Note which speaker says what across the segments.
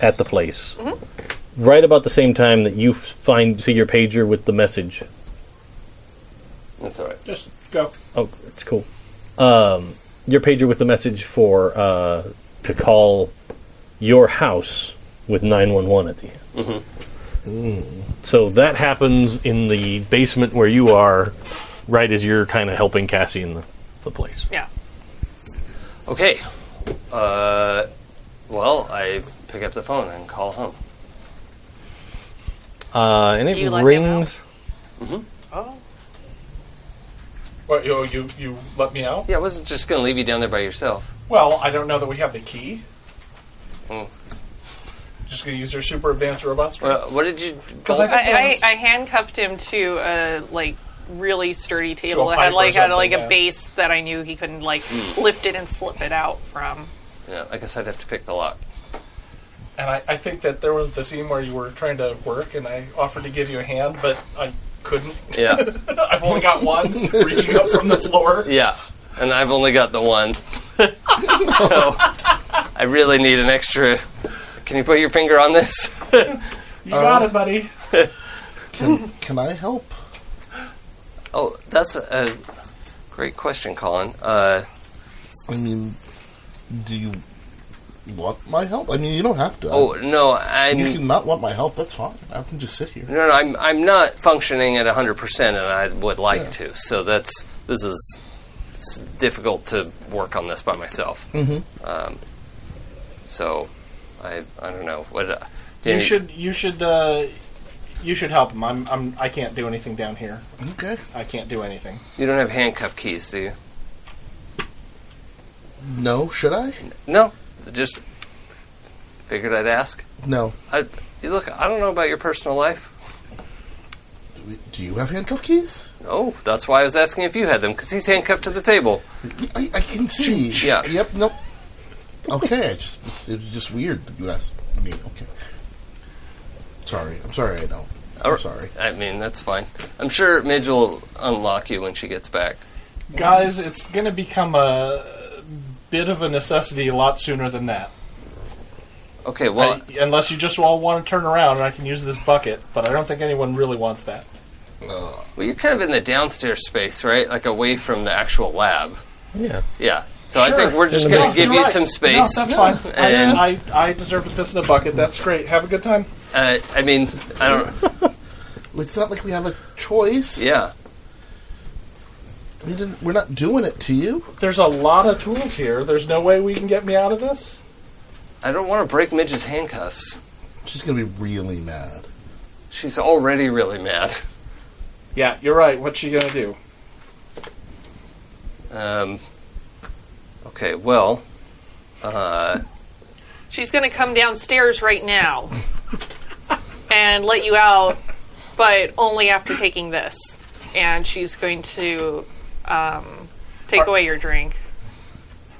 Speaker 1: at the place. Right about the same time that you find see your pager with the message.
Speaker 2: That's all right.
Speaker 3: Just go.
Speaker 1: Oh, it's cool. Um, your pager with the message for uh, to call your house with nine one one at the end. Mm. So that happens in the basement where you are, right as you're kind of helping Cassie in the, the place.
Speaker 4: Yeah.
Speaker 2: Okay. Uh, well, I pick up the phone and call home.
Speaker 1: Uh, and it
Speaker 4: You let them
Speaker 1: rings.
Speaker 4: Oh.
Speaker 3: What, you, you, you let me out?
Speaker 2: Yeah, I wasn't just going to leave you down there by yourself.
Speaker 3: Well, I don't know that we have the key.
Speaker 2: Mm.
Speaker 3: Just going to use our super advanced robot strength.
Speaker 2: Well, what did you?
Speaker 3: Because I-
Speaker 4: I, I, I handcuffed him to a like really sturdy table
Speaker 3: To a
Speaker 4: that had
Speaker 3: pipe or
Speaker 4: like had like
Speaker 3: something,
Speaker 4: a
Speaker 3: yeah. Hmm.
Speaker 4: base that I knew he couldn't like lift it and slip it out from.
Speaker 2: yeah, I guess I'd have to pick the lock.
Speaker 3: and I, I think that there was the scene where you were trying to work and I offered to give you a hand, but I couldn't.
Speaker 2: Yeah,
Speaker 3: I've only got one reaching up from the floor.
Speaker 2: yeah, and I've only got the one, so I really need an extra. Can you put your finger on this?
Speaker 3: You got it, buddy.
Speaker 5: Can, can I help?
Speaker 2: Oh, that's a, a great question, Colin. Uh,
Speaker 5: I mean, do you want my help? I mean, you don't have to.
Speaker 2: oh no, I'm
Speaker 5: you can not want my help. That's fine. I can just sit here.
Speaker 2: no, no, I'm I'm not functioning at hundred percent, and I would like to. So that's this is it's difficult to work on this by myself. Mm-hmm. Um, so I I don't know what. Uh,
Speaker 3: You
Speaker 2: any-
Speaker 3: should you should uh, you should help him. I'm, I'm I can't do anything down here.
Speaker 5: Okay.
Speaker 3: I can't do anything.
Speaker 2: You don't have handcuff keys, do you?
Speaker 5: No, should I?
Speaker 2: No, just figured I'd ask.
Speaker 5: No.
Speaker 2: I you look, I don't know about your personal life.
Speaker 5: Do you have handcuff keys?
Speaker 2: Oh, that's why I was asking if you had them, because he's handcuffed to the table.
Speaker 5: I, I can see.
Speaker 2: Yeah.
Speaker 5: Yep. Nope. Okay. I just it's- it was just weird that you asked me. Okay. Sorry. I'm sorry. I don't. I'm
Speaker 2: Alright.
Speaker 5: sorry.
Speaker 2: I mean, that's fine. I'm sure Midge will unlock you when she gets back.
Speaker 3: Guys, it's going to become a bit of a necessity a lot sooner than that.
Speaker 2: Okay, well,
Speaker 3: I- unless you just all want to turn around and I can use this bucket, but I don't think anyone really wants that.
Speaker 2: well, you're kind of in the downstairs space, right? Like away from the actual lab.
Speaker 1: Yeah.
Speaker 2: Yeah. So I
Speaker 3: Sure.
Speaker 2: think we're just
Speaker 1: In the
Speaker 2: going
Speaker 3: No,
Speaker 2: to give
Speaker 3: you're
Speaker 2: you
Speaker 3: right.
Speaker 2: some space.
Speaker 3: No, that's fine.
Speaker 2: And-
Speaker 3: I, I, I deserve to piss in a bucket. That's great. Have a good time.
Speaker 2: uh, I mean, I don't.
Speaker 5: It's not like we have a choice.
Speaker 2: Yeah.
Speaker 5: We didn't, we're not doing it to you.
Speaker 3: There's a lot of tools here. There's no way we can get me out of this.
Speaker 2: I don't want to break Midge's handcuffs.
Speaker 5: She's gonna be really mad.
Speaker 2: She's already really mad.
Speaker 3: Yeah, you're right. What's she gonna do?
Speaker 2: Um, okay, well, uh,
Speaker 4: She's gonna come downstairs right now and let you out, but only after taking this. And she's going to um, take away your drink.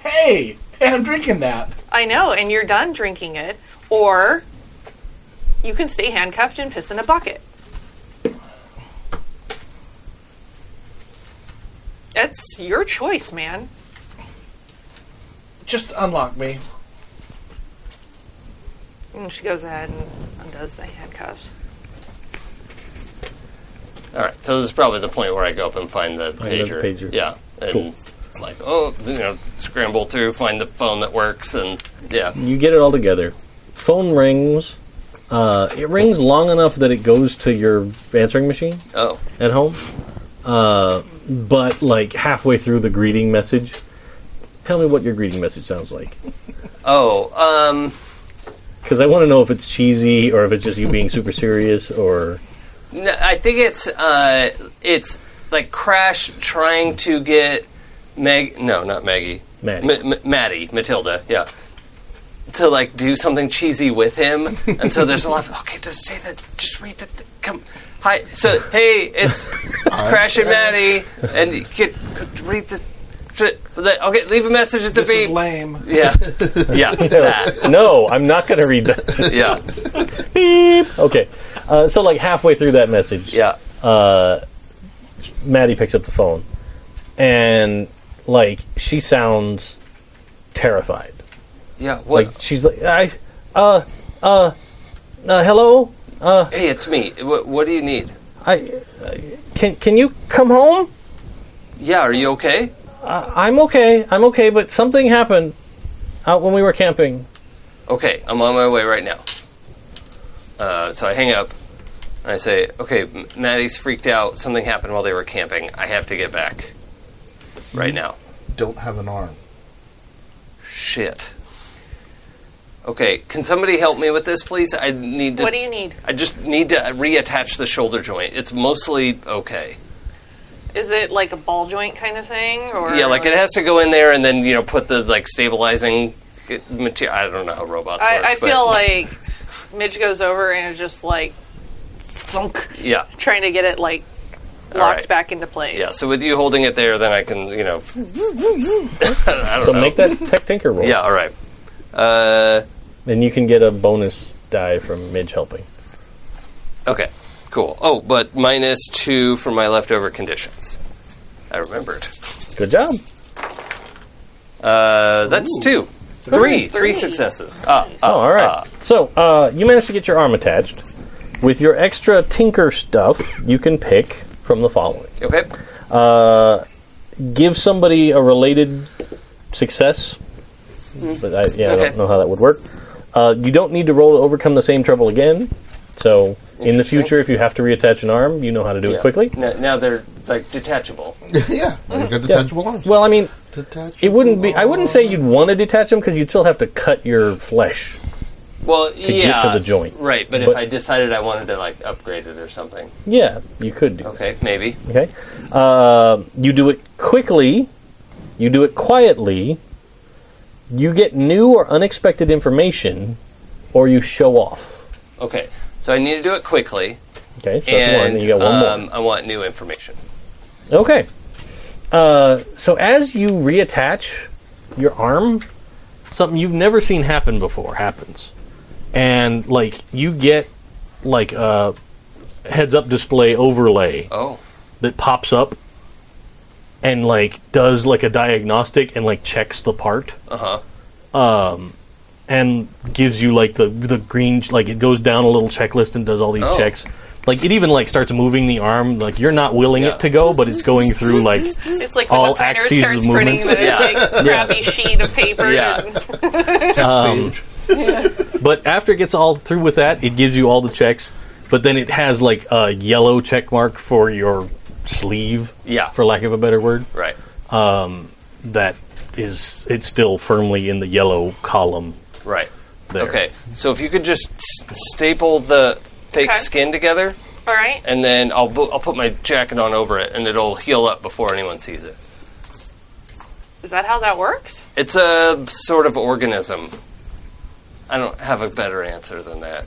Speaker 3: Hey, hey, I'm drinking that.
Speaker 4: I know, and you're done drinking it, or you can stay handcuffed and piss in a bucket. That's your choice, man.
Speaker 3: Just unlock me.
Speaker 4: And she goes ahead and undoes the handcuffs.
Speaker 2: all right. So this is probably the point where I go up and find the
Speaker 1: the
Speaker 2: pager.
Speaker 1: pager.
Speaker 2: Yeah, and
Speaker 1: Cool.
Speaker 2: like, oh, you know, scramble through, find the phone that works, and yeah,
Speaker 1: You get it all together. Phone rings. Uh, it rings long enough that it goes to your answering machine
Speaker 2: oh,
Speaker 1: at home. Uh, but like halfway through the greeting message, tell me what your greeting message sounds like.
Speaker 2: oh, um,
Speaker 1: Because I want to know if it's cheesy or if it's just you being super serious or.
Speaker 2: no, I think it's uh, it's like Crash trying to get Meg. No, not Maggie.
Speaker 1: Maddie.
Speaker 2: M- M- Maddie, Matilda. Yeah. To like do something cheesy with him, and so there's a lot. Of, okay, just say that. Just read the. Th- come. Hi. So hey, it's it's Crash and Maddie, and you could, could read the. tri- the- Okay, leave a message at the
Speaker 3: This is
Speaker 2: beep.
Speaker 3: lame.
Speaker 2: yeah, yeah, that.
Speaker 1: no, I'm not going to read that.
Speaker 2: yeah,
Speaker 1: Beep. Okay. Uh, so like halfway through that message,
Speaker 2: yeah.
Speaker 1: Maddie picks up the phone, and like she sounds terrified.
Speaker 2: Yeah, what?
Speaker 1: She's like, I, uh, Uh, hello?
Speaker 2: Hey, it's me. What, what do you need?
Speaker 1: I, I can can you come home?
Speaker 2: Yeah, are you okay?
Speaker 1: I'm okay. I'm okay, but something happened out when we were camping.
Speaker 2: Okay, I'm on my way right now. Uh, so I hang up and I say, okay, M- Maddie's freaked out. Something happened while they were camping. I have to get back right now.
Speaker 5: Don't have an arm.
Speaker 2: Shit. Okay, can somebody help me with this, please? I need to.
Speaker 6: What do you need?
Speaker 2: I just need to reattach the shoulder joint. It's mostly okay.
Speaker 6: Is it like a ball joint kind of thing, or
Speaker 2: Yeah, like it has to go in there and then you know put the like stabilizing material. I don't know how robots work.
Speaker 6: I, I
Speaker 2: but-
Speaker 6: feel like Midge goes over and is just like thunk,
Speaker 2: yeah,
Speaker 6: trying to get it like locked
Speaker 2: right.
Speaker 6: back into place.
Speaker 2: yeah. So with you holding it there, then I can you know. I don't
Speaker 1: So
Speaker 2: know.
Speaker 1: make that tech tinker roll.
Speaker 2: yeah, all right. Uh,
Speaker 1: And you can get a bonus die from Midge helping.
Speaker 2: okay, cool. Oh, but minus two for my leftover conditions. I remembered.
Speaker 1: Good job.
Speaker 2: Uh, that's two. Three. Three
Speaker 6: Three.
Speaker 2: successes. Ah, ah,
Speaker 1: Oh, all right.
Speaker 2: ah.
Speaker 1: So uh, you managed to get your arm attached. With your extra tinker stuff, you can pick from the following:
Speaker 2: Okay.
Speaker 1: give somebody a related success. But I, yeah, I
Speaker 2: Mm-hmm. Okay.
Speaker 1: don't know how that would work. Uh, you don't need to roll to overcome the same trouble again. So in the
Speaker 2: Interesting.
Speaker 1: future, if you have to reattach an arm, you know how to do
Speaker 2: Yeah.
Speaker 1: it quickly.
Speaker 2: Now, now they're like detachable.
Speaker 5: yeah, well, you got detachable arms.
Speaker 1: Well, I mean,
Speaker 5: detachable
Speaker 1: it wouldn't be. I wouldn't say
Speaker 5: arms.
Speaker 1: you'd want to detach them because you'd still have to cut your flesh.
Speaker 2: Well,
Speaker 1: get
Speaker 2: yeah,
Speaker 1: to the joint.
Speaker 2: right? But, if
Speaker 1: But-
Speaker 2: I decided I wanted to like upgrade it or something,
Speaker 1: Yeah, you could do.
Speaker 2: okay, maybe.
Speaker 1: Okay. Uh, you do it quickly. You do it quietly. You get new or unexpected information, or you show off.
Speaker 2: Okay, so I need to do it quickly,
Speaker 1: Okay, so that's one.
Speaker 2: and
Speaker 1: Then you got one more.
Speaker 2: um, I want new information.
Speaker 1: Okay. Uh, so as you reattach your arm, something you've never seen happen before happens, and like you get like a heads-up display overlay
Speaker 2: Oh,
Speaker 1: that pops up and like does like a diagnostic and like checks the part Um,
Speaker 2: uh huh.
Speaker 1: and gives you like the the green like it goes down a little checklist and does all these
Speaker 2: Oh.
Speaker 1: checks. Like it even like starts moving the arm like you're not willing
Speaker 2: Yeah.
Speaker 1: it to go, but it's going through like
Speaker 6: It's like
Speaker 1: All
Speaker 6: when the printer
Speaker 1: axes of
Speaker 6: starts printing
Speaker 1: movement.
Speaker 6: the
Speaker 2: Yeah.
Speaker 6: like, crappy sheet of paper.
Speaker 2: Yeah.
Speaker 6: and-
Speaker 5: Test page.
Speaker 1: But after it gets all through with that, it gives you all the checks. But then it has like a yellow check mark for your sleeve,
Speaker 2: Yeah.
Speaker 1: for lack of a better word.
Speaker 2: Right.
Speaker 1: That is, it's still firmly in the yellow column.
Speaker 2: Right.
Speaker 1: There.
Speaker 2: Okay. So if you could just s- staple the fake
Speaker 6: Okay.
Speaker 2: skin together,
Speaker 6: All right.
Speaker 2: and then I'll bu- I'll put my jacket on over it, and it'll heal up before anyone sees it.
Speaker 6: Is that how that works?
Speaker 2: It's a sort of organism. I don't have a better answer than that.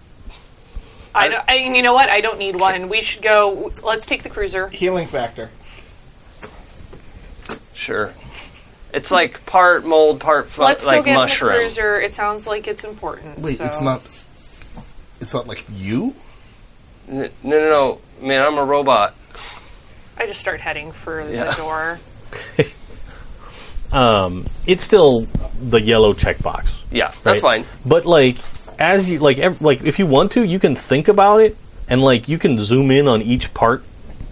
Speaker 6: I don't. I, you know what? I don't need one. We should go. Let's take the cruiser.
Speaker 7: Healing factor.
Speaker 2: Sure. It's like part mold, part fu-
Speaker 6: Let's
Speaker 2: like
Speaker 6: go get
Speaker 2: mushroom.
Speaker 6: in the cruiser. It sounds like it's important.
Speaker 5: Wait,
Speaker 6: so.
Speaker 5: it's not. It's not like you.
Speaker 2: N- no, no, no, man, I'm a robot.
Speaker 6: I just start heading for
Speaker 2: Yeah.
Speaker 6: the door.
Speaker 1: It's still the yellow checkbox.
Speaker 2: Yeah, that's
Speaker 1: right?
Speaker 2: fine.
Speaker 1: But like, as you like, ev- like if you want to, you can think about it and like you can zoom in on each part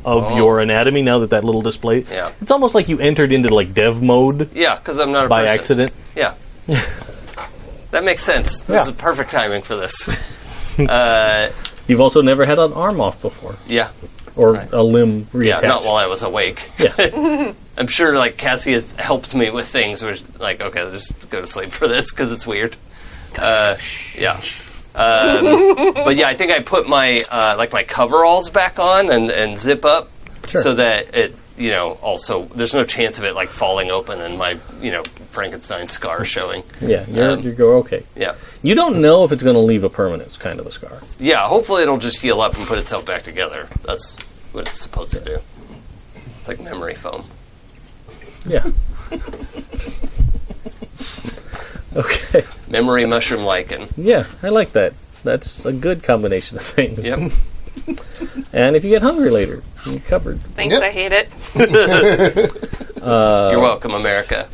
Speaker 1: of
Speaker 2: Oh.
Speaker 1: your anatomy. Now that that little display,
Speaker 2: Yeah.
Speaker 1: it's almost like you entered into like dev mode
Speaker 2: Yeah, because I'm not a
Speaker 1: by
Speaker 2: person.
Speaker 1: accident.
Speaker 2: Yeah. that makes sense. This
Speaker 1: Yeah.
Speaker 2: is perfect timing for this. uh,
Speaker 1: You've also never had an arm off before,
Speaker 2: yeah.
Speaker 1: or
Speaker 2: Right.
Speaker 1: a limb
Speaker 2: Yeah,
Speaker 1: reattached.
Speaker 2: not while I was awake.
Speaker 1: Yeah.
Speaker 2: I'm sure, like, Cassie has helped me with things where, she's like, okay, let's just go to sleep for this because it's weird. Uh, yeah. Um, but yeah, I think I put my, uh, like, my coveralls back on and, and zip up
Speaker 1: Sure.
Speaker 2: so that it, you know, also, there's no chance of it, like, falling open and my, you know, Frankenstein scar showing.
Speaker 1: Yeah, you're,
Speaker 2: Um,
Speaker 1: you go okay.
Speaker 2: Yeah.
Speaker 1: You don't know if it's going to leave a permanence kind of a scar.
Speaker 2: Yeah, hopefully it'll just heal up and put itself back together. That's what it's supposed to do. It's like memory foam.
Speaker 1: Yeah. okay.
Speaker 2: Memory mushroom lichen.
Speaker 1: Yeah, I like that. That's a good combination of things.
Speaker 2: Yep.
Speaker 1: And if you get hungry later, you're covered.
Speaker 6: Thanks.
Speaker 5: Yep.
Speaker 6: I hate it.
Speaker 2: You're welcome, America.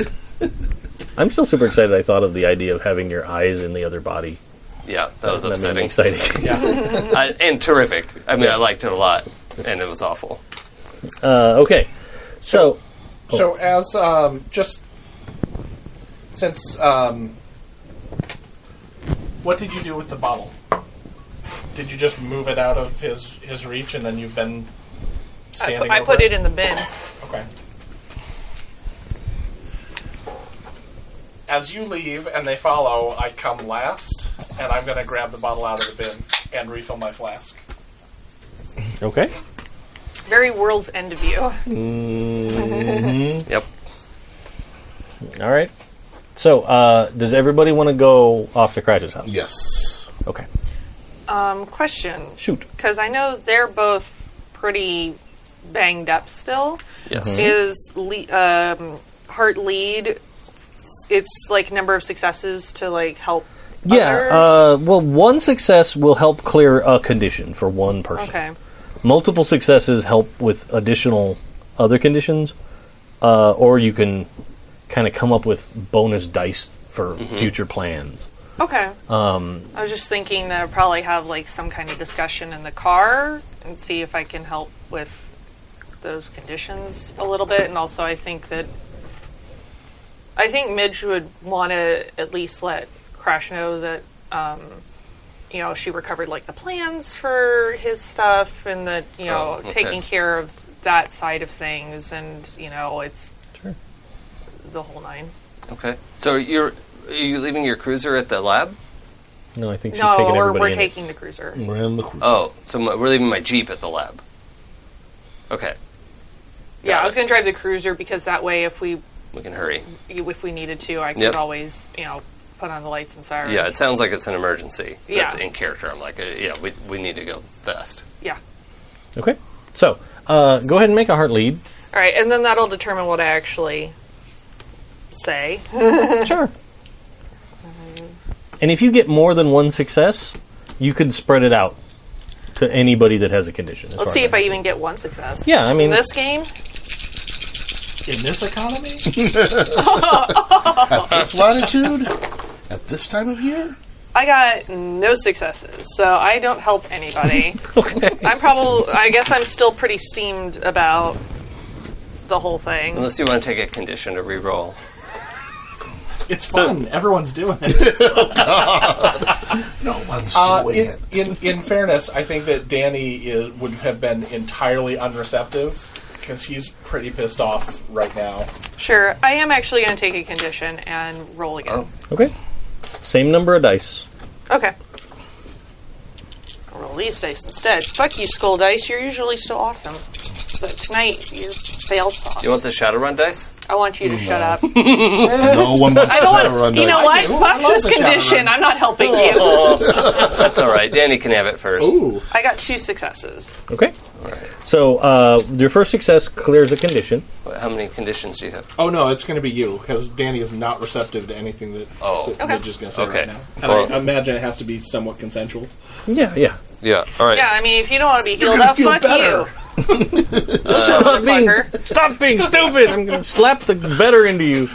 Speaker 1: I'm still super excited. I thought of the idea of having your eyes in the other body.
Speaker 2: yeah, that, was
Speaker 1: That made me
Speaker 2: upsetting.
Speaker 1: exciting.
Speaker 2: I, and terrific. I mean, I liked it a lot, and it was awful.
Speaker 1: Uh, okay, so
Speaker 8: So as um, just since um,
Speaker 3: What did you do with the bottle? Did you just move it out of his his reach and then you've been
Speaker 4: I,
Speaker 3: standing?
Speaker 4: I
Speaker 3: over
Speaker 4: put it in the bin.
Speaker 3: Okay. As you leave and they follow, I come last, and I'm gonna grab the bottle out of the bin and refill my flask.
Speaker 1: okay,
Speaker 4: Very world's end of you.
Speaker 2: Yep.
Speaker 1: all right. So uh, does everybody want to go off to Crash's house?
Speaker 5: Yes.
Speaker 1: Okay,
Speaker 4: Um, question.
Speaker 1: shoot.
Speaker 4: Because I know they're both pretty banged up still.
Speaker 2: Yes.
Speaker 4: Is le- um, heart lead? It's like number of successes to like help.
Speaker 1: Yeah.
Speaker 4: others?
Speaker 1: Uh, well, one success will help clear a condition for one person.
Speaker 4: okay.
Speaker 1: Multiple successes help with additional other conditions, uh, or you can kind of come up with bonus dice for future plans.
Speaker 4: Okay. Um, I was just thinking that I'll probably have like some kind of discussion in the car and see if I can help with those conditions a little bit. And also, I think that I think Midge would want to at least let Crash know that um, you know she recovered like the plans for his stuff and that you know
Speaker 2: Oh, okay.
Speaker 4: taking care of that side of things and you know it's
Speaker 1: Sure.
Speaker 4: the whole nine.
Speaker 2: Okay. So you're are you leaving your cruiser at the lab?
Speaker 1: No, I think she's
Speaker 4: no,
Speaker 1: taking
Speaker 4: we're,
Speaker 1: everybody.
Speaker 4: we're
Speaker 1: in it.
Speaker 4: taking the cruiser.
Speaker 5: We're in the cruise.
Speaker 2: Oh, so my, we're leaving my jeep at the lab. Okay,
Speaker 4: Yeah,
Speaker 2: Got
Speaker 4: I was
Speaker 2: it.
Speaker 4: going to drive the cruiser because that way, if we
Speaker 2: we can hurry.
Speaker 4: if we needed to, I could
Speaker 2: Yep.
Speaker 4: always you know put on the lights and sirens.
Speaker 2: Yeah, it sounds like it's an emergency. That's
Speaker 4: Yeah.
Speaker 2: in character. I'm like, uh, yeah, we we need to go fast.
Speaker 4: yeah.
Speaker 1: Okay. So, uh, go ahead and make a heart lead.
Speaker 4: All right, and then that'll determine what I actually say.
Speaker 1: Sure. And if you get more than one success, you can spread it out to anybody that has a condition. as
Speaker 4: Let's
Speaker 1: far
Speaker 4: see
Speaker 1: as
Speaker 4: if I even get one success.
Speaker 1: Yeah, I mean-
Speaker 4: in this game,
Speaker 3: In this economy?
Speaker 5: At this latitude? At this time of year?
Speaker 4: I got no successes, so I don't help anybody. I'm probably, I guess, I'm still pretty steamed about the whole thing.
Speaker 2: Unless you want to take a condition to re-roll.
Speaker 3: It's fun. Everyone's doing it.
Speaker 5: No one's
Speaker 3: Uh,
Speaker 5: doing
Speaker 3: in,
Speaker 5: it.
Speaker 3: in in fairness, I think that Danny is, would have been entirely unreceptive because he's pretty pissed off right now.
Speaker 4: Sure, I am actually going to take a condition and roll
Speaker 2: Oh.
Speaker 4: again.
Speaker 1: Okay. Same number of dice.
Speaker 4: Okay. I'll roll these dice instead. Fuck you, school dice. You're usually so awesome. But tonight, you failed sauce.
Speaker 2: You want the Shadowrun dice?
Speaker 4: I want you to shut up.
Speaker 5: No one wants
Speaker 4: I don't
Speaker 5: to run
Speaker 4: want. You know
Speaker 5: down.
Speaker 4: what?
Speaker 3: do. I
Speaker 4: Fuck
Speaker 3: love
Speaker 4: this
Speaker 3: the shower
Speaker 4: condition.
Speaker 3: room.
Speaker 4: I'm not helping you.
Speaker 2: That's all right. Danny can have it first.
Speaker 3: Ooh.
Speaker 4: I got two successes.
Speaker 1: Okay. So, uh, your first success clears a condition.
Speaker 2: How many conditions do you have?
Speaker 3: Oh no, it's going to be you because Danny is not receptive to anything that
Speaker 2: Oh.
Speaker 3: that
Speaker 4: Okay.
Speaker 3: Midge is going to say
Speaker 2: Okay.
Speaker 3: right now. And
Speaker 2: Well-
Speaker 3: I imagine it has to be somewhat consensual.
Speaker 1: Yeah, yeah.
Speaker 2: Yeah. All right.
Speaker 4: Yeah, I mean, if you don't want to be healed
Speaker 5: gonna
Speaker 4: up,
Speaker 5: feel
Speaker 4: fuck
Speaker 5: better.
Speaker 1: Stop being,
Speaker 4: Motherfucker.
Speaker 1: stop being stupid! I'm going to slap the better into you.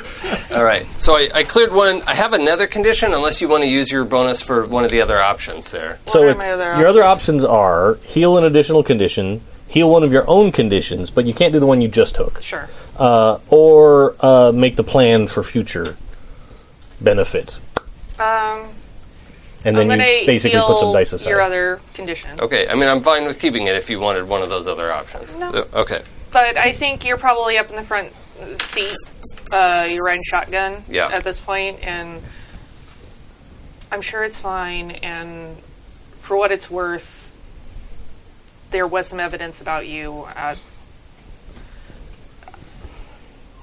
Speaker 2: All right. So I, I cleared one. I have another condition, unless you want to use your bonus for one of the other options there.
Speaker 4: What
Speaker 1: So
Speaker 4: are
Speaker 1: it's,
Speaker 4: my other
Speaker 1: your other options are heal an additional condition, heal one of your own conditions, but you can't do the one you just took,
Speaker 4: you. Sure.
Speaker 1: uh, or uh, make the plan for future benefit.
Speaker 4: Um,
Speaker 1: And
Speaker 4: I'm
Speaker 1: then
Speaker 4: gonna
Speaker 1: you basically
Speaker 4: heal
Speaker 1: put some dice aside.
Speaker 4: your other condition.
Speaker 2: Okay. I mean, I'm fine with keeping it if you wanted one of those other options.
Speaker 4: No.
Speaker 2: Uh, Okay.
Speaker 4: But I think you're probably up in the front seat. Uh, you're riding shotgun
Speaker 2: Yeah.
Speaker 4: at this point, and I'm sure it's fine. And for what it's worth, there was some evidence about you. Uh,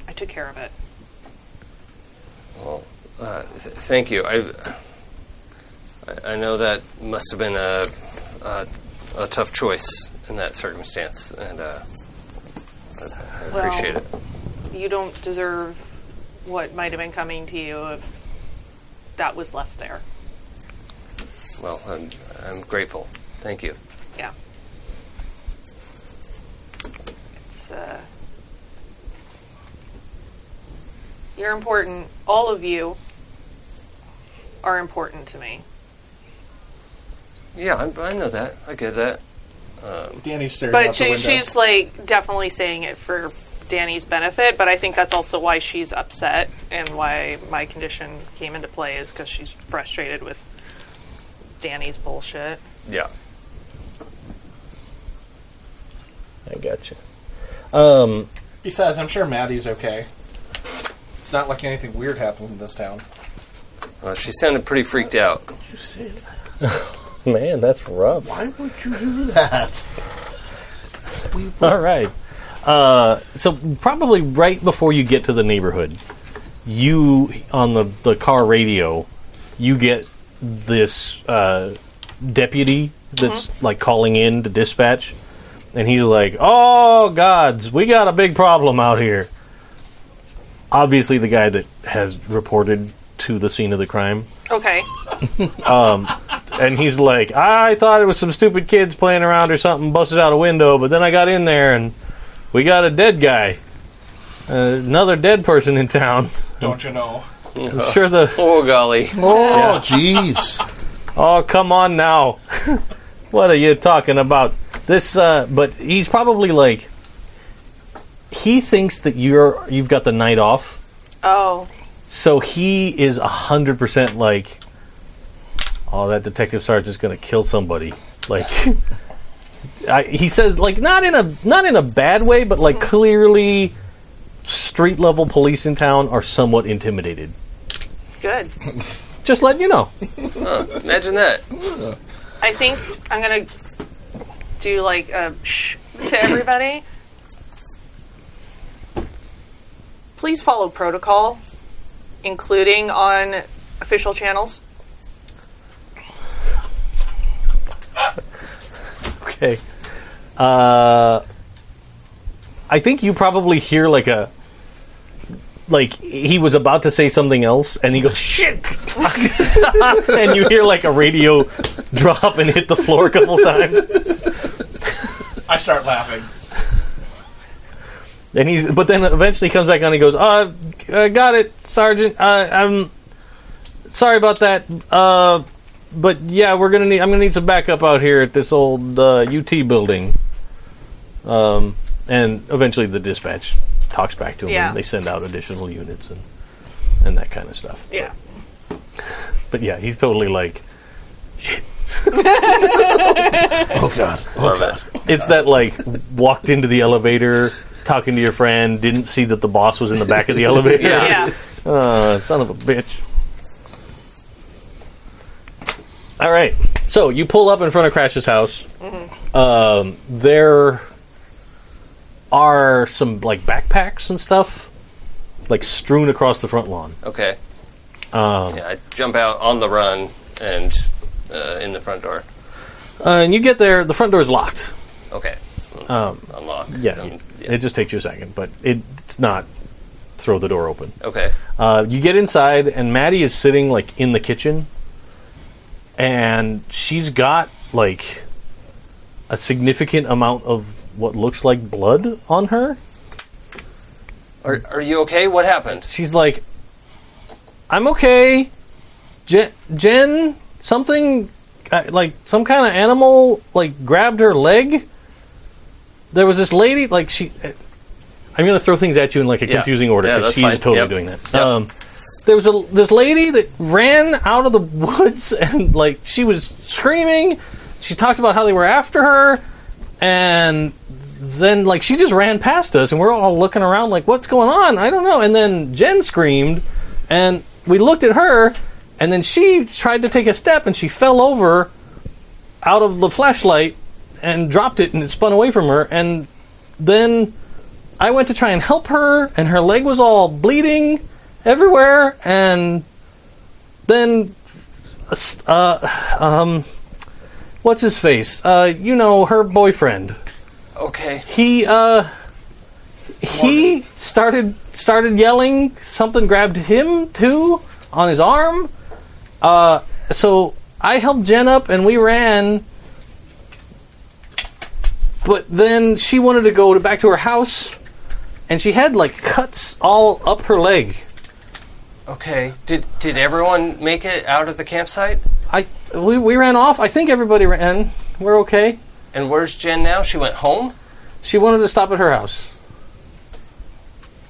Speaker 4: I took care of it.
Speaker 2: Uh, th- thank you. I, I- I know that must have been a, a, a tough choice in that circumstance, and uh, I, I
Speaker 4: Well-
Speaker 2: appreciate it.
Speaker 4: You don't deserve what might have been coming to you if that was left there.
Speaker 2: Well, I'm, I'm grateful. Thank you.
Speaker 4: Yeah. It's, uh. You're important. All of you are important to me.
Speaker 2: Yeah, I, I know that. I get that.
Speaker 7: Danny stared
Speaker 6: But
Speaker 7: out the
Speaker 6: she,
Speaker 7: window.
Speaker 6: she's like definitely saying it for Danny's benefit, but I think that's also why she's upset and why my condition came into play is because she's frustrated with Danny's bullshit.
Speaker 2: Yeah.
Speaker 1: I gotcha. Um,
Speaker 7: Besides, I'm sure Maddie's okay. It's not like anything weird happens in this town.
Speaker 2: Well, she sounded pretty freaked out.
Speaker 5: You say that.
Speaker 1: Man, that's rough.
Speaker 5: Why would you do that? We were
Speaker 1: All right. Uh, so probably right before you get to the neighborhood, you on the, the car radio, you get this uh, deputy that's like calling in to dispatch, and he's like, "Oh gods, we got a big problem out here." Obviously, the guy that has reported to the scene of the crime
Speaker 6: Okay.
Speaker 1: and he's like, I thought it was some stupid kids playing around or something, busted out a window, but then I got in there and we got a dead guy. Uh, another dead person in town.
Speaker 7: Don't you know?
Speaker 1: I'm sure the.
Speaker 2: Oh golly.
Speaker 5: Oh, jeez.
Speaker 1: Oh, come on now. what are you talking about? This, uh, but he's probably like. He thinks that you're you've got the night off,
Speaker 6: Oh.
Speaker 1: so he is hundred percent like, oh, that detective sergeant's gonna kill somebody. Like, I, he says, like not in a not in a bad way, but like clearly, street level police in town are somewhat intimidated.
Speaker 6: Good.
Speaker 1: Just letting you know.
Speaker 2: Imagine that.
Speaker 6: I think I'm gonna do like a shh to everybody. Please follow protocol, including on official channels.
Speaker 1: Okay. Uh, I think you probably hear like a like he was about to say something else, and he goes shit, and you hear like a radio drop and hit the floor a couple times.
Speaker 7: I start laughing.
Speaker 1: And he's but then eventually he comes back on. and He goes, "Uh, I got it, Sergeant. Uh, I'm sorry about that. Uh, but yeah, we're gonna need. I'm gonna need some backup out here at this old uh, UT building. Um, and eventually the dispatch talks back to him.
Speaker 6: Yeah.
Speaker 1: and They send out additional units and and that kind of stuff.
Speaker 6: Yeah.
Speaker 1: But yeah, he's totally like
Speaker 5: Oh, God. Oh, God.
Speaker 1: it's that like walked into the elevator. Talking to your friend, didn't see that the boss was in the back of the elevator.
Speaker 2: Yeah.
Speaker 6: Yeah.
Speaker 1: Uh, son of a bitch. All right. So you pull up in front of Crash's house. Um, there are some like backpacks and stuff, like strewn across the front lawn.
Speaker 2: Okay.
Speaker 1: Um,
Speaker 2: yeah, I jump out on the run and uh, in the front door.
Speaker 1: Uh, and you get there, the front door is locked.
Speaker 2: Okay. Unlock.
Speaker 1: Yeah,
Speaker 2: Um,
Speaker 1: it just takes you a second, but it, it's not throw the door open.
Speaker 2: Okay.
Speaker 1: Uh, you get inside, and Maddie is sitting like in the kitchen, and she's got like a significant amount of what looks like blood on her.
Speaker 2: Are, are you okay? What happened?
Speaker 1: She's like, "I'm okay, Jen. Jen something uh, like some kind of animal like grabbed her leg. There was this lady like she. I'm gonna throw things at you in like a
Speaker 2: Yeah.
Speaker 1: confusing order
Speaker 2: Yeah,
Speaker 1: because
Speaker 2: that's
Speaker 1: she's
Speaker 2: fine.
Speaker 1: totally
Speaker 2: Yep.
Speaker 1: doing that.
Speaker 2: Yep.
Speaker 1: Um, there was a this lady that ran out of the woods and like she was screaming. She talked about how they were after her, and then like she just ran past us, and we're all looking around like, "What's going on?" I don't know. And then Jen screamed, and we looked at her, and then she tried to take a step, and she fell over out of the flashlight and dropped it, and it spun away from her, and then. I went to try and help her, and her leg was all bleeding everywhere, and then, uh, s- uh, um, what's his face? Uh, you know, her boyfriend.
Speaker 2: Okay.
Speaker 1: He, uh, he started started yelling. Something grabbed him too on his arm. Uh, so I helped Jen up, and we ran. But then she wanted to go to back to her house, and she had like cuts all up her leg.
Speaker 2: Okay. Did did everyone make it out of the campsite?
Speaker 9: I we, we ran off. I think everybody ran. We're okay.
Speaker 2: And where's Jen now? She went home,
Speaker 9: She wanted to stop at her house.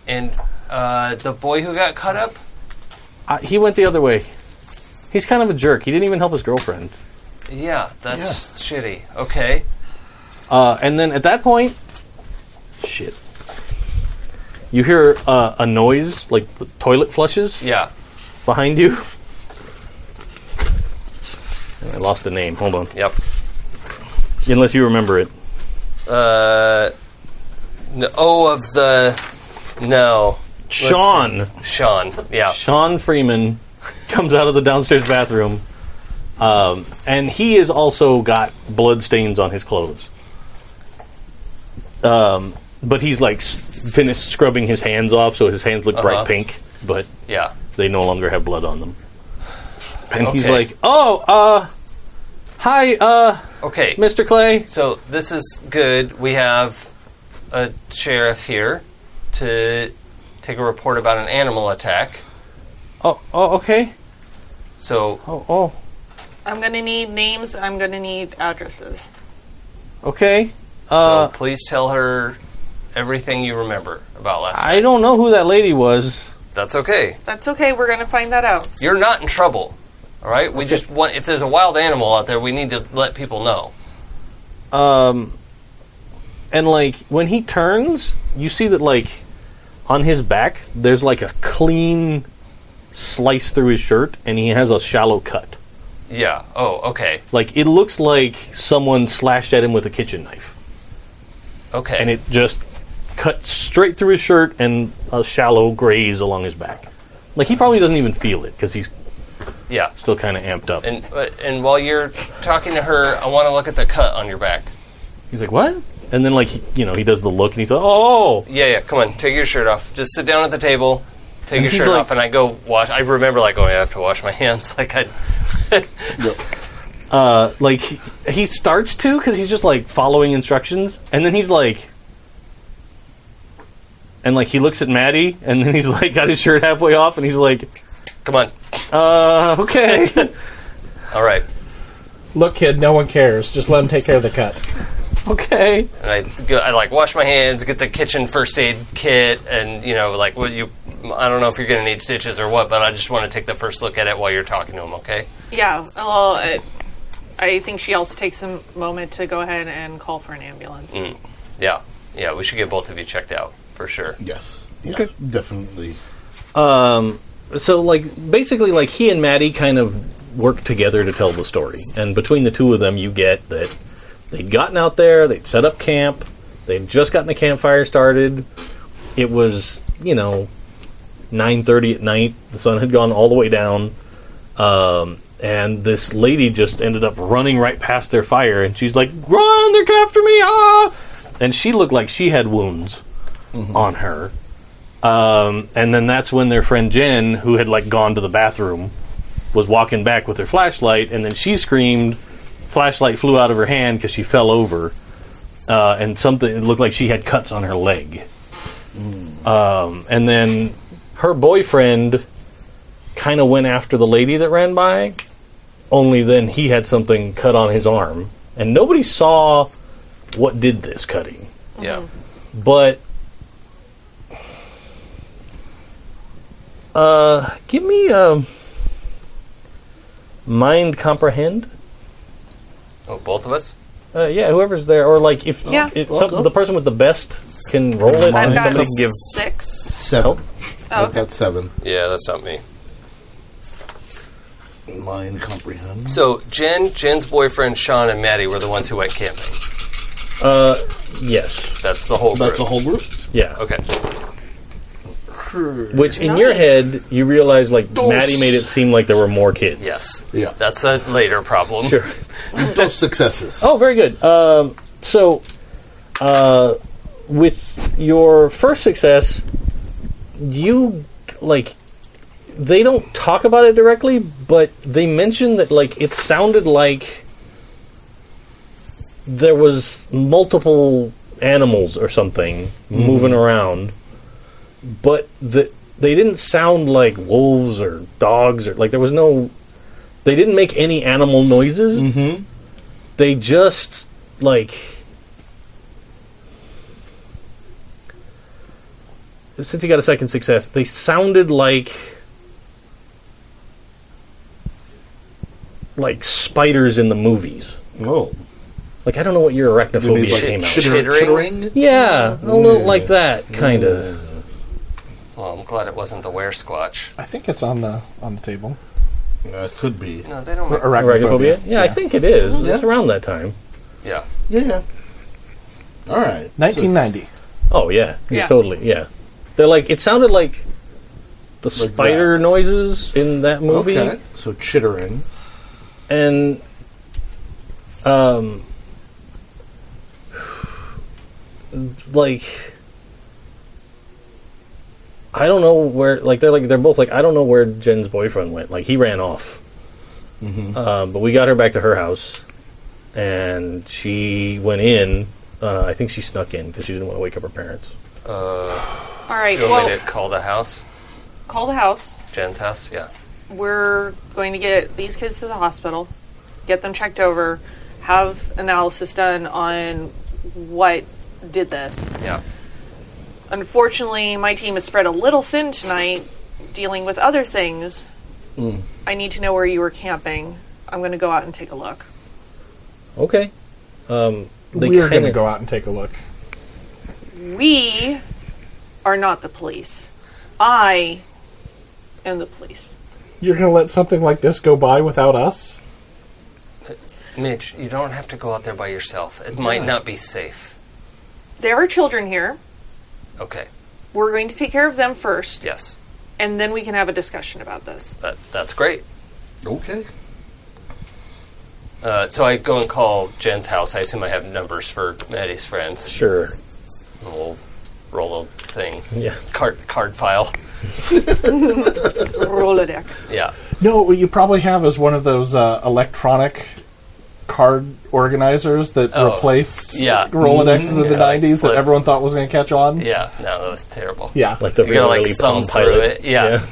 Speaker 2: and uh, the boy who got cut up.
Speaker 9: Uh, he went the other way. He's kind of a jerk. He didn't even help his girlfriend.
Speaker 2: Yeah, that's shitty. Okay.
Speaker 9: Uh, and then at that point, shit. You hear uh, a noise like the toilet flushes
Speaker 2: Yeah.
Speaker 9: behind you. And I lost the name. Hold on.
Speaker 2: Yep.
Speaker 9: Unless you remember it.
Speaker 2: Uh, no, oh, of the no,
Speaker 9: Sean.
Speaker 2: Sean. Yeah.
Speaker 9: Sean Freeman comes out of the downstairs bathroom, um, and he has also got blood stains on his clothes. Um, but he's like s- finished scrubbing his hands off, so his hands look
Speaker 2: Uh-huh.
Speaker 9: bright pink, but
Speaker 2: Yeah.
Speaker 9: they no longer have blood on them. And he's
Speaker 2: Okay.
Speaker 9: like, "Oh, uh, hi, uh,
Speaker 2: Okay.
Speaker 9: Mr. Clay.
Speaker 2: So this is good. We have a sheriff here to take a report about an animal attack.
Speaker 9: Oh, oh, okay.
Speaker 2: So
Speaker 9: Oh, oh,
Speaker 6: I'm gonna need names. I'm gonna need addresses.
Speaker 9: okay.
Speaker 2: So
Speaker 9: Uh,
Speaker 2: please tell her everything you remember about last night.
Speaker 9: I don't know who that lady was.
Speaker 2: That's okay.
Speaker 6: That's okay. We're gonna find that out.
Speaker 2: You're not in trouble. All right. We just want if there's a wild animal out there, we need to let people know.
Speaker 9: um, and like when he turns, you see that like on his back there's like a clean slice through his shirt, and he has a shallow cut.
Speaker 2: Yeah. Oh. Okay.
Speaker 9: Like it looks like someone slashed at him with a kitchen knife,
Speaker 2: Okay.
Speaker 9: and it just cut straight through his shirt and a shallow graze along his back. Like he probably doesn't even feel it because he's
Speaker 2: yeah.
Speaker 9: still kind of amped up.
Speaker 2: And but- and while you're talking to her, I want to look at the cut on your back.
Speaker 9: he's like, "What?" And then like he- you know he does the look, and he's like, "Oh."
Speaker 2: Yeah. Yeah. Come on. Take your shirt off. Just sit down at the table. Take your
Speaker 9: he's
Speaker 2: shirt
Speaker 9: like-
Speaker 2: off, and I go wash. I remember like, oh, I have to wash my hands. Like I.
Speaker 9: like he- he starts to because he's just like following instructions and then he's like and like he looks at maddie and then he's like got his shirt halfway off and he's like
Speaker 2: Come on.
Speaker 9: uh okay
Speaker 2: All right.
Speaker 3: Look, kid, no one cares. Just let him take care of the cut.
Speaker 9: okay
Speaker 2: And I, go, I like wash my hands, get the kitchen first aid kit, and you know, like, what you, I don't know if you're gonna need stitches or what, but I just want to take the first look at it while you're talking to him, okay?
Speaker 6: Yeah. Well, I, I think she also takes a moment to go ahead and call for an ambulance.
Speaker 1: Mm.
Speaker 2: Yeah, yeah, we should get both of you checked out for sure.
Speaker 5: Yes. Yeah, definitely.
Speaker 1: Um, so like basically like he and Maddie kind of work together to tell the story, and between the two of them, you get that they'd gotten out there, they'd set up camp, they'd just gotten the campfire started. It was you know nine thirty at night. The sun had gone all the way down. Um, and this lady just ended up running right past their fire, and she's like, "Run! They're after me!" Ah! And she looked like she had wounds on her. Um, and then that's when their friend Jen, who had like gone to the bathroom, was walking back with her flashlight, and then she screamed. Flashlight flew out of her hand because she fell over, uh, and something it looked like she had cuts on her leg. Um, and then her boyfriend kind of went after the lady that ran by, only then he had something cut on his arm, and nobody saw what did this cutting,
Speaker 9: Mm-hmm.
Speaker 2: Yeah,
Speaker 1: but. Uh, give me um, mind comprehend.
Speaker 2: oh, both of us.
Speaker 1: Uh, yeah, whoever's there, or like if,
Speaker 6: Yeah.
Speaker 1: if some, the person with the best can roll it,
Speaker 6: I've
Speaker 1: and
Speaker 6: got
Speaker 1: somebody can give
Speaker 6: six.
Speaker 5: Seven.
Speaker 1: Nope.
Speaker 6: Oh,
Speaker 5: I've
Speaker 6: okay.
Speaker 5: got seven.
Speaker 2: Yeah, that's not me.
Speaker 5: Mind comprehend.
Speaker 2: So Jen, Jen's boyfriend Sean, and Maddie were the ones who went camping.
Speaker 1: uh yes,
Speaker 2: That's the whole group.
Speaker 5: That's the whole group.
Speaker 1: yeah.
Speaker 2: okay.
Speaker 1: Which in your
Speaker 6: Nice.
Speaker 1: head you realize like
Speaker 5: Dos.
Speaker 1: Maddie made it seem like there were more kids.
Speaker 2: Yes.
Speaker 5: Yeah.
Speaker 2: That's a later problem.
Speaker 1: Sure.
Speaker 5: Those successes.
Speaker 1: Oh, very good. Um, so, uh, with your first success, you like they don't talk about it directly, but they mention that like it sounded like there was multiple animals or something moving around, but the, they didn't sound like wolves or dogs or like there was no They didn't make any animal noises. Mm-hmm. They just like since you got a second success, they sounded like like spiders in the movies.
Speaker 5: Oh.
Speaker 1: Like I don't know what your
Speaker 5: You
Speaker 1: arachnophobia
Speaker 5: mean like
Speaker 1: came out.
Speaker 5: chitter-
Speaker 2: Chittering?
Speaker 5: chittering?
Speaker 1: Yeah, a little like that kind of.
Speaker 2: Well, I'm glad it wasn't the wear squatch.
Speaker 3: I think it's on the on the table.
Speaker 5: Uh, it could be.
Speaker 2: No, they don't.
Speaker 3: Ar-
Speaker 1: Arachnophobia? Yeah, I think it is.
Speaker 5: Yeah.
Speaker 1: It's around that time.
Speaker 2: yeah.
Speaker 5: Yeah, yeah. All right. So,
Speaker 3: 1990.
Speaker 1: Oh yeah, it's
Speaker 6: Yeah.
Speaker 1: totally. Yeah, they're like it sounded like the
Speaker 5: Like
Speaker 1: spider
Speaker 5: that.
Speaker 1: noises in that movie,
Speaker 5: okay. So chittering.
Speaker 1: and um, like I don't know where. Like they're like they're both like I don't know where Jen's boyfriend went. Like he ran off,
Speaker 2: Mm-hmm.
Speaker 1: um, but we got her back to her house, and she went in. Uh, I think she snuck in because she didn't want to wake up her parents.
Speaker 6: Oh, All right.
Speaker 2: Do you want me
Speaker 6: Well,
Speaker 2: to call the house?
Speaker 6: call the house.
Speaker 2: Jen's house? Yeah.
Speaker 6: We're going to get these kids to the hospital, get them checked over, have analysis done on what did this.
Speaker 2: Yeah.
Speaker 6: Unfortunately, my team is spread a little thin tonight, dealing with other things. I need to know where you were camping. I'm going to go out and take a look.
Speaker 1: Okay. Um, they
Speaker 3: We are going to
Speaker 1: kinda-
Speaker 3: go out and take a look.
Speaker 6: We are not the police. I am the police.
Speaker 3: You're going to let something like this go by without us?
Speaker 2: Mitch, you don't have to go out there by yourself. It might not be safe.
Speaker 6: There are children here.
Speaker 2: Okay.
Speaker 6: We're going to take care of them first,
Speaker 2: Yes.
Speaker 6: and then we can have a discussion about this.
Speaker 2: That, that's great.
Speaker 5: Okay.
Speaker 2: Uh, so I go and call Jen's house. I assume I have numbers for Maddie's friends.
Speaker 1: Sure.
Speaker 2: A little roll of thing.
Speaker 1: Yeah.
Speaker 2: Card, card file.
Speaker 6: Rolodex.
Speaker 2: Yeah.
Speaker 3: No, what you probably have is one of those uh, electronic card organizers that
Speaker 2: Oh,
Speaker 3: replaced
Speaker 2: yeah.
Speaker 3: Rolodexes in the
Speaker 2: Yeah,
Speaker 3: 90s that
Speaker 2: like-
Speaker 3: everyone thought was going to catch on.
Speaker 2: Yeah. No, that was terrible.
Speaker 3: Yeah.
Speaker 1: Like the
Speaker 2: You gotta,
Speaker 1: real
Speaker 2: like,
Speaker 1: Lily
Speaker 2: thumb
Speaker 1: Pond
Speaker 2: through
Speaker 1: pilot.
Speaker 2: it, yeah.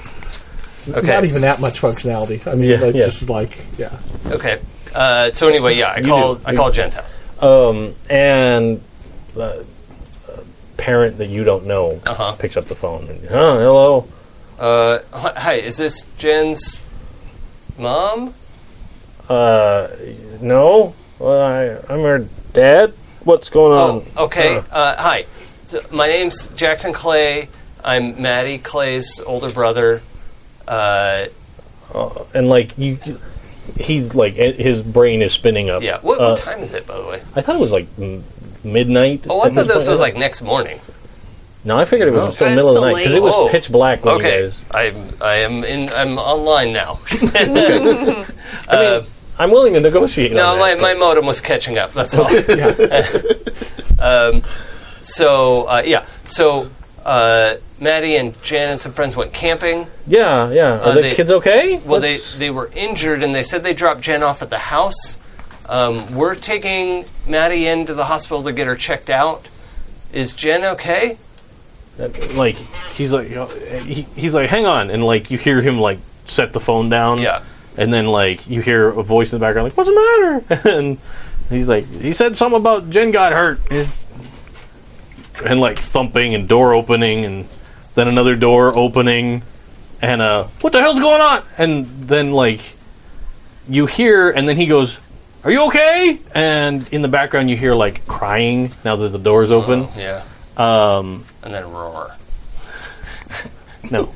Speaker 2: Okay.
Speaker 3: Not even that much functionality. I mean,
Speaker 1: Yeah,
Speaker 3: like,
Speaker 1: yeah.
Speaker 3: just like, yeah.
Speaker 2: Okay. Uh, so anyway, yeah, I called. I called Jen's house.
Speaker 1: Um, and the uh, parent that you don't know
Speaker 2: Uh-huh.
Speaker 1: picks up the phone and, huh, hello.
Speaker 2: Uh, hi, hi, is this Jen's mom?
Speaker 1: Uh, no, well, I, I'm her dad. What's going
Speaker 2: Oh,
Speaker 1: on?
Speaker 2: okay.
Speaker 1: Uh,
Speaker 2: Uh, hi. So my name's Jackson Clay. I'm Maddie Clay's older brother. Uh,
Speaker 1: and like you, he's like eh, his brain is spinning up.
Speaker 2: yeah. What,
Speaker 1: Uh,
Speaker 2: what time is it, by the way?
Speaker 1: I thought it was like m- midnight.
Speaker 2: Oh, I
Speaker 1: at
Speaker 2: thought
Speaker 1: this
Speaker 2: this
Speaker 1: point.
Speaker 2: was like next morning.
Speaker 1: No, I figured it was
Speaker 5: Oh.
Speaker 1: still
Speaker 6: Uh,
Speaker 1: middle of the
Speaker 6: so
Speaker 1: night because it
Speaker 6: late.
Speaker 1: was
Speaker 2: Oh,
Speaker 1: pitch black when you
Speaker 2: okay.
Speaker 1: guys.
Speaker 2: I'm. I am in. I'm online now.
Speaker 1: I'm willing to negotiate.
Speaker 2: No,
Speaker 1: on
Speaker 2: my,
Speaker 1: that,
Speaker 2: my modem was catching up. That's all. um, so uh, yeah. So uh, Maddie and Jan and some friends went camping.
Speaker 1: Yeah, yeah. Are
Speaker 2: Uh,
Speaker 1: the
Speaker 2: they-
Speaker 1: kids okay?
Speaker 2: Well, they,
Speaker 1: Let's-
Speaker 2: they were injured, and they said they dropped Jen off at the house. Um, we're taking Maddie into the hospital to get her checked out. Is Jen okay?
Speaker 1: that- like he's like uh, he, he's like hang on, and like you hear him like set the phone down.
Speaker 2: Yeah.
Speaker 1: And then like you hear a voice in the background like what's the matter? and he's like he said something about Jen got hurt. and like thumping and door opening and then another door opening and uh what the hell's going on? And then like you hear and then he goes are you okay? And in the background, you hear like crying now that the door's open.
Speaker 2: Yeah.
Speaker 1: Um,
Speaker 2: And then roar.
Speaker 1: No.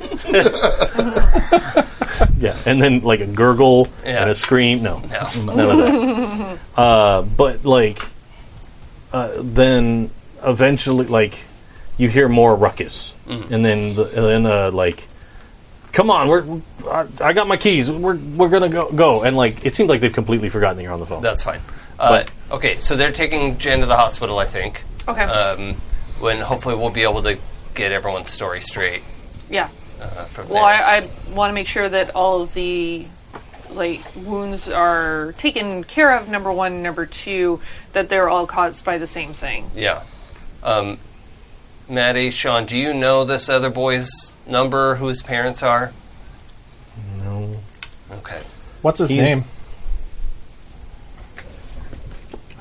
Speaker 1: yeah, and then like a gurgle
Speaker 2: Yeah.
Speaker 1: and a scream. No,
Speaker 2: No.
Speaker 1: none of that. Uh, but like, uh, then eventually, like, you hear more ruckus,
Speaker 2: Mm-hmm.
Speaker 1: and then the, and then uh, like, come on, we're I, I got my keys. We're we're gonna go go, and like it seems like they've completely forgotten that you're on the phone.
Speaker 2: That's fine. Uh, okay, so they're taking Jen to the hospital, I think.
Speaker 6: Okay.
Speaker 10: Uh,
Speaker 2: Um, when hopefully we'll be able to get everyone's story straight
Speaker 6: yeah.
Speaker 2: uh, from
Speaker 6: Well,
Speaker 2: there.
Speaker 6: I, I want to make sure that all of the like wounds are taken care of. Number one, number two, that they're all caused by the same thing.
Speaker 2: yeah. Um, Maddie, Sean, do you know this other boy's number, who his parents are?
Speaker 1: no.
Speaker 2: Okay.
Speaker 3: What's his
Speaker 9: He's-
Speaker 3: name?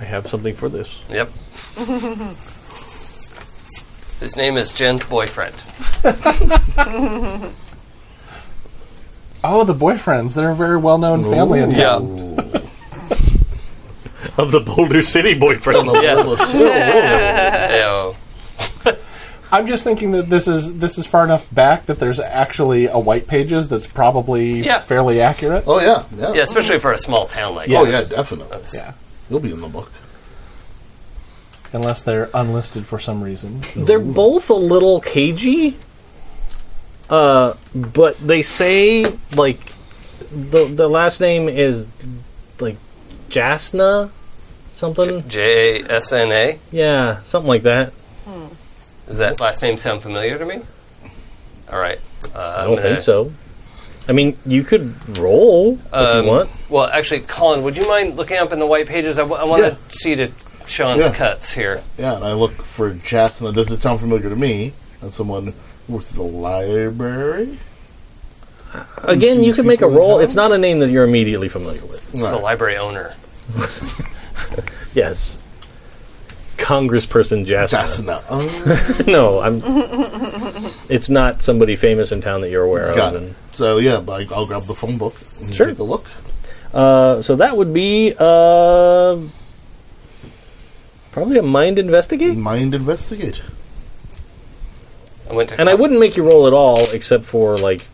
Speaker 9: I have something for this.
Speaker 2: Yep. His name is Jen's boyfriend.
Speaker 3: Oh, the boyfriends. They're a very well known family in town.
Speaker 1: Of the Boulder City boyfriend.
Speaker 2: Ew.
Speaker 3: I'm just thinking that this is this is far enough back that there's actually a white pages that's probably
Speaker 2: Yeah.
Speaker 3: fairly accurate.
Speaker 5: Oh yeah, yeah.
Speaker 2: Yeah, especially for a small town like
Speaker 5: Oh yeah,
Speaker 2: this.
Speaker 5: definitely.
Speaker 2: That's-
Speaker 3: Yeah.
Speaker 5: He'll be in the book.
Speaker 3: Unless they're unlisted for some reason.
Speaker 1: They're both a little cagey, uh, but they say like the the last name is like Jasna, something.
Speaker 2: J A S N A.
Speaker 1: yeah, something like that.
Speaker 2: Does that last name sound familiar to me? All right. Uh,
Speaker 1: I don't think so. I mean, you could roll if you want.
Speaker 2: Well, actually, Colin, would you mind looking up in the white pages? I, want to
Speaker 5: Yeah.
Speaker 2: see to Sean's
Speaker 5: Yeah.
Speaker 2: cuts here.
Speaker 5: Yeah, and I look for Jasna. Does it sound familiar to me? As someone with the library?
Speaker 1: Again, you
Speaker 5: these
Speaker 1: could make a
Speaker 5: people in
Speaker 1: roll.
Speaker 5: town?
Speaker 1: It's not a name that you're immediately familiar with.
Speaker 2: It's the
Speaker 5: Right.
Speaker 2: library owner.
Speaker 1: Yes, Congressperson Jasna.
Speaker 5: Jasna. Oh,
Speaker 1: no, I'm. it's not somebody famous in town that you're aware of.
Speaker 5: got
Speaker 1: and-
Speaker 5: it. So yeah, but I- I'll grab the phone book and
Speaker 1: Sure.
Speaker 5: take a look.
Speaker 1: Uh, so that would be uh, probably a mind investigate.
Speaker 5: Mind investigate.
Speaker 2: I went to
Speaker 1: And I wouldn't make you roll at all, except for like,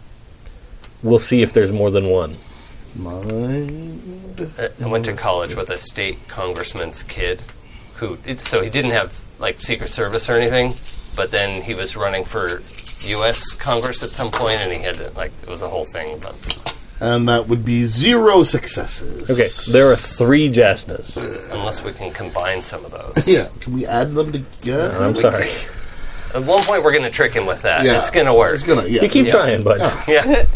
Speaker 1: we'll see if there's more than one.
Speaker 5: Mind.
Speaker 2: Uh, I went to college with a state congressman's kid, who it- so he didn't have like Secret Service or anything, but then he was running for U.S. Congress at some point, and he had to, like it was a whole thing. But
Speaker 5: And that would be zero successes.
Speaker 1: Okay, there are three Jasnas.
Speaker 2: unless we can combine some of those,
Speaker 5: Yeah, can we add them together?
Speaker 1: I'm sorry.
Speaker 2: at one point we're going to trick him with that.
Speaker 5: Yeah.
Speaker 2: It's going to work.
Speaker 5: It's gonna. Yeah.
Speaker 1: You keep
Speaker 2: Yeah.
Speaker 1: trying, bud.
Speaker 2: yeah,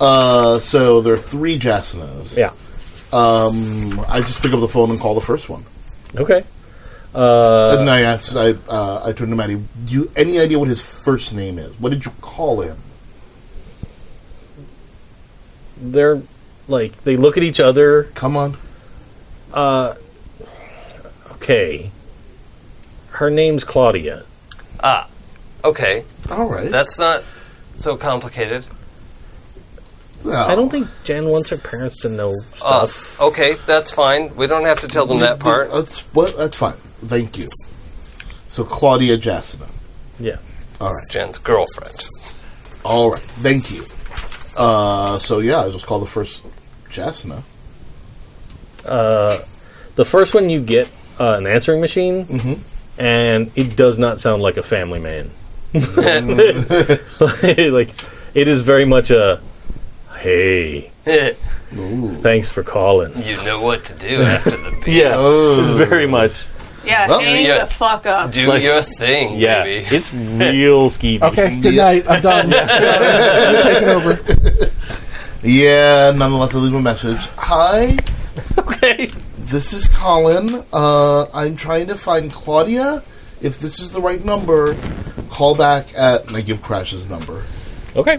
Speaker 5: uh, so there are three Jasnas.
Speaker 1: Yeah.
Speaker 5: Um, I just pick up the phone and call the first one.
Speaker 1: Okay.
Speaker 5: and I asked, I, uh, I turned to Maddie, do you any idea what his first name is? What did you call him?
Speaker 1: They're like they look at each other.
Speaker 5: Come on.
Speaker 1: Okay. Her name's Claudia.
Speaker 2: okay,
Speaker 5: All right.
Speaker 2: that's not so complicated.
Speaker 1: I don't think Jen wants her parents to know
Speaker 2: Uh,
Speaker 1: stuff.
Speaker 2: okay, that's fine. We don't have to tell them that part.
Speaker 5: That's, well, that's fine. Thank you. So Claudia Jasina.
Speaker 1: yeah.
Speaker 5: All right.
Speaker 2: Jen's girlfriend.
Speaker 5: All right. Thank you. Uh, so yeah, I just called the first Jasina.
Speaker 1: The first one you get uh, an answering machine,
Speaker 2: Mm-hmm.
Speaker 1: and it does not sound like a family man.
Speaker 2: Mm.
Speaker 1: like it is very much a hey,
Speaker 2: you
Speaker 1: thanks for calling.
Speaker 2: know what to do after the beat.
Speaker 1: Yeah,
Speaker 2: Oh.
Speaker 1: it's very much.
Speaker 6: Yeah,
Speaker 5: Well,
Speaker 6: hang
Speaker 2: yeah.
Speaker 6: the fuck up.
Speaker 2: Do
Speaker 1: Like-
Speaker 2: your thing,
Speaker 1: Yeah,
Speaker 2: baby.
Speaker 1: it's real skeevy.
Speaker 3: Okay, good night. I'm done. Sorry, I'm taking over.
Speaker 5: Yeah, nonetheless, I leave a message. Hi,
Speaker 1: okay.
Speaker 5: this is Colin. Uh, I'm trying to find Claudia. If this is the right number, call back at, and I give Crash's number.
Speaker 1: Okay.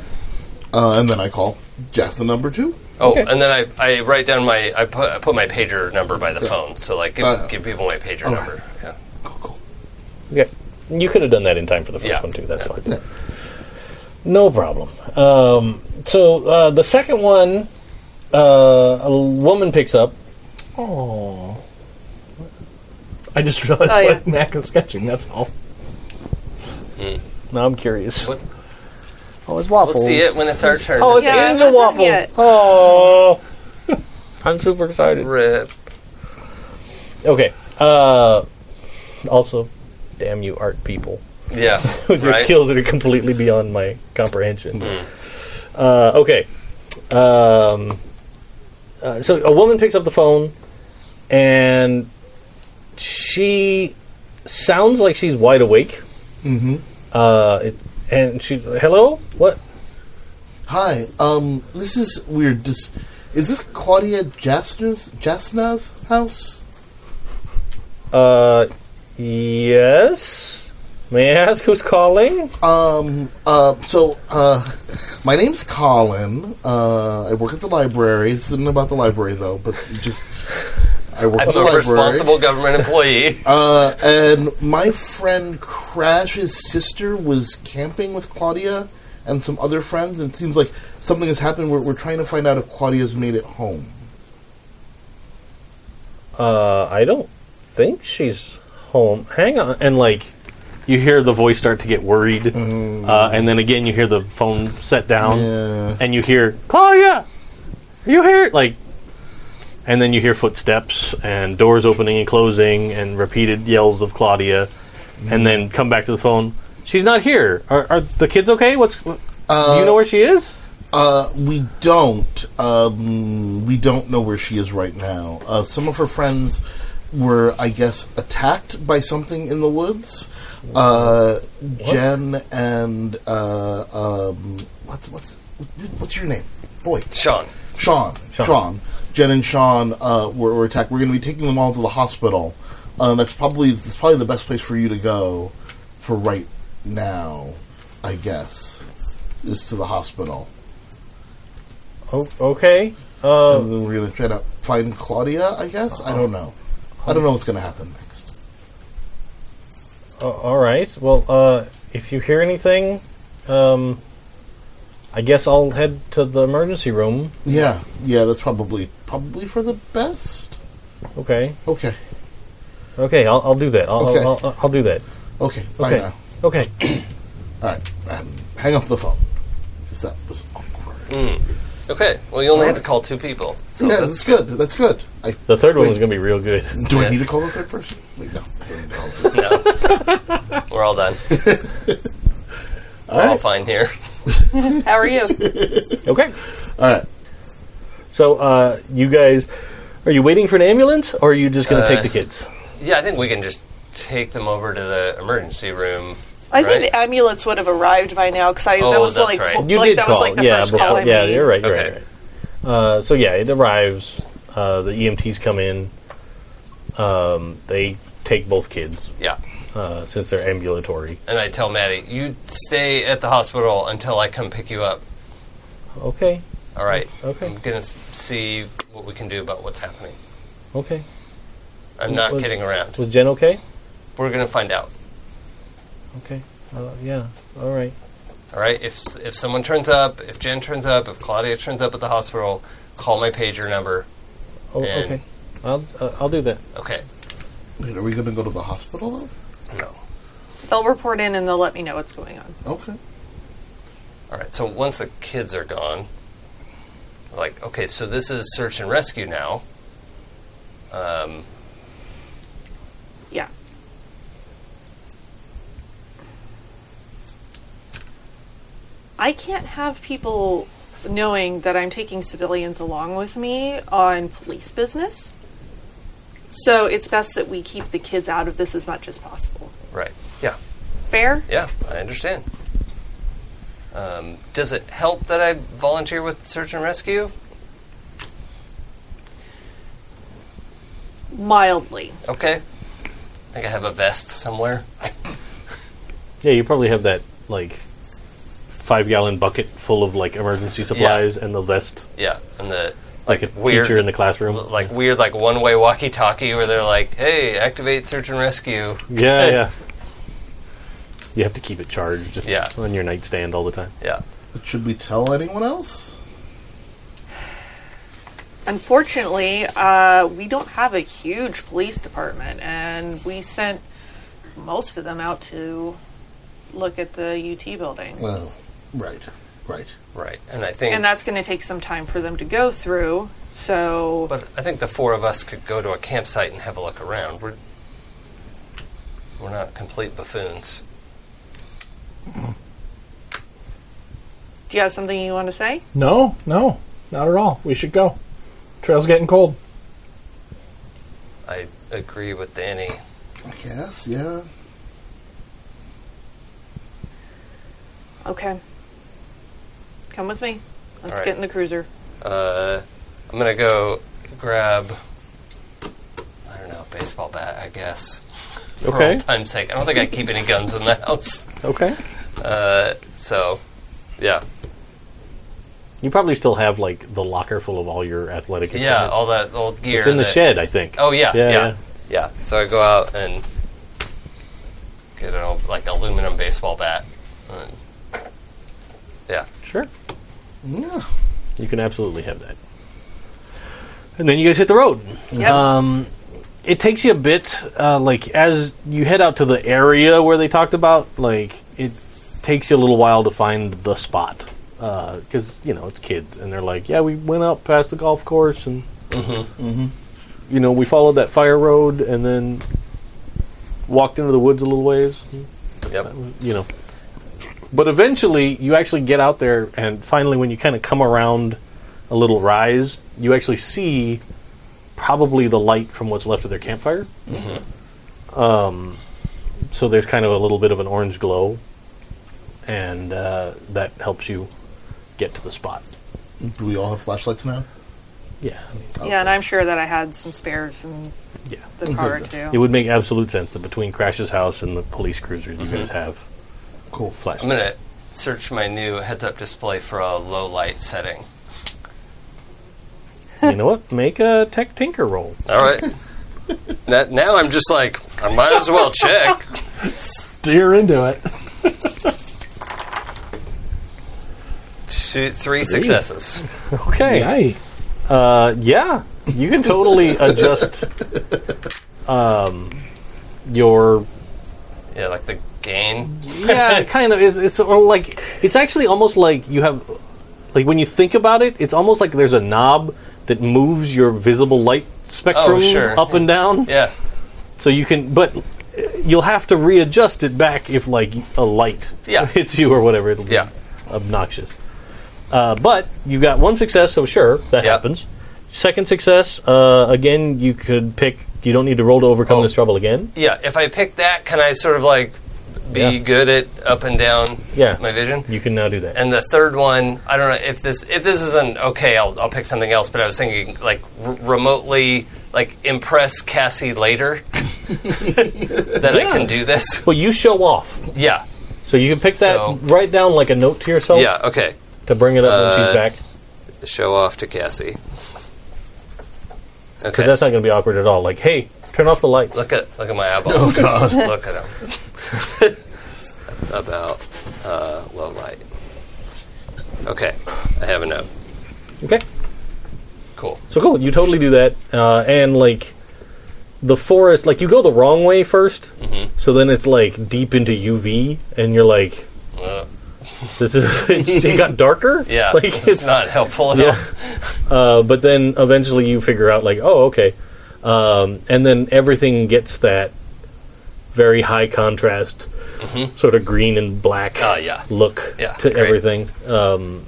Speaker 5: Uh, and then I call Jasna number two.
Speaker 2: Oh, and then I, I write down my I put I put my pager number by the phone, so like give,
Speaker 5: Uh,
Speaker 2: give people my pager
Speaker 5: all right.
Speaker 2: number. Yeah.
Speaker 5: Cool, cool.
Speaker 1: Okay. You could have done that in time for the first
Speaker 2: Yeah.
Speaker 1: one too. That's fine. No problem. Um, so uh, the second one, uh, a woman picks up.
Speaker 3: I just realized
Speaker 6: Oh, yeah.
Speaker 3: what Mac is sketching, that's all.
Speaker 1: Now I'm curious.
Speaker 2: What-
Speaker 1: Oh, it's
Speaker 2: We'll
Speaker 1: waffles.
Speaker 2: see it when it's our turn.
Speaker 1: Oh,
Speaker 2: to
Speaker 1: it's
Speaker 6: Yeah, I'm
Speaker 1: angel
Speaker 6: not done
Speaker 1: waffles.
Speaker 6: yet.
Speaker 1: Oh, I'm super excited.
Speaker 2: rip.
Speaker 1: Okay. Uh, also, damn you, art people,
Speaker 2: Yeah.
Speaker 1: with your
Speaker 2: right? Hmm.
Speaker 1: skills that are completely beyond my comprehension. Uh, okay. Um, uh, so a woman picks up the phone, and she sounds like she's wide awake. Mm-hmm. Uh, it, and she's hello. What?
Speaker 5: Hi, um, this is weird. Just, is this Claudia Jasner's, Jasna's house?
Speaker 1: Uh, yes. May I ask who's calling?
Speaker 5: Um, uh, so, uh, My name's Colin. Uh, I work at the library. This isn't about the library though, but just I work
Speaker 2: I'm
Speaker 5: at the
Speaker 2: a
Speaker 5: library.
Speaker 2: responsible government employee.
Speaker 5: Uh, and my friend Crash's sister was camping with Claudia and some other friends, and it seems like something has happened. We're, we're trying to find out if Claudia's made it home.
Speaker 1: uh, I don't think she's home. Hang on. And like, you hear the voice start to get worried, uh, and then again you hear the phone set down,
Speaker 5: Yeah.
Speaker 1: and you hear Claudia, are you here? Like, and then you hear footsteps and doors opening and closing and repeated yells of Claudia, and then come back to the phone. She's not here. Are, are the kids okay? What's what, do you know where she is?
Speaker 5: Uh, we don't. Um, we don't know where she is right now. Uh, some of her friends were, I guess, attacked by something in the woods. Uh, Jen and uh, um, what's what's what's your name? Boy,
Speaker 2: Sean.
Speaker 5: Sean. Sean. Jen and Sean uh, were, were attacked. We're going to be taking them all to the hospital. Um, that's probably that's probably the best place for you to go for right now, I guess, is to the hospital.
Speaker 10: O- okay.
Speaker 5: and then we're going to try to find Claudia, I guess? I don't know. I don't know what's going to happen next.
Speaker 10: Uh, all right. Well, uh, if you hear anything, um, I guess I'll head to the emergency room.
Speaker 5: Yeah, yeah, that's probably probably for the best.
Speaker 10: Okay.
Speaker 5: Okay,
Speaker 10: Okay. I'll, I'll do that. I'll,
Speaker 5: Okay.
Speaker 10: I'll, I'll, I'll do that.
Speaker 5: okay, bye
Speaker 10: Okay.
Speaker 5: now.
Speaker 10: Okay.
Speaker 5: All right, um, hang up the phone. 'Cause that was awkward.
Speaker 2: Okay. Well, you only had to call two people. So
Speaker 5: yeah,
Speaker 2: that's
Speaker 5: that's good. That's good. I
Speaker 10: The third one
Speaker 5: Wait.
Speaker 10: was going to be real good.
Speaker 5: Do
Speaker 2: Yeah.
Speaker 5: I need to call the third person? Wait, no. I don't need to call the third-
Speaker 2: we're all done. we're all fine here.
Speaker 4: How are you?
Speaker 10: Okay.
Speaker 5: All right.
Speaker 10: So, uh, you guys, are you waiting for an ambulance, or are you just going to
Speaker 2: Uh,
Speaker 10: take the kids?
Speaker 2: Yeah, I think we can just take them over to the emergency room.
Speaker 4: I think
Speaker 2: Right.
Speaker 4: the ambulance would have arrived by now because I that
Speaker 2: Oh,
Speaker 4: was
Speaker 2: that's
Speaker 4: like
Speaker 2: right.
Speaker 4: w-
Speaker 10: You
Speaker 4: like,
Speaker 10: did
Speaker 4: that
Speaker 10: call,
Speaker 4: was like the
Speaker 10: yeah,
Speaker 4: first
Speaker 10: before,
Speaker 4: call I
Speaker 10: yeah,
Speaker 4: made.
Speaker 10: you're right, you're
Speaker 2: Okay.
Speaker 10: right, right. Uh, so yeah, it arrives. Uh, the EMTs come in. Um, they take both kids
Speaker 2: Yeah.
Speaker 10: uh, since they're ambulatory.
Speaker 2: And I tell Maddie, you stay at the hospital until I come pick you up.
Speaker 10: Okay,
Speaker 2: All right.
Speaker 10: Mm, Okay.
Speaker 2: I'm gonna s- see what we can do about what's happening.
Speaker 10: okay.
Speaker 2: I'm not
Speaker 10: Mm, Well-
Speaker 2: kidding around.
Speaker 10: Was Jen okay?
Speaker 2: We're gonna find out.
Speaker 10: Okay. Uh, yeah. All right.
Speaker 2: All right. If s- if someone turns up, if Jen turns up, if Claudia turns up at the hospital, call my pager number.
Speaker 10: Oh,
Speaker 2: And-
Speaker 10: okay. I'll uh, I'll do that.
Speaker 2: Okay.
Speaker 5: Wait, are we going to go to the hospital,
Speaker 2: No.
Speaker 4: They'll report in and they'll let me know what's going on.
Speaker 5: though? Okay.
Speaker 2: All right. So once the kids are gone, like okay, so this is search and rescue now. Um,
Speaker 4: Yeah. I can't have people knowing that I'm taking civilians along with me on police business. So it's best that we keep the kids out of this as much as possible.
Speaker 2: right. Yeah.
Speaker 4: Fair?
Speaker 2: Yeah. I understand. Um, does it help that I volunteer with search and rescue?
Speaker 4: Mildly.
Speaker 2: Okay. I think I have a vest somewhere.
Speaker 1: Yeah, you probably have that like five gallon bucket full of like emergency supplies and the vest,
Speaker 2: Yeah, and the
Speaker 1: like, a teacher in the classroom.
Speaker 2: like weird like one way walkie talkie where they're like, "Hey, activate search and rescue."
Speaker 1: Yeah, yeah. You have to keep it charged just
Speaker 2: Yeah.
Speaker 1: on your nightstand all the time.
Speaker 2: Yeah,
Speaker 5: But should we tell anyone else?
Speaker 4: Unfortunately, uh, we don't have a huge police department, and we sent most of them out to look at the UT building.
Speaker 5: Well, right. Right.
Speaker 2: right. And I think,
Speaker 4: And that's going to take some time for them to go through. So,
Speaker 2: but I think the four of us could go to a campsite and have a look around. We're we're not complete buffoons.
Speaker 4: do you have something you want to say?
Speaker 3: No, no, not at all. We should go. Trail's getting cold.
Speaker 2: I agree with Danny.
Speaker 5: I guess, yeah.
Speaker 4: Okay. Come with me.
Speaker 2: All
Speaker 4: Let's
Speaker 2: right.
Speaker 4: get in the cruiser.
Speaker 2: Uh, I'm gonna go grab. I don't know, baseball bat, I guess. For
Speaker 1: Okay.
Speaker 2: old time's sake, I don't think I keep any guns in the house.
Speaker 1: Okay.
Speaker 2: Uh, so, yeah.
Speaker 1: You probably still have like the locker full of all your athletic.
Speaker 2: Yeah,
Speaker 1: equipment.
Speaker 2: all that old gear.
Speaker 1: it's in the
Speaker 2: that-
Speaker 1: shed, I think.
Speaker 2: Oh yeah,
Speaker 1: Yeah,
Speaker 2: yeah,
Speaker 1: yeah.
Speaker 2: yeah, So I go out and get an old, like aluminum baseball bat. And, yeah,
Speaker 1: Sure,
Speaker 5: Yeah.
Speaker 1: you can absolutely have that. And then you guys hit the road.
Speaker 4: Yep.
Speaker 1: Um, it takes you a bit, uh, like as you head out to the area where they talked about. Like it takes you a little while to find the spot because you know it's kids, and they're like, "Yeah, we went out past the golf course, and you know we followed that fire road, and then walked into the woods a little ways,
Speaker 2: yep.
Speaker 1: you know." But eventually, you actually get out there, and finally, when you kind of come around a little rise, you actually see probably the light from what's left of their campfire. Um, so there's kind of a little bit of an orange glow, and uh, that helps you get to the spot.
Speaker 5: Do we all have flashlights now?
Speaker 1: Yeah, I mean,
Speaker 4: Yeah, and I'm sure that I had some spares in
Speaker 1: Yeah.
Speaker 4: the car too.
Speaker 1: it would make absolute sense that between Crash's house and the police cruisers, you guys have
Speaker 5: Cool.
Speaker 1: flashlights.
Speaker 2: I'm gonna search my new heads-up display for a low light setting.
Speaker 1: you know what? Make a tech tinker roll.
Speaker 2: All right. now, now I'm just like I might as well check.
Speaker 3: Steer into it.
Speaker 2: Two, three successes.
Speaker 1: Okay.
Speaker 3: Aye.
Speaker 1: Uh, yeah, you can totally adjust um, your.
Speaker 2: Yeah, like the gain.
Speaker 1: Yeah, it kind of. It's, it's sort of like it's actually almost like you have, like when you think about it, it's almost like there's a knob that moves your visible light spectrum
Speaker 2: sure.
Speaker 1: up and down.
Speaker 2: Yeah.
Speaker 1: So you can, but you'll have to readjust it back if like a light
Speaker 2: Yeah.
Speaker 1: hits you or whatever. It'll be
Speaker 2: Yeah.
Speaker 1: obnoxious. Uh, but you got one success, so sure that
Speaker 2: Yeah.
Speaker 1: happens. Second success, uh, again, you could pick. You don't need to roll to overcome
Speaker 2: Oh.
Speaker 1: this trouble again.
Speaker 2: Yeah. If I pick that, can I sort of like be
Speaker 1: Yeah.
Speaker 2: good at up and down
Speaker 1: Yeah.
Speaker 2: my vision?
Speaker 1: You can now do that.
Speaker 2: And the third one, I don't know if this if this isn't okay. I'll I'll pick something else. But I was thinking like r- remotely like impress Cassie later that I can do this.
Speaker 1: well, you show off,
Speaker 2: Yeah.
Speaker 1: so you can pick that.
Speaker 2: So-
Speaker 1: write down like a note to yourself
Speaker 2: Yeah. Okay.
Speaker 1: to bring it up when
Speaker 2: Uh,
Speaker 1: she's back,
Speaker 2: Show off to Cassie. Okay.
Speaker 1: because that's not going to be awkward at all. Like, hey, turn off the lights.
Speaker 2: Look at look at my eyeballs.
Speaker 5: Oh, God.
Speaker 2: look at them. About uh, low light. Okay, I have a note.
Speaker 1: Okay.
Speaker 2: Cool.
Speaker 1: So cool. You totally do that, uh, and like the forest, like you go the wrong way 1st
Speaker 2: Mm-hmm.
Speaker 1: so then it's like deep into UV, and you're like,
Speaker 2: Uh,
Speaker 1: this is it's, it got darker.
Speaker 2: yeah,
Speaker 1: like
Speaker 2: it's,
Speaker 1: it's
Speaker 2: not helpful at
Speaker 1: yeah. Uh, but then eventually you figure out like, oh, okay, um, and then everything gets that very high contrast,
Speaker 2: Mm-hmm.
Speaker 1: sort of green and black
Speaker 2: all. Oh yeah,
Speaker 1: look
Speaker 2: Yeah,
Speaker 1: to
Speaker 2: great.
Speaker 1: everything, um,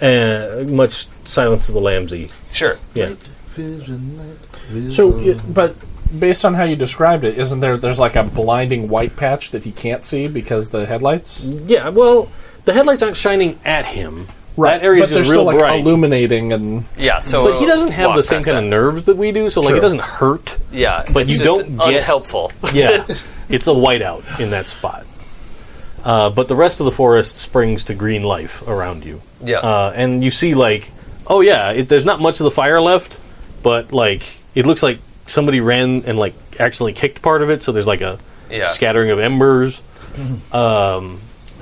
Speaker 1: and much Silence of the Lambsy.
Speaker 2: sure.
Speaker 1: Yeah.
Speaker 5: Vision, night, vision.
Speaker 3: So, y- but based on how you described it, isn't there? There's like a blinding white patch that he can't see because the headlights.
Speaker 1: Yeah, well, the headlights aren't shining at him. That area
Speaker 3: but
Speaker 1: is
Speaker 3: they're
Speaker 1: just
Speaker 3: still
Speaker 1: real
Speaker 3: like
Speaker 1: bright.
Speaker 3: illuminating, and
Speaker 2: Yeah, so
Speaker 1: but he
Speaker 2: it'll
Speaker 1: doesn't have
Speaker 2: walk
Speaker 1: the same
Speaker 2: past
Speaker 1: kind of
Speaker 2: that.
Speaker 1: nerves that we do, so like
Speaker 3: True.
Speaker 1: it doesn't hurt.
Speaker 2: Yeah,
Speaker 1: but
Speaker 2: it's
Speaker 1: you
Speaker 2: just
Speaker 1: don't get-
Speaker 2: unhelpful.
Speaker 1: Yeah, it's a whiteout in that spot. Uh, but the rest of the forest springs to green life around you,
Speaker 2: yeah,
Speaker 1: uh, and you see like, oh yeah, it, there's not much of the fire left, but like it looks like somebody ran and like accidentally kicked part of it, so there's like a
Speaker 2: yeah.
Speaker 1: scattering of embers. Um,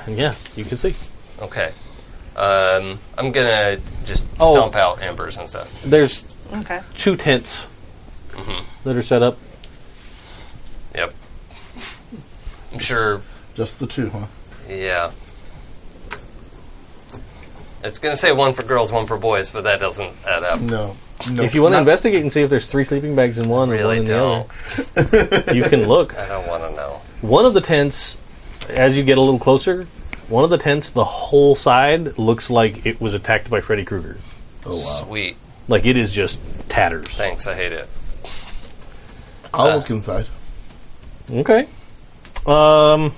Speaker 1: and yeah, you can see.
Speaker 2: Okay, um, I'm gonna just
Speaker 1: Oh.
Speaker 2: stomp out embers and stuff.
Speaker 1: There's
Speaker 4: Okay.
Speaker 1: two tents
Speaker 2: Mm-hmm.
Speaker 1: that are set up.
Speaker 2: Yep. I'm sure
Speaker 5: Just the two, huh?
Speaker 2: Yeah. It's going to say one for girls, one for boys, but that doesn't add up.
Speaker 5: No. No.
Speaker 1: If you want to investigate and see if there's three sleeping bags in one, or one
Speaker 2: Really
Speaker 1: in the
Speaker 2: don't.
Speaker 1: other, you can look.
Speaker 2: I don't want to know.
Speaker 1: One of the tents, as you get a little closer, one of the tents, the whole side looks like it was attacked by Freddy Krueger.
Speaker 5: oh wow!
Speaker 2: Sweet.
Speaker 1: Like it is just tatters.
Speaker 2: Thanks. I hate it.
Speaker 5: I'll look inside.
Speaker 1: Okay. Um.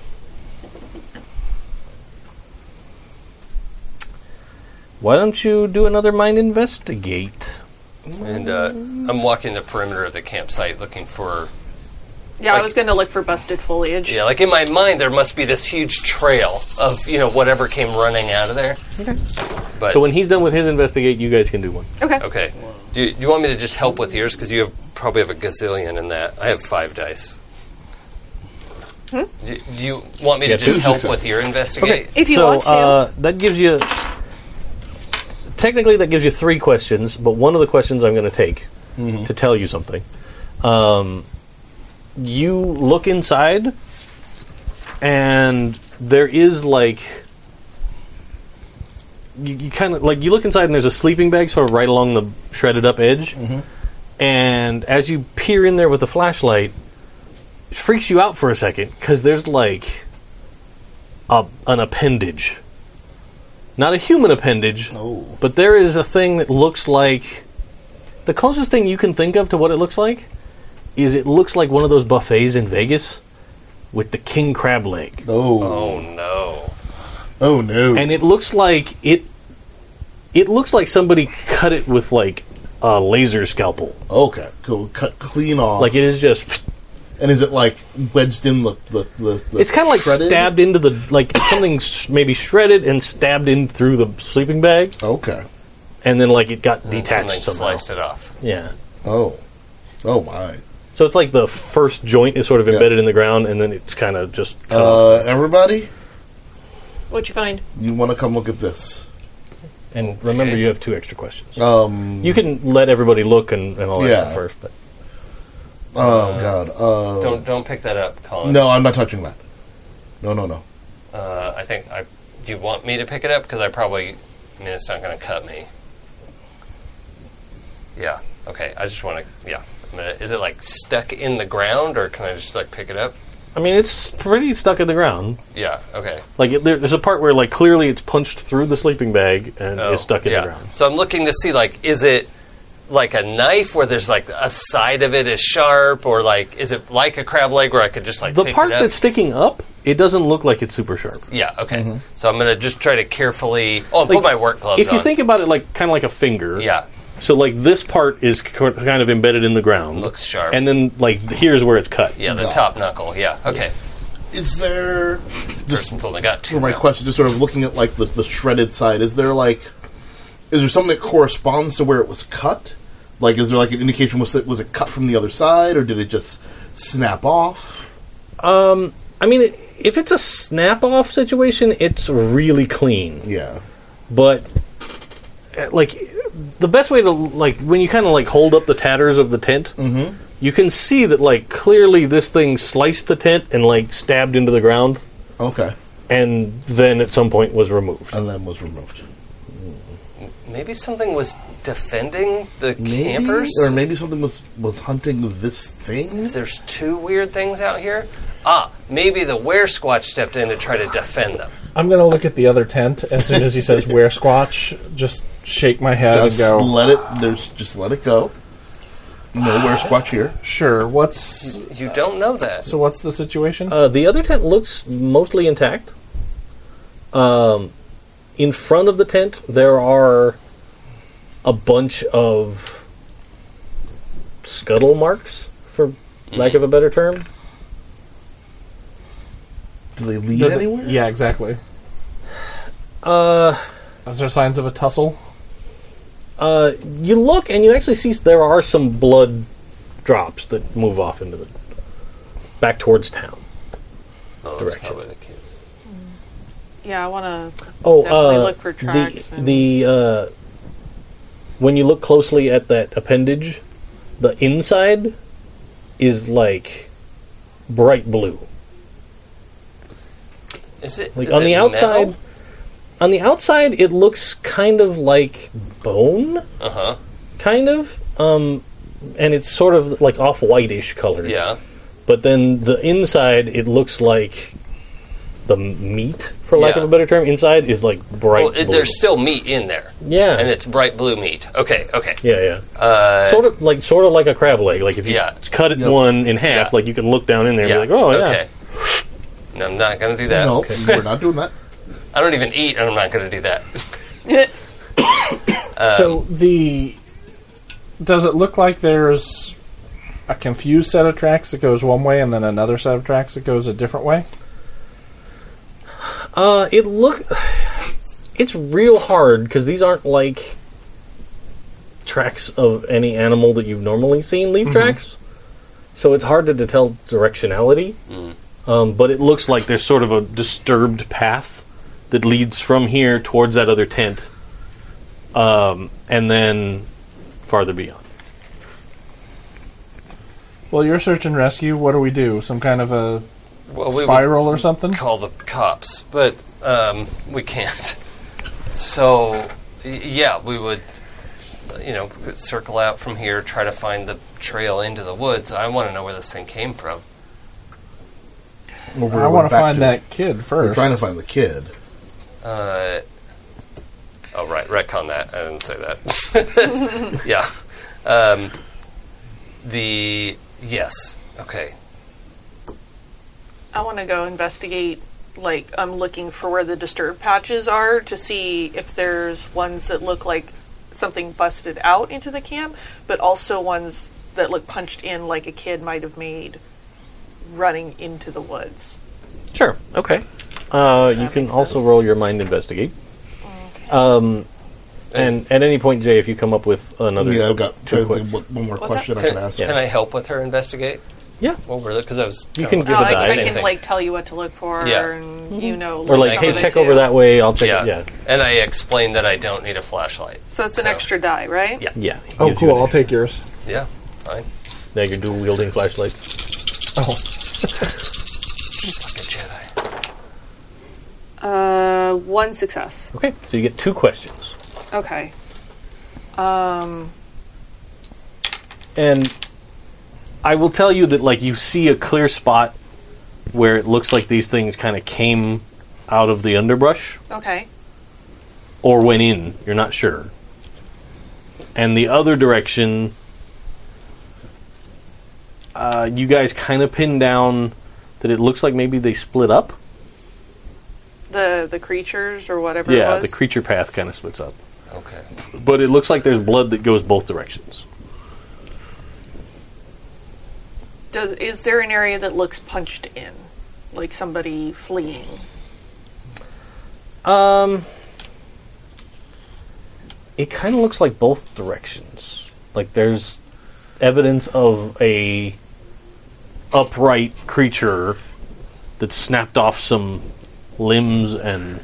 Speaker 1: Why don't you do another mind investigate?
Speaker 2: And uh, I'm walking the perimeter of the campsite looking for
Speaker 4: Yeah, I
Speaker 2: Like-
Speaker 4: was going to look for busted foliage.
Speaker 2: Yeah, like in my mind, there must be this huge trail of you know whatever came running out of there. But
Speaker 1: So when he's done with his investigate, you guys can do one.
Speaker 4: Okay.
Speaker 2: okay, do you, do you want me to just help with yours because you have probably have a gazillion in that? I have five dice. Do, do you want me
Speaker 11: Yeah,
Speaker 2: to just
Speaker 11: two
Speaker 2: help
Speaker 11: successes.
Speaker 2: with your investigate?
Speaker 4: If you
Speaker 1: so
Speaker 4: want to.
Speaker 1: Uh, that gives you technically that gives you three questions, but one of the questions I'm going to take to tell you something. Um, you look inside, and there is like you, you kind of like you look inside, and there's a sleeping bag sort of right along the shredded up edge, and as you peer in there with the flashlight. It freaks you out for a second because there's like a, an appendage. Not a human appendage,
Speaker 5: Oh.
Speaker 1: but there is a thing that looks like. The closest thing you can think of to what it looks like is it looks like one of those buffets in Vegas with the king crab leg.
Speaker 5: Oh.
Speaker 2: Oh no!
Speaker 5: Oh,
Speaker 1: Uh,
Speaker 5: no.
Speaker 1: And it looks like it. It looks like somebody cut it with like a laser scalpel.
Speaker 5: okay. Go cut clean off.
Speaker 1: Like it is just.
Speaker 5: And is it like wedged in the. the, the, the
Speaker 1: It's kind of like
Speaker 5: shredded?
Speaker 1: stabbed into the like something sh- maybe shredded and stabbed in through the sleeping bag,
Speaker 5: Okay.
Speaker 1: and then like it got
Speaker 2: Something
Speaker 1: detached somehow.
Speaker 2: sliced it off.
Speaker 1: Yeah.
Speaker 5: Oh. Oh, my.
Speaker 1: So it's like the first joint is sort of
Speaker 5: Yeah.
Speaker 1: embedded in the ground, and then it's kind of just. cut off.
Speaker 5: Uh, everybody,
Speaker 4: What'd you find?
Speaker 5: you want to come look at this?
Speaker 1: And remember, you have two extra questions.
Speaker 5: Um.
Speaker 1: You can let everybody look and, and all that
Speaker 5: Yeah.
Speaker 1: stuff first, but
Speaker 5: Oh God. Uh.
Speaker 2: Don't don't pick that up, Colin.
Speaker 5: No, I'm not touching that. No, no, no.
Speaker 2: Uh, I think I. Do you want me to pick it up? Because I probably. I mean, it's not going to cut me. Yeah. Okay. I just want to. Yeah. I'm gonna, is it like stuck in the ground, or can I just like pick it up?
Speaker 1: I mean, it's pretty stuck in the ground.
Speaker 2: Yeah. Okay.
Speaker 1: Like it, there- there's a part where like clearly it's punched through the sleeping bag and
Speaker 2: Oh,
Speaker 1: is stuck in
Speaker 2: yeah.
Speaker 1: the ground.
Speaker 2: So I'm looking to see like, is it like a knife where there's like a side of it is sharp, or like is it like a crab leg where I could just like
Speaker 1: The
Speaker 2: pick
Speaker 1: part
Speaker 2: it up?
Speaker 1: that's sticking up, it doesn't look like it's super sharp.
Speaker 2: yeah. Okay. So I'm gonna just try to carefully. Oh, I'll put
Speaker 1: Mm-hmm. Like,
Speaker 2: my work gloves
Speaker 1: If you
Speaker 2: on.
Speaker 1: think about it, like kind of like a finger.
Speaker 2: yeah.
Speaker 1: So like this part is c- kind of embedded in the ground.
Speaker 2: Looks sharp.
Speaker 1: And then like here's where it's cut.
Speaker 2: Yeah. The top knuckle. Yeah. Okay.
Speaker 5: Is there just
Speaker 2: Person's only got two.
Speaker 5: for my
Speaker 2: now.
Speaker 5: question, just sort of looking at like the, the shredded side? Is there like is there something that corresponds to where it was cut? Like, is there like an indication was it was it cut from the other side, or did it just snap off?
Speaker 1: I mean, if it's a snap-off situation, it's really clean.
Speaker 5: Yeah.
Speaker 1: but uh, like the best way to like when you kind of like hold up the tatters of the tent you can see that like clearly this thing sliced the tent and like stabbed into the ground
Speaker 5: Okay.
Speaker 1: and then at some point was removed
Speaker 5: And then was removed.
Speaker 2: Maybe something was defending the
Speaker 5: Maybe-
Speaker 2: campers.
Speaker 5: or maybe something was was hunting this thing.
Speaker 2: There's two weird things out here. Ah, maybe the were squatch stepped in to try to defend them.
Speaker 3: I'm going to look at the other tent as soon as he says "Where Squatch." Just shake my head
Speaker 5: Just
Speaker 3: and go.
Speaker 5: let it. There's just let it go. Nowhere squatch here.
Speaker 3: Sure. What's
Speaker 2: You don't know that.
Speaker 3: so? What's the situation?
Speaker 1: uh, the other tent looks mostly intact um, in front of the tent there are a bunch of scuttle marks for lack of a better term
Speaker 5: Do they lead
Speaker 3: Does it-
Speaker 5: anywhere?
Speaker 3: Yeah, exactly. Uh, is there signs of a tussle?
Speaker 1: Uh, you look and you actually see there are some blood drops that move off into the back towards town.
Speaker 2: Oh, that's
Speaker 1: Direction.
Speaker 2: probably the kids.
Speaker 4: Yeah, I want to.
Speaker 1: Oh,
Speaker 4: Definitely
Speaker 1: uh,
Speaker 4: look for tracks
Speaker 1: the
Speaker 4: and-
Speaker 1: the uh, when you look closely at that appendage, the inside is like bright blue.
Speaker 2: Is it
Speaker 1: Like
Speaker 2: is
Speaker 1: on
Speaker 2: it
Speaker 1: the outside,
Speaker 2: metal?
Speaker 1: on the outside it looks kind of like bone,
Speaker 2: Uh-huh.
Speaker 1: kind of, um, and it's sort of like off whitish colored.
Speaker 2: Yeah.
Speaker 1: but then the inside it looks like the meat for lack
Speaker 2: Yeah.
Speaker 1: of a better term inside is like bright
Speaker 2: Well, it,
Speaker 1: blue.
Speaker 2: there's still meat in there.
Speaker 1: yeah
Speaker 2: And it's bright blue meat. Okay, okay.
Speaker 1: yeah yeah
Speaker 2: Uh,
Speaker 1: sort of like sort of like a crab leg like if you
Speaker 2: Yeah.
Speaker 1: cut it one in half
Speaker 2: Yeah.
Speaker 1: like you can look down in there
Speaker 2: yeah.
Speaker 1: and be like oh yeah
Speaker 2: Okay. No, I'm not going to do that.
Speaker 5: No, we're not doing that.
Speaker 2: I don't even eat, and I'm not going to do that.
Speaker 3: so the does it look like there's a confused set of tracks that goes one way and then another set of tracks that goes a different way?
Speaker 1: Uh, it look, it's real hard because these aren't like tracks of any animal that you've normally seen leave tracks, so it's hard to, to tell directionality. Um, but it looks like there's sort of a disturbed path that leads from here towards that other tent, um, and then farther beyond.
Speaker 3: Well, you're search and rescue. What do we do? Some kind of a
Speaker 2: Well, we would
Speaker 3: spiral or something?
Speaker 2: call the cops, but um, we can't. So, y- yeah, we would, you know, circle out from here, try to find the trail into the woods. I want to know where this thing came from.
Speaker 5: Well, we're-
Speaker 3: I
Speaker 5: we're
Speaker 3: want to
Speaker 5: back
Speaker 3: find that kid
Speaker 5: We're
Speaker 3: first.
Speaker 5: trying to find the kid.
Speaker 2: Uh, oh, right, retcon that. I didn't say that. yeah. Um, the yes. Okay.
Speaker 4: I want to go investigate. Like, I'm looking for where the disturbed patches are to see if there's ones that look like something busted out into the camp, but also ones that look punched in like a kid might have made running into the woods.
Speaker 1: Sure. Okay. Uh, you
Speaker 4: that
Speaker 1: can
Speaker 4: make
Speaker 1: also
Speaker 4: sense?
Speaker 1: roll your mind investigate. Um, and at any point, Jay, if you come up with another,
Speaker 5: yeah, I've got
Speaker 1: too
Speaker 5: trying to
Speaker 1: quick.
Speaker 5: think what- one more
Speaker 4: What's
Speaker 5: question
Speaker 4: that?
Speaker 5: I
Speaker 2: Can,
Speaker 5: can ask.
Speaker 2: can I help with her investigate?
Speaker 1: Yeah.
Speaker 2: What were because I was.
Speaker 1: You
Speaker 2: kinda
Speaker 1: can Give
Speaker 4: oh,
Speaker 1: it a
Speaker 4: I, I
Speaker 1: die.
Speaker 4: can
Speaker 2: Same thing.
Speaker 4: like tell you what to look for,
Speaker 2: Yeah.
Speaker 4: and you know,
Speaker 1: or like,
Speaker 4: some of
Speaker 1: hey,
Speaker 4: it,
Speaker 1: check
Speaker 4: too.
Speaker 1: over that way. I'll check.
Speaker 2: yeah.
Speaker 1: It. Yeah.
Speaker 2: And I explained that I don't need a flashlight.
Speaker 4: So it's an
Speaker 2: So-
Speaker 4: extra die, right?
Speaker 2: Yeah.
Speaker 1: Yeah. he
Speaker 3: Oh,
Speaker 1: gives you
Speaker 3: cool. I'll
Speaker 1: an-
Speaker 3: take yours.
Speaker 2: Yeah. Fine.
Speaker 1: Now you're dual wielding flashlights.
Speaker 3: Oh,
Speaker 2: Fucking Jedi.
Speaker 4: Uh, one success.
Speaker 1: Okay. So you get two questions,
Speaker 4: Okay.
Speaker 1: and I will tell you that like you see a clear spot where it looks like these things kind of came out of the underbrush
Speaker 4: Okay.
Speaker 1: or went in. You're not sure. And the other direction, uh, you guys kind of pinned down that it looks like maybe they split up.
Speaker 4: The the creatures or whatever. it
Speaker 1: Yeah,
Speaker 4: was.
Speaker 1: the creature path kind of splits up.
Speaker 2: Okay.
Speaker 1: But it looks like there's blood that goes both directions.
Speaker 4: Does is there an area that looks punched in, like somebody fleeing?
Speaker 1: Um, It kind of looks like both directions. Like there's evidence of a upright creature that snapped off some limbs and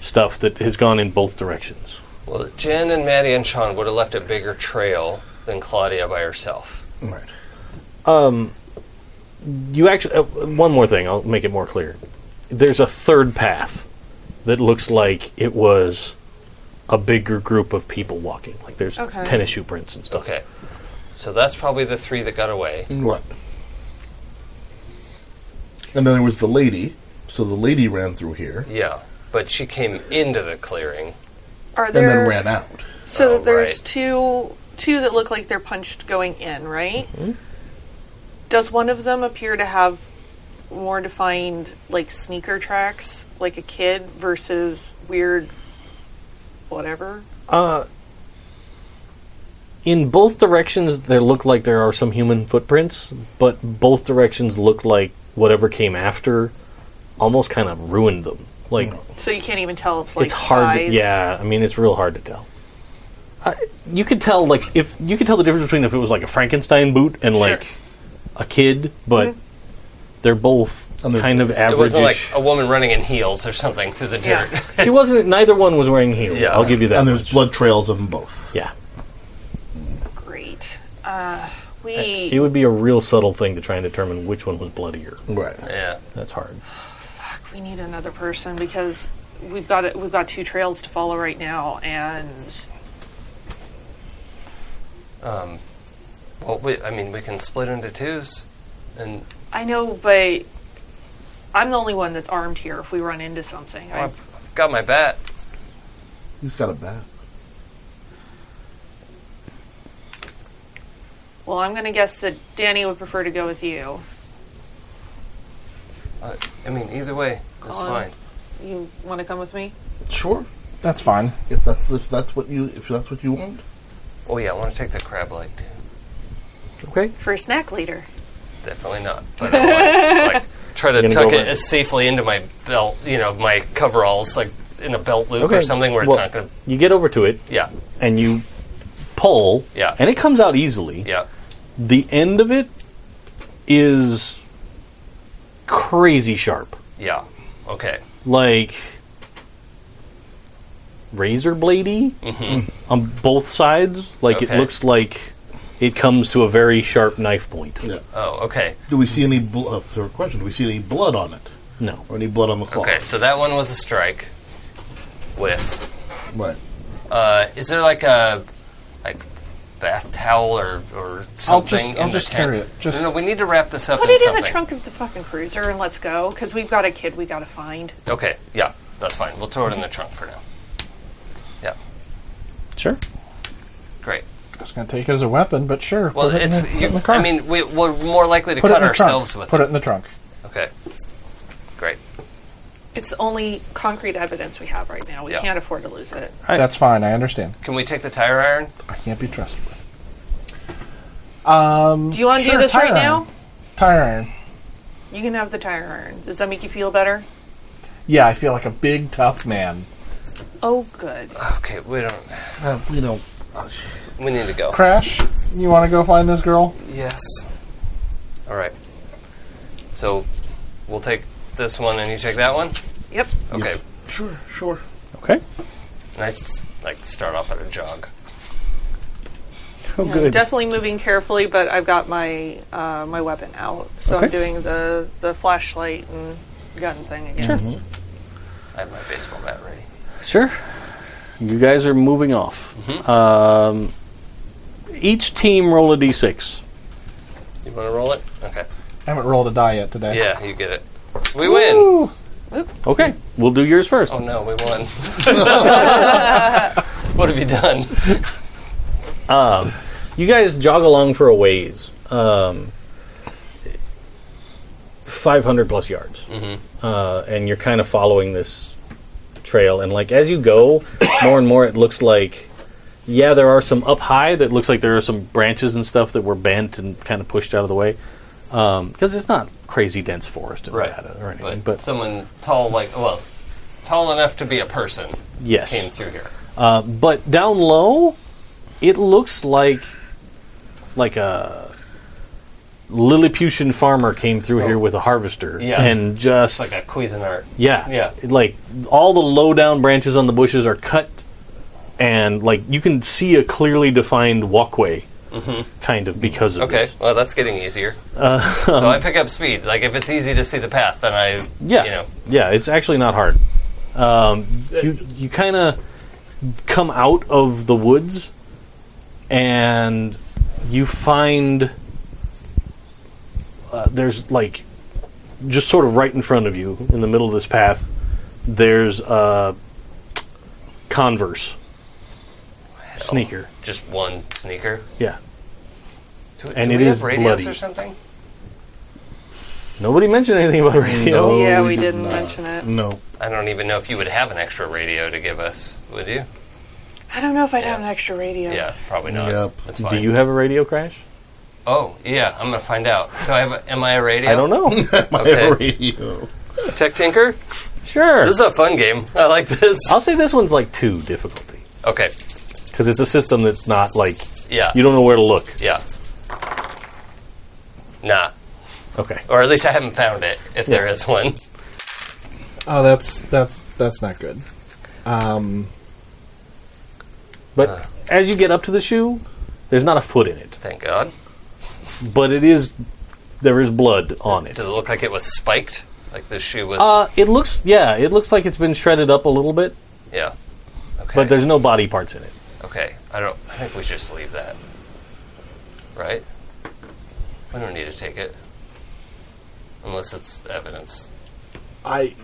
Speaker 1: stuff that has gone in both directions.
Speaker 2: Well, Jen and Maddie and Sean would have left a bigger trail than Claudia by herself.
Speaker 5: Right.
Speaker 1: You actually uh, one more thing, I'll make it more clear. There's a third path that looks like it was a bigger group of people walking. Like there's
Speaker 4: Okay.
Speaker 1: tennis shoe prints and stuff.
Speaker 2: Okay. So that's probably the three that got away.
Speaker 5: Right. And then there was the lady. So the lady ran through here
Speaker 2: Yeah. But she came into the clearing.
Speaker 4: Are
Speaker 5: and
Speaker 4: there
Speaker 5: then ran out.
Speaker 4: so
Speaker 2: Oh,
Speaker 4: there's
Speaker 2: right.
Speaker 4: two two that look like they're punched going in, right? Does one of them appear to have more defined like sneaker tracks, like a kid versus weird whatever?
Speaker 1: Uh, in both directions there look like there are some human footprints but both directions look like whatever came after almost kind of ruined them like
Speaker 4: So you can't even tell if Mm. like
Speaker 1: it's hard
Speaker 4: size.
Speaker 1: to, yeah i mean it's real hard to tell I, you could tell like if you could tell the difference between if it was like a frankenstein boot and
Speaker 4: Sure. Mm-hmm.
Speaker 1: like a kid but they're both
Speaker 5: And they're-
Speaker 1: kind of
Speaker 2: It
Speaker 1: average
Speaker 2: wasn't like a woman running in heels or something through the
Speaker 4: Yeah.
Speaker 2: dirt.
Speaker 1: she wasn't neither one was wearing heels
Speaker 2: Yeah.
Speaker 1: i'll give you that
Speaker 5: And there's blood trails of them both.
Speaker 1: yeah
Speaker 4: Great. Uh, we
Speaker 1: it would be a real subtle thing to try and determine which one was bloodier
Speaker 5: Right.
Speaker 2: Yeah.
Speaker 1: that's hard
Speaker 4: we need another person because we've got we've got two trails to follow right now, and
Speaker 2: Um, Well, we, I mean, we can split into twos. And
Speaker 4: I know, but I'm the only one that's armed here. If we run into something, I,
Speaker 2: I've I've got my bat.
Speaker 5: He's got a bat.
Speaker 4: well, I'm going to guess that Danny would prefer to go with you.
Speaker 2: I, I mean, either way, it's fine.
Speaker 4: Colin. You want to come with me?
Speaker 5: Sure.
Speaker 3: that's fine.
Speaker 5: If that's if that's what you if that's what you want.
Speaker 2: Oh, yeah, I want to take the crab leg, too.
Speaker 1: Okay.
Speaker 4: for a snack later.
Speaker 2: Definitely not. But I like, like try to
Speaker 1: gonna
Speaker 2: tuck
Speaker 1: go
Speaker 2: it
Speaker 1: with-
Speaker 2: as safely into my belt, you know, my coveralls, like in a belt loop or
Speaker 1: Okay,
Speaker 2: something where it's
Speaker 1: well-
Speaker 2: not going to.
Speaker 1: You get over to it
Speaker 2: Yeah,
Speaker 1: and you pull.
Speaker 2: Yeah.
Speaker 1: And it comes out easily.
Speaker 2: yeah.
Speaker 1: The end of it is crazy sharp.
Speaker 2: Yeah. Okay.
Speaker 1: like razor bladey on both sides. Like
Speaker 2: Mm-hmm. Okay.
Speaker 1: it looks like it comes to a very sharp knife point.
Speaker 2: Oh, okay.
Speaker 5: Do we see any blood? Uh, third question. Do we see any blood on it
Speaker 1: No,
Speaker 5: or any blood on the cloth?
Speaker 2: Okay, so that one was a strike. With
Speaker 5: Right.
Speaker 2: uh is there like a like bath towel or or something
Speaker 3: just-
Speaker 2: in
Speaker 3: I'll
Speaker 2: the
Speaker 3: just
Speaker 2: tent?
Speaker 3: carry it. Just-
Speaker 2: no, no, we need to wrap this up
Speaker 4: Put
Speaker 2: in
Speaker 4: it
Speaker 2: something.
Speaker 4: in the trunk of the fucking cruiser and let's go, because we've got a kid we gotta find.
Speaker 2: Okay, yeah, that's fine. We'll throw it in the trunk for now. Yeah,
Speaker 1: sure.
Speaker 2: great.
Speaker 3: I was going to take it as a weapon, but sure.
Speaker 2: Well,
Speaker 3: put it in
Speaker 2: it's
Speaker 3: the- put it
Speaker 2: you,
Speaker 3: in the car.
Speaker 2: I mean we, we're more likely to
Speaker 3: put it in
Speaker 2: cut
Speaker 3: the trunk.
Speaker 2: ourselves with
Speaker 3: Put
Speaker 2: it.
Speaker 3: it in the trunk.
Speaker 2: Okay, great.
Speaker 4: It's the only concrete evidence we have right now. We
Speaker 2: Yeah.
Speaker 4: can't afford to lose it.
Speaker 3: That's fine. I understand.
Speaker 2: Can we take the tire iron?
Speaker 3: I can't be trusted with it.
Speaker 4: Do you want to
Speaker 3: Sure,
Speaker 4: do this
Speaker 3: tire
Speaker 4: right
Speaker 3: iron.
Speaker 4: now?
Speaker 3: Tire iron.
Speaker 4: You can have the tire iron. Does that make you feel better?
Speaker 3: Yeah, I feel like a big tough man.
Speaker 4: Oh, good.
Speaker 2: Okay, we don't.
Speaker 5: Uh, we don't.
Speaker 2: We need to go.
Speaker 3: Crash, you want to go find this girl?
Speaker 2: Yes. All right. So we'll take this one and you take that one.
Speaker 4: Yep.
Speaker 2: Okay.
Speaker 5: Sure. Sure.
Speaker 1: Okay.
Speaker 2: And I s- like start off at a jog.
Speaker 1: Oh,
Speaker 4: Yeah,
Speaker 1: good.
Speaker 4: Definitely moving carefully, but I've got my uh, my weapon out, so I'm
Speaker 1: Okay.
Speaker 4: doing the the flashlight and gun thing again.
Speaker 2: I have my baseball bat ready.
Speaker 1: Sure. You guys are moving off.
Speaker 12: Mm-hmm.
Speaker 1: Um, each team roll a d6.
Speaker 2: You want to roll it? Okay.
Speaker 3: I haven't rolled a die yet today.
Speaker 2: Yeah, you get it. We win.
Speaker 1: Okay, we'll do yours first.
Speaker 2: Oh no, we won. what have you done?
Speaker 12: You guys jog along for a ways, um, 500 plus yards,
Speaker 2: Mm-hmm.
Speaker 12: uh, and you're kind of following this trail. And like as you go, more and more, it looks like yeah, there are some up high that looks like there are some branches and stuff that were bent and kind of pushed out of the way because it's not crazy dense forest in
Speaker 2: Right.
Speaker 12: Nevada or anything.
Speaker 2: But,
Speaker 1: But-
Speaker 2: someone tall, like well, tall enough to be a person,
Speaker 1: Yes.
Speaker 2: came through here.
Speaker 1: Uh, but down low, it looks like like a Lilliputian farmer came through here with a harvester
Speaker 2: Oh. Yeah.
Speaker 1: and just
Speaker 2: It's like a Cuisinart.
Speaker 1: yeah
Speaker 2: yeah.
Speaker 1: it- like all the low down branches on the bushes are cut and like you can see a clearly defined walkway kind of because of
Speaker 2: Mm-hmm. Okay,
Speaker 1: this.
Speaker 2: well that's getting easier.
Speaker 1: Uh,
Speaker 2: so I pick up speed. Like if it's easy to see the path, then I
Speaker 1: um, Yeah,
Speaker 2: you know Uh,
Speaker 1: yeah, it's actually not hard. Um, you you kind of come out of the woods, and you find uh, there's like just sort of right in front of you, in the middle of this path, there's a Converse sneaker.
Speaker 2: just one sneaker.
Speaker 1: Yeah,
Speaker 2: Do,
Speaker 1: And
Speaker 2: do
Speaker 1: it
Speaker 2: we
Speaker 1: is
Speaker 2: have radios
Speaker 1: bloody.
Speaker 2: or something?
Speaker 1: nobody mentioned anything about radio.
Speaker 5: No,
Speaker 4: yeah,
Speaker 5: we
Speaker 4: we
Speaker 5: did
Speaker 4: didn't
Speaker 5: not.
Speaker 4: mention it.
Speaker 5: No.
Speaker 2: I don't even know if you would have an extra radio to give us, would you?
Speaker 4: I don't know if I'd have
Speaker 2: Yeah.
Speaker 4: an extra radio.
Speaker 2: Yeah, probably not.
Speaker 5: Yep.
Speaker 2: That's fine.
Speaker 1: Do you have a radio crash?
Speaker 2: Oh, yeah, I'm gonna find out. So I have a, am I a radio?
Speaker 1: I don't know.
Speaker 5: My
Speaker 2: Okay.
Speaker 5: radio.
Speaker 2: Tech Tinker?
Speaker 1: sure,
Speaker 2: This is a fun game. I like this.
Speaker 1: I'll say this one's like two difficulty.
Speaker 2: Okay.
Speaker 1: because it's a system that's not like
Speaker 2: Yeah.
Speaker 1: you don't know where to look.
Speaker 2: yeah. Nah.
Speaker 1: Okay,
Speaker 2: Or at least I haven't found it, if there is one.
Speaker 3: Oh, that's that's that's not good. Um,
Speaker 1: but as you get up to the shoe, there's not a foot in it,
Speaker 2: Thank God.
Speaker 1: but it is there is blood on it.
Speaker 2: Does it look like it was spiked? Like the shoe was.
Speaker 1: Uh, it looks yeah, it looks like it's been shredded up a little bit,
Speaker 2: yeah. Okay.
Speaker 1: but there's no body parts in it.
Speaker 2: Okay. I don't. I think we just leave that. Right? We don't need to take it. Unless it's evidence.
Speaker 3: I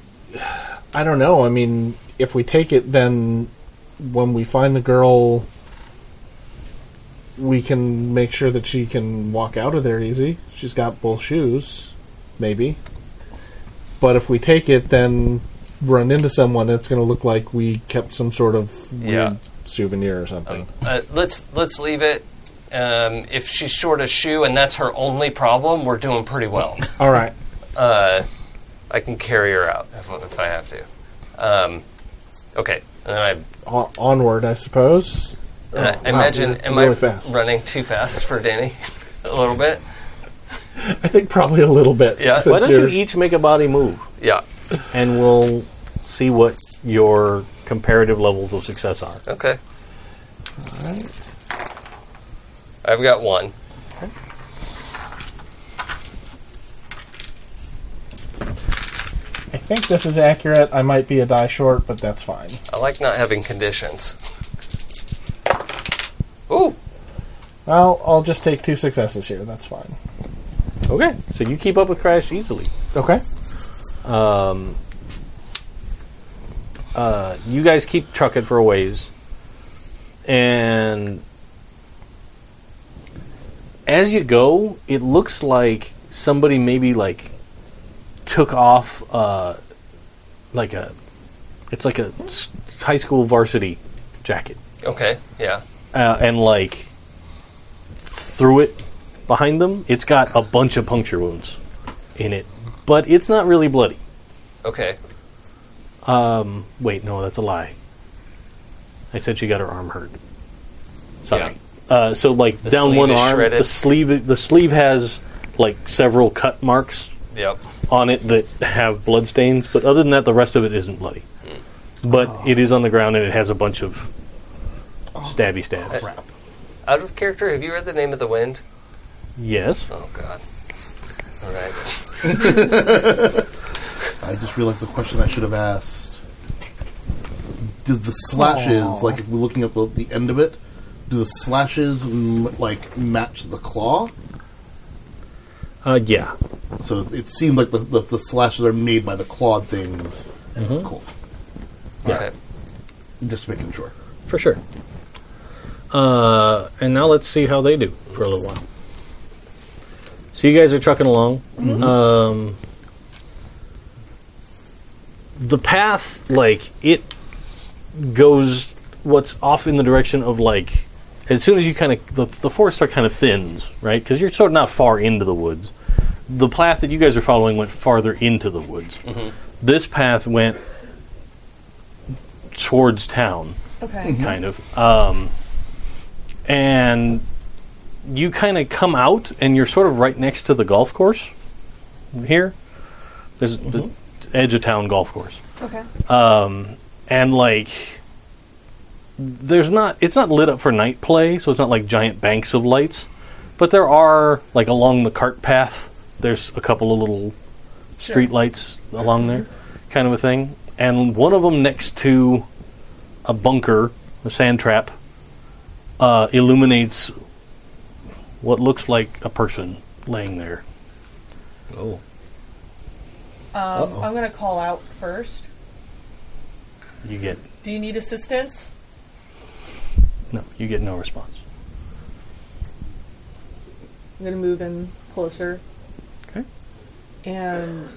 Speaker 3: I don't know. I mean, if we take it, then when we find the girl, we can make sure that she can walk out of there easy. She's got both shoes, maybe. But if we take it, then run into someone, it's going to look like we kept some sort of weird
Speaker 2: Yeah.
Speaker 3: souvenir or something.
Speaker 2: Uh, Um, let's let's leave it Um, if she's short a shoe and that's her only problem, we're doing pretty well.
Speaker 3: All right.
Speaker 2: Uh, I can carry her out if, if I have to. Um, okay. And then I
Speaker 3: O- onward, I suppose.
Speaker 2: And I-
Speaker 3: Oh,
Speaker 2: I
Speaker 3: wow,
Speaker 2: imagine,
Speaker 3: you're
Speaker 2: am
Speaker 3: really
Speaker 2: I
Speaker 3: fast?
Speaker 2: running too fast for Danny? a little bit?
Speaker 3: I think probably a little bit.
Speaker 2: Yeah.
Speaker 3: since
Speaker 1: Why don't you e
Speaker 3: you're-
Speaker 1: each make a body move,
Speaker 2: Yeah.
Speaker 1: and we'll see what your comparative levels of success are.
Speaker 2: Okay. I've got one.
Speaker 3: I think this is accurate. I might be a die short, but that's fine.
Speaker 2: I like not having conditions. Ooh!
Speaker 3: Well, I'll just take two successes here. That's fine.
Speaker 1: Okay, so you keep up with Crash easily.
Speaker 3: Okay.
Speaker 1: Um, uh, you guys keep trucking for a ways, and as you go, it looks like somebody maybe like took off uh, like a it's like a s- high school varsity jacket
Speaker 2: Okay, yeah.
Speaker 1: uh, and like threw it behind them. It's got a bunch of puncture wounds in it, but it's not really bloody.
Speaker 2: Okay.
Speaker 1: Um, wait, no, that's a lie. I said she got her arm hurt. Sorry. Uh, so like
Speaker 2: The
Speaker 1: down
Speaker 2: sleeve
Speaker 1: one
Speaker 2: is
Speaker 1: arm,
Speaker 2: shredded.
Speaker 1: the sleeve the sleeve has like several cut marks
Speaker 2: Yep.
Speaker 1: on it that have blood stains, but other than that, the rest of it isn't bloody. But it is on the ground and it has a bunch of stabby stabs.
Speaker 2: Oh. Out of character, have you read The Name of the Wind?
Speaker 1: Yes.
Speaker 2: Oh, God. All right.
Speaker 5: I just realized the question I should have asked. Did the slashes, like if we're looking at the, the end of it, do the slashes m- like match the claw?
Speaker 13: Uh, yeah.
Speaker 5: So it seemed like the, the, the slashes are made by the clawed things. Cool.
Speaker 2: Okay.
Speaker 5: Just making sure.
Speaker 13: For sure. Uh, and now let's see how they do for a little while. So you guys are trucking along. Um,
Speaker 1: the path like it goes what's off in the direction of like as soon as you kind of the, the forest are kind of thins right because you're sort of not far into the woods the path that you guys are following went farther into the woods this path went towards town
Speaker 4: Okay.
Speaker 1: kind of. Um, and you kind of come out, and you're sort of right next to the golf course here. There's the edge of town golf course.
Speaker 4: Okay.
Speaker 1: Um, and like, there's not, it's not lit up for night play, so it's not like giant banks of lights. But there are, like, along the cart path, there's a couple of little street lights along there, kind of a thing. And one of them next to a bunker, a sand trap, uh, illuminates what looks like a person laying there.
Speaker 5: Oh.
Speaker 4: Um, I'm gonna call out first.
Speaker 1: You get
Speaker 4: Do you need assistance?
Speaker 1: no, you get no response.
Speaker 4: I'm gonna move in closer.
Speaker 1: 'Kay.
Speaker 4: And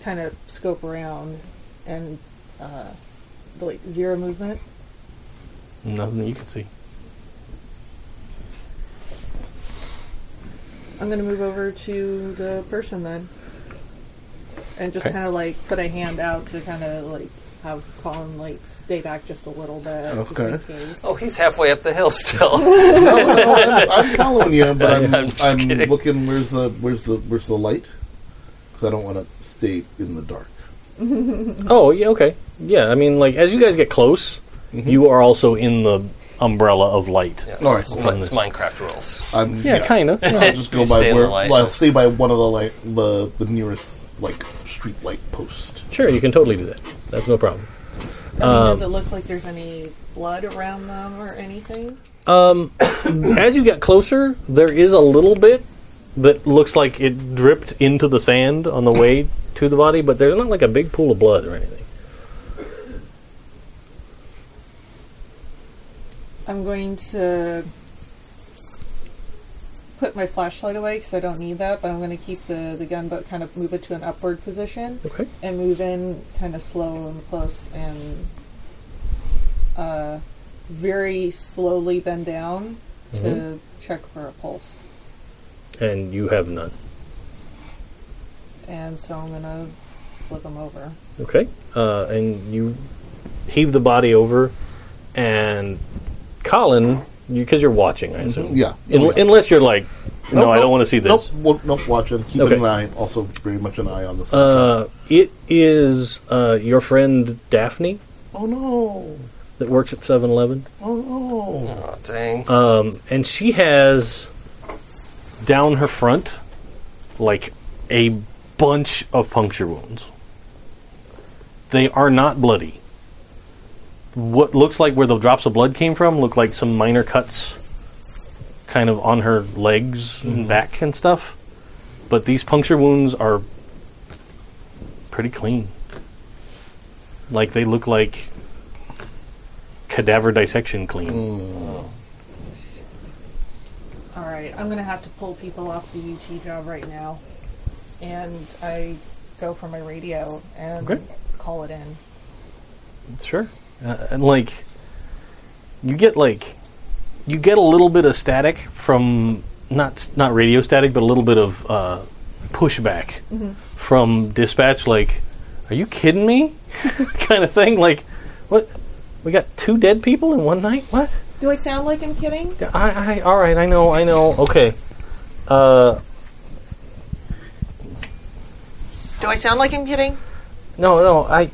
Speaker 4: kind of scope around and uh, like zero movement.
Speaker 1: Nothing that you can see.
Speaker 4: I'm gonna move over to the person then, and just
Speaker 1: Okay.
Speaker 4: kind of like put a hand out to kind of like have Colin like stay back just a little bit, just
Speaker 5: Okay.
Speaker 4: in case.
Speaker 2: Oh, he's halfway up the hill still.
Speaker 5: I'm, I'm following you, but I'm,
Speaker 2: I'm
Speaker 5: I'm,
Speaker 2: just kidding.
Speaker 5: looking. Where's the where's the where's the light? Because I don't want to stay in the dark.
Speaker 13: oh, yeah, okay. Yeah, I mean, like, as you guys get close,
Speaker 5: Mm-hmm.
Speaker 1: You are also in the umbrella of light.
Speaker 2: yeah,
Speaker 5: All right,
Speaker 2: it's,
Speaker 5: cool.
Speaker 2: it's Minecraft rules.
Speaker 5: I'm,
Speaker 1: Yeah, kind of.
Speaker 5: I'll just go
Speaker 2: You stay
Speaker 5: by
Speaker 2: in
Speaker 5: where
Speaker 2: the light.
Speaker 5: I'll stay by one of the like the, the nearest like street light post.
Speaker 13: sure, you can totally do that. That's no problem.
Speaker 4: I mean, does it look like there's any blood around them or anything?
Speaker 1: As you get closer, there is a little bit that looks like it dripped into the sand on the way to the body, but there's not like a big pool of blood or anything.
Speaker 4: I'm going to put my flashlight away because I don't need that, but I'm going to keep the, the gun but kind of move it to an upward position
Speaker 13: Okay.
Speaker 4: and move in kind of slow and close and uh, very slowly bend down to check for a pulse.
Speaker 1: and you have none.
Speaker 4: And so I'm gonna flip him over.
Speaker 1: Okay. Uh, and you heave the body over, and Colin, because you, are watching, I assume.
Speaker 5: Mm-hmm. Yeah.
Speaker 1: Un-
Speaker 5: Oh, yeah.
Speaker 1: Unless you're like, no, I don't want to see this.
Speaker 5: Nope, well, nope, watch it. Keep
Speaker 1: Okay.
Speaker 5: an eye, also very much an eye on the
Speaker 1: Uh, it is uh, your friend Daphne
Speaker 5: Oh no!
Speaker 1: that works at 7 Eleven.
Speaker 5: Oh no!
Speaker 2: Oh, dang.
Speaker 1: Um, and she has down her front like a bunch of puncture wounds. They are not bloody. What looks like where the drops of blood came from look like some minor cuts kind of on her legs and back and stuff. But these puncture wounds are pretty clean. Like they look like cadaver dissection clean.
Speaker 4: All right, I'm gonna have to pull people off the UT job right now, and I go for my radio and
Speaker 1: Okay.
Speaker 4: call it in.
Speaker 1: Sure. Uh, and like, you get like, you get a little bit of static from not not radio static, but a little bit of uh, pushback from dispatch. Like, are you kidding me? kind of thing. Like, what? We got two dead people in one night. What?
Speaker 4: Do I sound like I'm kidding?
Speaker 1: I, I all right. I know. I know. Okay. Uh,
Speaker 6: Do I sound like I'm kidding?
Speaker 1: no, no. I.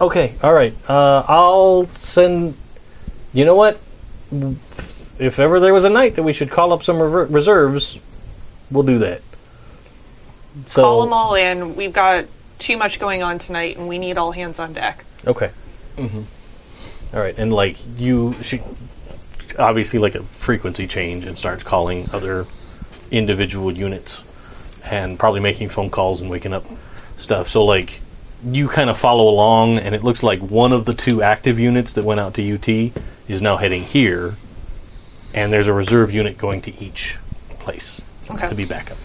Speaker 1: Okay. All right. Uh, I'll send. You know what? if ever there was a night that we should call up some rever- reserves, we'll do that. So,
Speaker 6: Call them all in. We've got too much going on tonight, and we need all hands on deck.
Speaker 1: Okay. All right, and like you, she obviously like a frequency change and starts calling other individual units and probably making phone calls and waking up stuff. So like you kind of follow along, and it looks like one of the two active units that went out to UT is now heading here, and there's a reserve unit going to each place
Speaker 6: Okay.
Speaker 1: to be backup.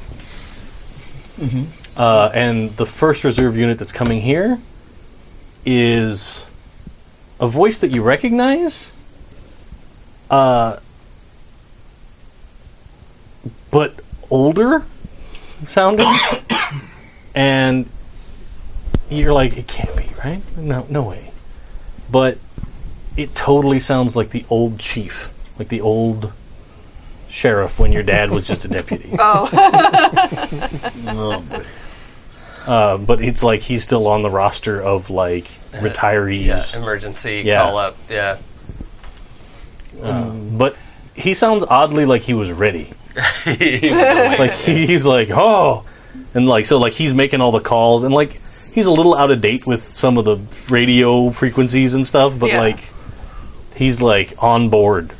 Speaker 1: Uh, and the first reserve unit that's coming here is a voice that you recognize, uh, but older sounding, and you're like, it can't be right. No, no way. But it totally sounds like the old chief, like the old sheriff when your dad was just a deputy.
Speaker 6: Oh,
Speaker 5: Oh, boy.
Speaker 1: Uh, but it's like he's still on the roster of like retirees.
Speaker 2: Yeah, emergency
Speaker 1: Yeah.
Speaker 2: call up. Yeah.
Speaker 1: But he sounds oddly like he was ready.
Speaker 2: yeah.
Speaker 1: Like he- he's like, oh, and like so like he's making all the calls and like he's a little out of date with some of the radio frequencies and stuff, but
Speaker 6: Yeah.
Speaker 1: like he's like on board.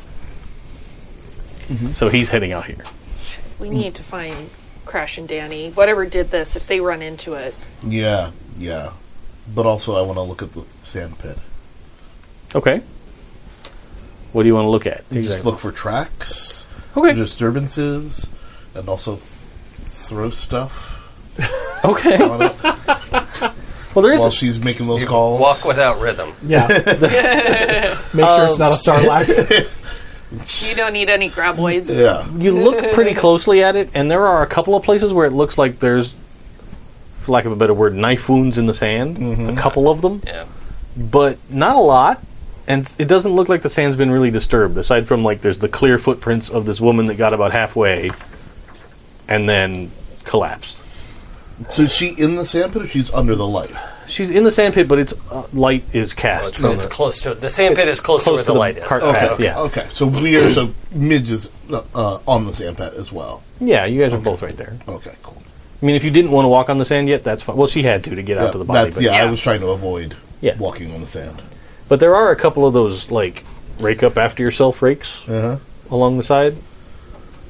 Speaker 1: So he's heading out here.
Speaker 6: we need to find Crash and Danny. Whatever did this, if they run into it,
Speaker 5: yeah, yeah. But also, I want to look at the sand pit.
Speaker 1: Okay. What do you want to look at?
Speaker 5: You Just look for tracks,
Speaker 1: Okay.
Speaker 5: disturbances, and also throw stuff
Speaker 1: okay.
Speaker 5: on it
Speaker 1: Well, there is
Speaker 5: while she's making those calls.
Speaker 2: Walk without rhythm.
Speaker 3: Yeah. Make sure it's not a sarlacc.
Speaker 6: you don't need any graboids.
Speaker 5: Yeah.
Speaker 1: you look pretty closely at it, and there are a couple of places where it looks like there's, for lack of a better word, knife wounds in the sand.
Speaker 5: Mm-hmm.
Speaker 1: A couple of them,
Speaker 2: Yeah.
Speaker 1: but not a lot. And it doesn't look like the sand's been really disturbed, aside from like there's the clear footprints of this woman that got about halfway, and then collapsed.
Speaker 5: So is she in the sand pit or she's under the light?
Speaker 1: She's in the sand pit, but its uh, light is
Speaker 5: Oh,
Speaker 1: cast.
Speaker 2: It's,
Speaker 1: from
Speaker 2: it's
Speaker 1: the-
Speaker 2: close to the sandpit is close, to
Speaker 1: close
Speaker 2: where
Speaker 1: to
Speaker 2: the
Speaker 1: the
Speaker 2: light is.
Speaker 1: cart
Speaker 2: Okay.
Speaker 1: path, yeah.
Speaker 5: Okay, so we are so Midge is uh, uh, on the sand pit as well.
Speaker 1: yeah, you guys are both right there.
Speaker 5: Okay, cool.
Speaker 1: I mean, if you didn't want to walk on the sand yet, that's fine. Well, she had to to get out to the body.
Speaker 5: that's-
Speaker 1: but-
Speaker 5: yeah, I
Speaker 6: yeah.
Speaker 5: was trying to avoid
Speaker 1: Yeah.
Speaker 5: walking on the sand.
Speaker 1: But there are a couple of those like rake up after yourself rakes
Speaker 5: Uh-huh.
Speaker 1: along the side.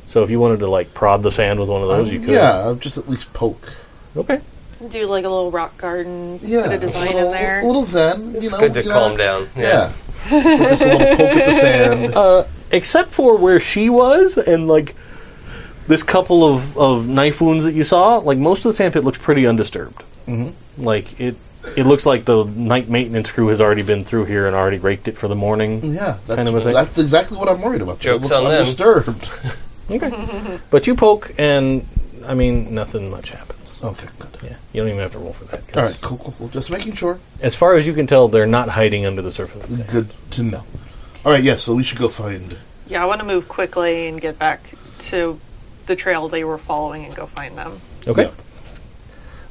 Speaker 1: So if you wanted to like prod the sand with one of those, you could.
Speaker 5: Um, Yeah, I'll just at least poke.
Speaker 1: Okay.
Speaker 6: Do like a little rock garden.
Speaker 5: Yeah,
Speaker 6: Put a design
Speaker 5: little,
Speaker 6: in there.
Speaker 5: A little zen. you know,
Speaker 2: Good to
Speaker 5: get
Speaker 2: calm
Speaker 5: out-
Speaker 2: down.
Speaker 5: Yeah. Put just a little poke at the sand.
Speaker 1: Oh, Except for where she was and like this couple of, of knife wounds that you saw, like most of the sandpit looks pretty undisturbed. Mm-hmm. Like it, it looks like the night maintenance crew has already been through here and already raked it for the morning.
Speaker 5: yeah, that's,
Speaker 1: kind of a thing.
Speaker 5: that's exactly what I'm worried about.
Speaker 2: Joke's
Speaker 5: it looks
Speaker 2: on them.
Speaker 5: undisturbed.
Speaker 1: Okay. but you poke, and I mean, nothing much happens.
Speaker 5: Okay, good.
Speaker 1: Yeah, you don't even have to roll for that. 'cause
Speaker 5: All right, cool, cool, cool. Just making sure.
Speaker 1: As far as you can tell, they're not hiding under the surface. of the sand.
Speaker 5: Good to know. All right, yes. so we should go find.
Speaker 6: Yeah, I want to move quickly and get back to the trail they were following and go find them.
Speaker 1: Okay.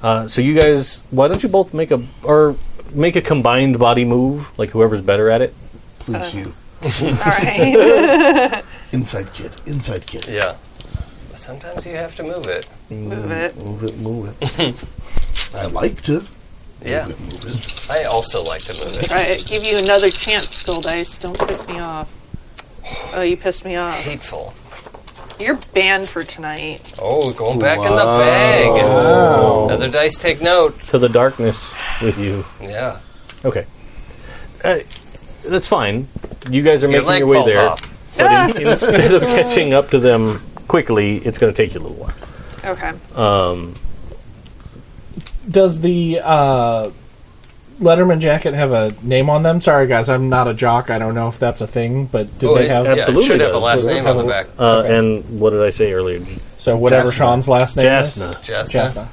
Speaker 1: Uh, so you guys, why don't you both make a or make a combined body move? Like whoever's better at it.
Speaker 5: Please,
Speaker 6: Uh.
Speaker 5: you
Speaker 6: All right.
Speaker 5: inside kid, inside kid.
Speaker 2: Yeah. But sometimes you have to move it.
Speaker 6: Move it.
Speaker 5: Move it, move it. I like to.
Speaker 2: Yeah.
Speaker 5: Move it, move it.
Speaker 2: I also like to move it.
Speaker 6: Right, give you another chance, Skull Dice. Don't piss me off. Oh, you pissed me off.
Speaker 2: Hateful.
Speaker 6: You're banned for tonight.
Speaker 2: Oh, going back in the bag. Another dice take note.
Speaker 1: To the darkness with you.
Speaker 2: Yeah.
Speaker 1: Okay. Uh, that's fine. You guys are
Speaker 2: Your
Speaker 1: making
Speaker 2: leg
Speaker 1: your way
Speaker 2: falls
Speaker 1: there.
Speaker 2: off.
Speaker 1: But in, instead of catching up to them quickly, it's going to take you a little while.
Speaker 6: Okay.
Speaker 3: Does the uh, Letterman jacket have a name on them? Sorry, guys, I'm not a jock. I don't know if that's a thing, but did
Speaker 2: Oh,
Speaker 3: they
Speaker 2: it-
Speaker 3: have?
Speaker 2: yeah,
Speaker 1: Absolutely
Speaker 2: it should have a
Speaker 1: does.
Speaker 2: last
Speaker 1: Does it
Speaker 2: name
Speaker 3: have
Speaker 2: on the
Speaker 3: a-
Speaker 2: back.
Speaker 1: Uh, And what did I say earlier?
Speaker 3: So whatever
Speaker 2: Jasna.
Speaker 3: Sean's last name
Speaker 1: Jasna.
Speaker 3: is.
Speaker 2: Jasna.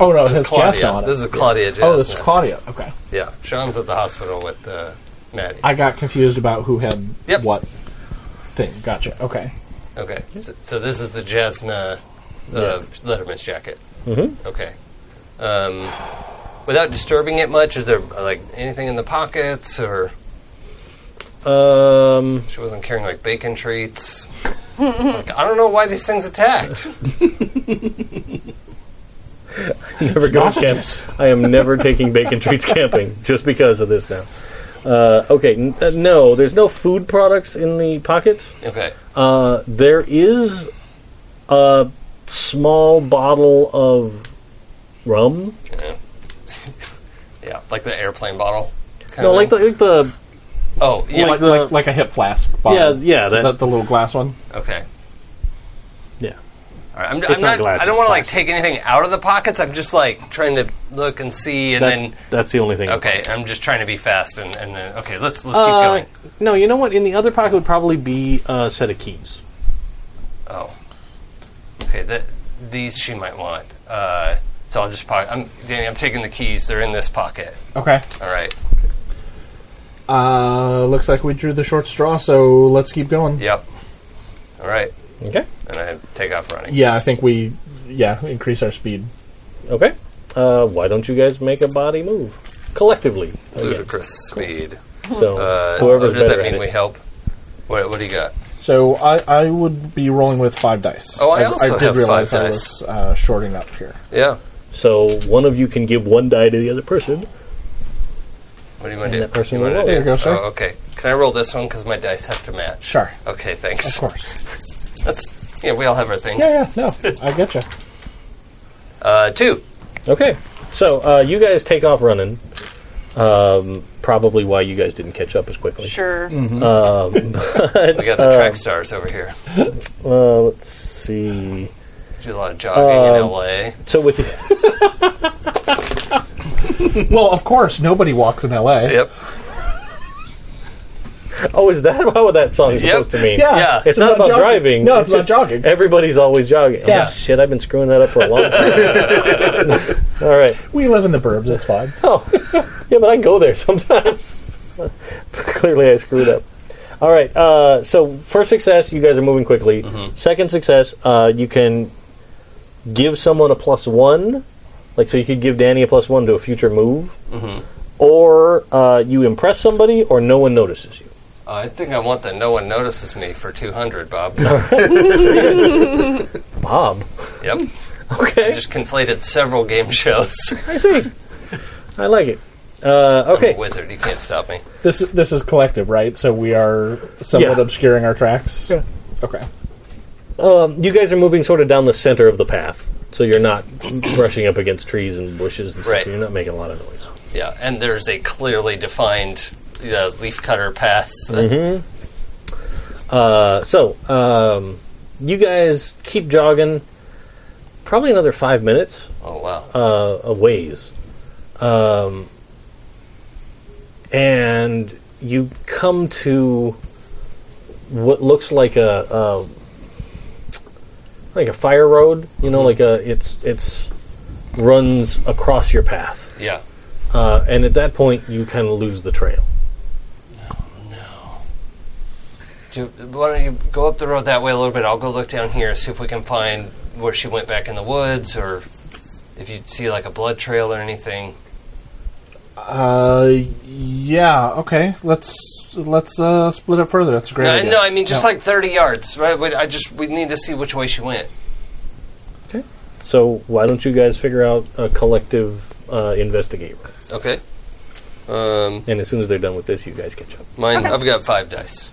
Speaker 3: Oh no, it has
Speaker 2: Claudia.
Speaker 3: Jasna on it.
Speaker 2: This is Claudia Jasna.
Speaker 3: oh, this is Claudia. Okay,
Speaker 2: Yeah. Sean's at the hospital with uh, Maddie.
Speaker 3: I got confused about who had
Speaker 2: Yep.
Speaker 3: what thing. Gotcha. Okay.
Speaker 2: okay. So, so this is the Jasna uh, Letterman's jacket. Mm-hmm. Okay. Um, without disturbing it much, is there uh, like anything in the pockets or
Speaker 1: Um,
Speaker 2: she wasn't carrying like bacon treats? Like, I don't know why these things attacked.
Speaker 1: never go to camp.
Speaker 3: Sausages.
Speaker 1: I am never taking bacon treats camping just because of this now. Uh, okay, n- uh, no, there's no food products in the pockets.
Speaker 2: Okay.
Speaker 1: Uh, there is a small bottle of rum.
Speaker 2: Yeah, like the airplane bottle.
Speaker 1: No, like the, like the
Speaker 2: oh yeah
Speaker 3: Like,
Speaker 1: the-
Speaker 3: like, like a hip flask. Bottle.
Speaker 1: Yeah, yeah,
Speaker 3: So
Speaker 1: that-
Speaker 3: that, the little glass one.
Speaker 2: okay.
Speaker 1: yeah.
Speaker 2: All right, I'm,
Speaker 1: It's
Speaker 2: I'm
Speaker 1: not
Speaker 2: not.
Speaker 1: glass,
Speaker 2: I don't
Speaker 1: it's
Speaker 2: want to like
Speaker 1: plastic.
Speaker 2: take anything out of the pockets. I'm just like trying to look and see, and
Speaker 1: That's,
Speaker 2: then
Speaker 1: that's the only thing.
Speaker 2: okay, I'm just trying to be fast, and, and then okay, let's let's
Speaker 1: Uh,
Speaker 2: keep going.
Speaker 1: No, you know what? In the other pocket would probably be a set of keys.
Speaker 2: Oh, okay. That these she might want. Uh, so I'll just pocket. I'm Danny. I'm taking the keys. They're in this pocket.
Speaker 3: Okay.
Speaker 2: All right.
Speaker 3: Uh, looks like we drew the short straw, so let's keep going.
Speaker 2: Yep. All right.
Speaker 1: Okay.
Speaker 2: And I take off running.
Speaker 3: Yeah, I think we, yeah, increase our speed.
Speaker 1: Okay. Uh, why don't you guys make a body move collectively? again?
Speaker 2: Ludicrous speed.
Speaker 1: So
Speaker 2: Uh,
Speaker 1: whoever's
Speaker 2: does that
Speaker 1: better
Speaker 2: mean
Speaker 1: at
Speaker 2: we
Speaker 1: it.
Speaker 2: help? What, what do you got?
Speaker 3: So I, I would be rolling with five dice.
Speaker 2: Oh, I also have five
Speaker 3: I
Speaker 2: dice.
Speaker 3: was uh, shorting up here.
Speaker 2: Yeah.
Speaker 1: So one of you can give one die to the other person.
Speaker 2: What do you want
Speaker 1: And
Speaker 2: to do?
Speaker 1: that person
Speaker 2: You
Speaker 1: will
Speaker 2: wanna
Speaker 1: roll.
Speaker 2: do-
Speaker 3: There you go, sir.
Speaker 2: Oh, okay. Can I roll this one because my dice have to match?
Speaker 3: Sure,
Speaker 2: Okay,
Speaker 3: of
Speaker 2: thanks.
Speaker 3: course.
Speaker 2: That's yeah, we all have our things.
Speaker 3: Yeah, yeah, no, I get you.
Speaker 2: Uh, two.
Speaker 1: Okay. So uh, you guys take off running. Um, probably why you guys didn't catch up as quickly.
Speaker 6: Sure.
Speaker 2: We got the track stars over here.
Speaker 1: Uh, let's see.
Speaker 2: Do a lot of jogging in LA.
Speaker 1: So with the,
Speaker 3: Well, of course, nobody walks in L.A.
Speaker 2: Yep.
Speaker 1: oh, is that how that song is
Speaker 2: Yep.
Speaker 1: supposed to mean?
Speaker 3: Yeah,
Speaker 2: Yeah.
Speaker 1: It's, not about
Speaker 3: jogging.
Speaker 1: driving.
Speaker 3: No, it's,
Speaker 1: just
Speaker 3: about jogging.
Speaker 1: Everybody's always jogging. I'm
Speaker 3: Yeah.
Speaker 1: like, shit, I've been screwing that up for a long time. All right.
Speaker 3: We live in the burbs. It's fine.
Speaker 1: Yeah, but I go there sometimes. Clearly, I screwed up. All right. Uh, so, first success, you guys are moving quickly. Second success, uh, you can give someone a plus one. Like, so you could give Danny a plus one to a future move. Or uh, you impress somebody, or no one notices you.
Speaker 2: Uh, I think I want the no one notices me for two hundred, Bob.
Speaker 1: Bob.
Speaker 2: yep. I
Speaker 1: Okay.
Speaker 2: just conflated several game shows.
Speaker 1: I see. I like it. Uh,
Speaker 2: I'm a
Speaker 1: okay.
Speaker 2: wizard. You can't stop me.
Speaker 3: This this is collective, right? So we are somewhat
Speaker 1: Yeah.
Speaker 3: obscuring our tracks.
Speaker 1: Yeah.
Speaker 3: Okay.
Speaker 1: You guys are moving sort of down the center of the path, so you're not brushing up against trees and bushes and stuff.
Speaker 2: Right.
Speaker 1: You're not making a lot of noise.
Speaker 2: Yeah. And there's a clearly defined uh, leaf cutter path.
Speaker 1: Uh, So, um, you guys keep jogging probably another five minutes
Speaker 2: Oh wow.
Speaker 1: uh, a ways. Um, and you come to what looks like a, a like a fire road. You know, like a it's it's runs across your path.
Speaker 2: Yeah.
Speaker 1: Uh, and at that point, you kind of lose the trail.
Speaker 2: Do, why don't you go up the road that way a little bit? I'll go look down here, see if we can find where she went back in the woods, or if you see like a blood trail or anything.
Speaker 3: Uh, yeah. Okay. Let's let's uh, split up further. That's a great.
Speaker 2: No, I-
Speaker 3: idea.
Speaker 2: no, I mean just
Speaker 3: No.
Speaker 2: like thirty yards, right? We, I just we need to see which way she went.
Speaker 1: So why don't you guys figure out a collective uh, investigate? round?
Speaker 2: Okay. Um,
Speaker 1: And as soon as they're done with this, you guys catch up.
Speaker 2: mine. I've got five dice.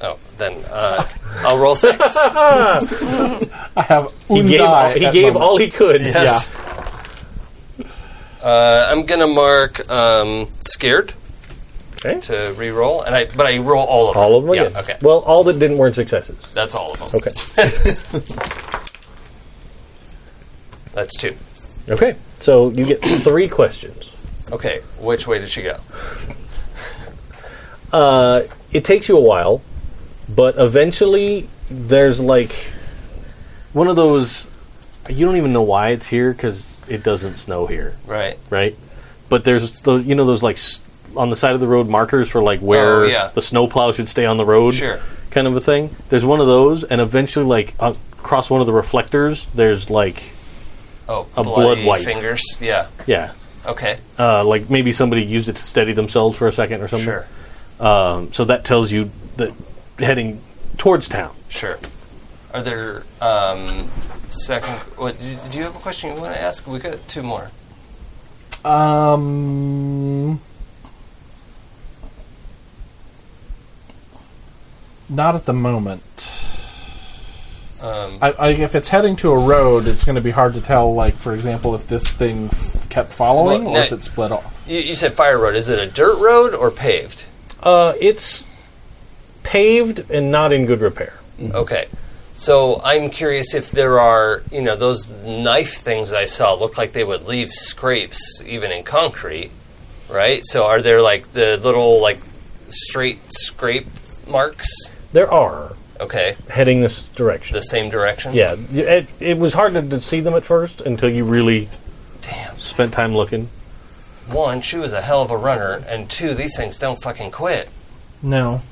Speaker 2: Oh, then uh, I'll roll six.
Speaker 3: I have.
Speaker 1: He
Speaker 3: un
Speaker 1: gave
Speaker 3: die
Speaker 1: he
Speaker 3: at
Speaker 1: gave
Speaker 3: moment.
Speaker 1: all he could.
Speaker 2: Yes. Uh, I'm gonna mark um, scared
Speaker 1: Okay.
Speaker 2: to re-roll, and I but I roll all of them.
Speaker 1: All of them
Speaker 2: Yeah.
Speaker 1: again.
Speaker 2: Okay.
Speaker 1: Well, all that didn't weren't successes.
Speaker 2: That's all of them.
Speaker 1: Okay.
Speaker 2: That's two.
Speaker 1: Okay. So you get three questions.
Speaker 2: Okay. Which way did she go?
Speaker 1: Uh, it takes you a while, but eventually there's like one of those. You don't even know why it's here because it doesn't snow here,
Speaker 2: Right.
Speaker 1: right? But there's those, you know, those like s- on the side of the road markers for like where
Speaker 2: Oh, yeah.
Speaker 1: the snow plow should stay on the road,
Speaker 2: Sure.
Speaker 1: kind of a thing. There's one of those, and eventually, like uh, across one of the reflectors, there's like
Speaker 2: Oh,
Speaker 1: A
Speaker 2: bloody
Speaker 1: blood wipe.
Speaker 2: fingers. Yeah.
Speaker 1: yeah,
Speaker 2: Okay.
Speaker 1: uh, like maybe somebody used it to steady themselves for a second or something.
Speaker 2: Sure.
Speaker 1: Um, so that tells you that heading towards town.
Speaker 2: Sure. Are there um, second? What, do do you have a question you want to ask? We got two more.
Speaker 3: Um. Not at the moment.
Speaker 2: Um,
Speaker 3: I, I, if it's heading to a road, it's going to be hard to tell. Like, for example, if this thing f- kept following
Speaker 2: Well,
Speaker 3: or
Speaker 2: no-
Speaker 3: if it split off.
Speaker 2: you, you said fire road. Is it a dirt road or paved?
Speaker 1: Uh, it's paved and not in good repair.
Speaker 2: Okay. So I'm curious if there are, you know, those knife things I saw look like they would leave scrapes even in concrete, right? So are there like the little like straight scrape marks?
Speaker 1: There are
Speaker 2: Okay,
Speaker 1: heading this direction.
Speaker 2: the same direction.
Speaker 1: yeah, y- it, it was hard to, to see them at first until you really
Speaker 2: Damn.
Speaker 1: spent time looking.
Speaker 2: One, she was a hell of a runner, and two, these things don't fucking quit.
Speaker 3: No.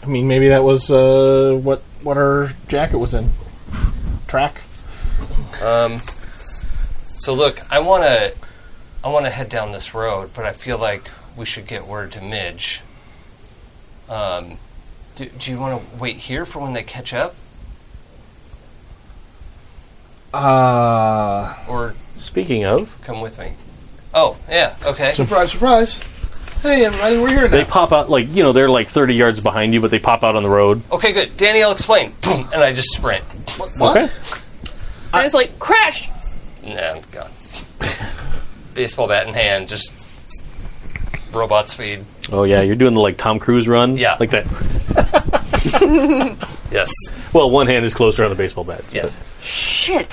Speaker 3: I mean, maybe that was uh, what what her jacket was in. Track.
Speaker 2: So look, I want to, I want to head down this road, but I feel like we should get word to Midge. Um, do, do you want to wait here for when they catch up,
Speaker 3: Uh,
Speaker 2: or
Speaker 1: Speaking of,
Speaker 2: come with me? Oh yeah, okay.
Speaker 5: Surprise, surprise. Hey, everybody, we're here now.
Speaker 1: they pop out like you know they're like thirty yards behind you, but they pop out on the road.
Speaker 2: Okay, good. Danny, I'll explain. Boom, and I just sprint.
Speaker 5: What?
Speaker 1: Okay.
Speaker 6: I was like, crash!
Speaker 2: Nah, I'm gone. Baseball bat in hand, just robot speed.
Speaker 1: Oh yeah, you're doing the like Tom Cruise run.
Speaker 2: Yeah.
Speaker 1: like that.
Speaker 2: Yes,
Speaker 1: Well, one hand is closed around the baseball bat.
Speaker 2: yes.
Speaker 6: Shit.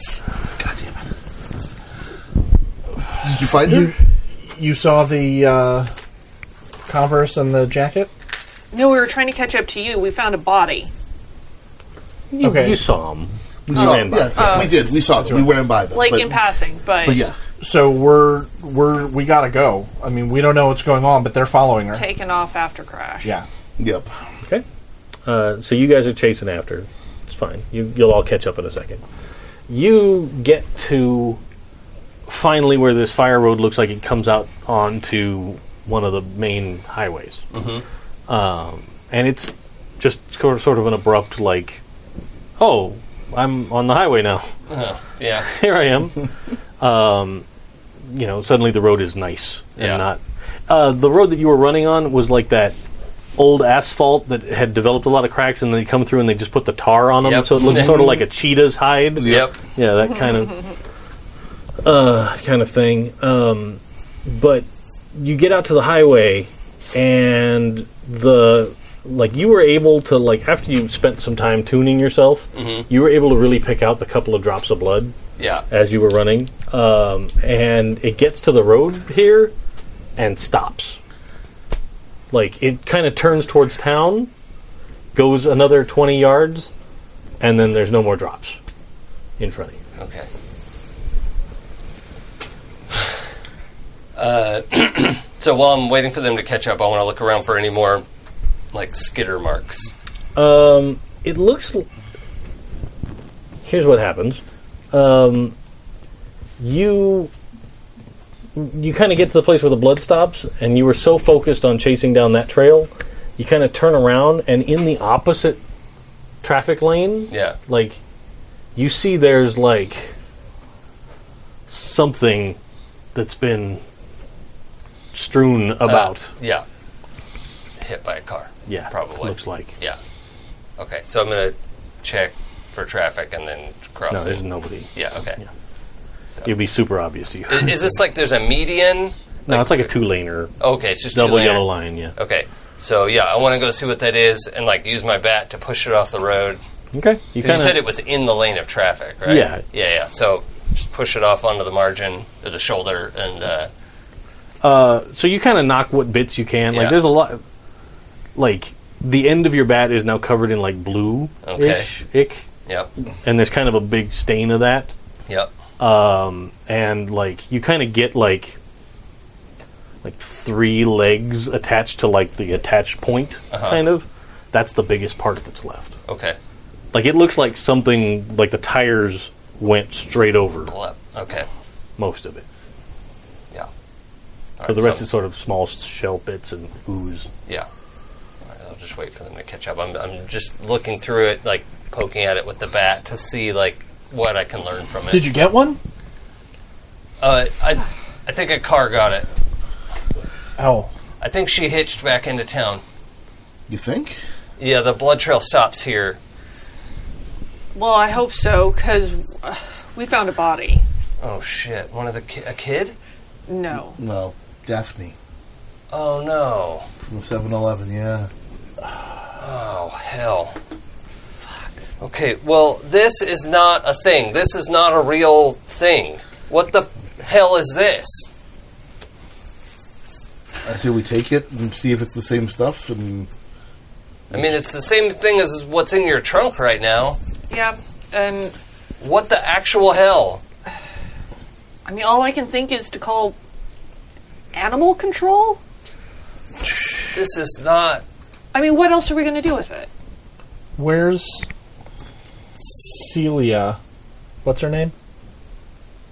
Speaker 5: Did you find him?
Speaker 3: you saw the uh, Converse and the jacket.
Speaker 6: No, we were trying to catch up to you. We found a body.
Speaker 1: You,
Speaker 3: Okay.
Speaker 1: you saw him.
Speaker 5: We saw
Speaker 1: ran
Speaker 5: him.
Speaker 1: by.
Speaker 5: Yeah, yeah, we did. We saw them. We went by them.
Speaker 6: Like
Speaker 5: but,
Speaker 6: in passing, but,
Speaker 5: but yeah,
Speaker 3: So we're we're we gotta go. I mean, we don't know what's going on, but they're following her.
Speaker 6: taken off after crash.
Speaker 3: Yeah.
Speaker 5: yep.
Speaker 1: Okay. Uh, so you guys are chasing after. It's fine. You, you'll all catch up in a second. You get to finally where this fire road looks like it comes out onto one of the main highways. Mm-hmm. Um, and it's just sort sort of an abrupt, like, oh, I'm on the highway now.
Speaker 2: Uh, yeah.
Speaker 1: Here I am. um, you know, suddenly the road is nice and
Speaker 2: Yeah.
Speaker 1: not. Uh, the road that you were running on was like that old asphalt that had developed a lot of cracks, and they come through and they just put the tar on them,
Speaker 2: Yep.
Speaker 1: so it looks sort of like a cheetah's hide.
Speaker 2: Yep.
Speaker 1: Yeah, that kind of uh, kind of thing. Um, but you get out to the highway, and the like you were able to like after you spent some time tuning yourself,
Speaker 2: Mm-hmm.
Speaker 1: you were able to really pick out the couple of drops of blood
Speaker 2: Yeah.
Speaker 1: as you were running, um, and it gets to the road here and stops. Like it kind of turns towards town, goes another 20 yards, and then there's no more drops in front of you.
Speaker 2: Okay. Uh, so while I'm waiting for them to catch up, I want to look around for any more like skitter marks.
Speaker 1: Um, it looks. L- Here's what happens. Um, you you kind of get to the place where the blood stops, and you were so focused on chasing down that trail, you kind of turn around, and in the opposite traffic lane,
Speaker 2: Yeah.
Speaker 1: like you see, there's like something that's been strewn
Speaker 2: Uh,
Speaker 1: about.
Speaker 2: Yeah. Hit by a car.
Speaker 1: yeah,
Speaker 2: probably.
Speaker 1: looks like.
Speaker 2: Yeah. Okay, so I'm gonna check for traffic and then
Speaker 1: No,
Speaker 2: cross
Speaker 1: there's
Speaker 2: it.
Speaker 1: nobody.
Speaker 2: Yeah. Okay.
Speaker 1: Yeah.
Speaker 2: So,
Speaker 1: It'd be super obvious to you.
Speaker 2: I- is this like there's a median?
Speaker 1: no, it's like a two laner,
Speaker 2: Okay, it's just two
Speaker 1: double
Speaker 2: lane.
Speaker 1: yellow line. Yeah.
Speaker 2: Okay, so yeah, I want to go see what that is and like use my bat to push it off the road.
Speaker 1: Okay. You
Speaker 2: 'Cause You,
Speaker 1: kind
Speaker 2: said
Speaker 1: of
Speaker 2: it was in the lane of traffic, right?
Speaker 1: Yeah.
Speaker 2: Yeah. Yeah. So just push it off onto the margin or the shoulder and uh,
Speaker 1: uh, so you kind of knock what bits you can. Like
Speaker 2: Yeah.
Speaker 1: there's a lot. Like the end of your bat is now covered in like blue ish ick,
Speaker 2: yep,
Speaker 1: and there's kind of a big stain of that.
Speaker 2: yep.
Speaker 1: Um, and like you kind of get like like three legs attached to like the attached point,
Speaker 2: Uh-huh.
Speaker 1: kind of. That's the biggest part that's left.
Speaker 2: Okay.
Speaker 1: Like it looks like something like the tires went straight over
Speaker 2: Left. Okay.
Speaker 1: most of it.
Speaker 2: Yeah. All
Speaker 1: So
Speaker 2: right,
Speaker 1: the rest is sort of small shell bits and ooze.
Speaker 2: Yeah. All right, I'll just wait for them to catch up. I'm, I'm just looking through it, like poking at it with the bat to see like what I can learn from it.
Speaker 3: Did you get one?
Speaker 2: Uh, I, I think a car got it.
Speaker 3: Ow.
Speaker 2: I think she hitched back into town.
Speaker 5: You think?
Speaker 2: Yeah, the blood trail stops here.
Speaker 6: Well, I hope so, because we found a body.
Speaker 2: Oh shit! One of the ki- a kid?
Speaker 6: No.
Speaker 5: Well, Daphne
Speaker 2: Oh no!
Speaker 5: from 7-Eleven, yeah.
Speaker 2: Oh hell! Fuck. Okay, well this is not a thing. This is not a real thing. What the f- hell is this?
Speaker 5: I say we take it and see if it's the same stuff and
Speaker 2: I mean, it's the same thing as what's in your trunk right now.
Speaker 6: Yeah. And
Speaker 2: What the actual hell?
Speaker 6: I mean, all I can think is to call animal control.
Speaker 2: This is not.
Speaker 6: I mean, what else are we going to do with it?
Speaker 3: Where's Celia? What's her name?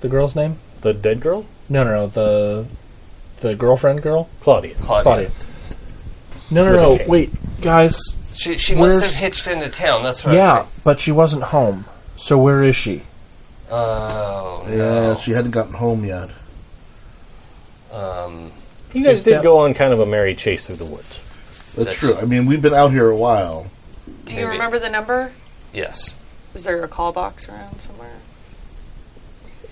Speaker 3: The girl's name?
Speaker 1: The dead girl,
Speaker 3: No, no, no. The the girlfriend girl,
Speaker 1: Claudia.
Speaker 2: Claudia.
Speaker 3: Claudia. No, no,
Speaker 1: With
Speaker 3: no.
Speaker 1: a K.
Speaker 3: Wait, guys.
Speaker 2: She, she must
Speaker 3: Where's-
Speaker 2: have hitched into town. That's what I
Speaker 3: yeah,
Speaker 2: was
Speaker 3: but she wasn't home. So where is she?
Speaker 2: Oh
Speaker 5: yeah,
Speaker 2: no.
Speaker 5: she hadn't gotten home yet.
Speaker 2: Um,
Speaker 1: You guys
Speaker 3: Is
Speaker 1: did
Speaker 3: that-
Speaker 1: go on kind of a merry chase through the woods.
Speaker 5: That's,
Speaker 2: That's-
Speaker 5: true. I mean, we've been out here a while.
Speaker 6: Do you
Speaker 2: Maybe.
Speaker 6: remember the number?
Speaker 2: yes.
Speaker 6: Is there a call box around somewhere?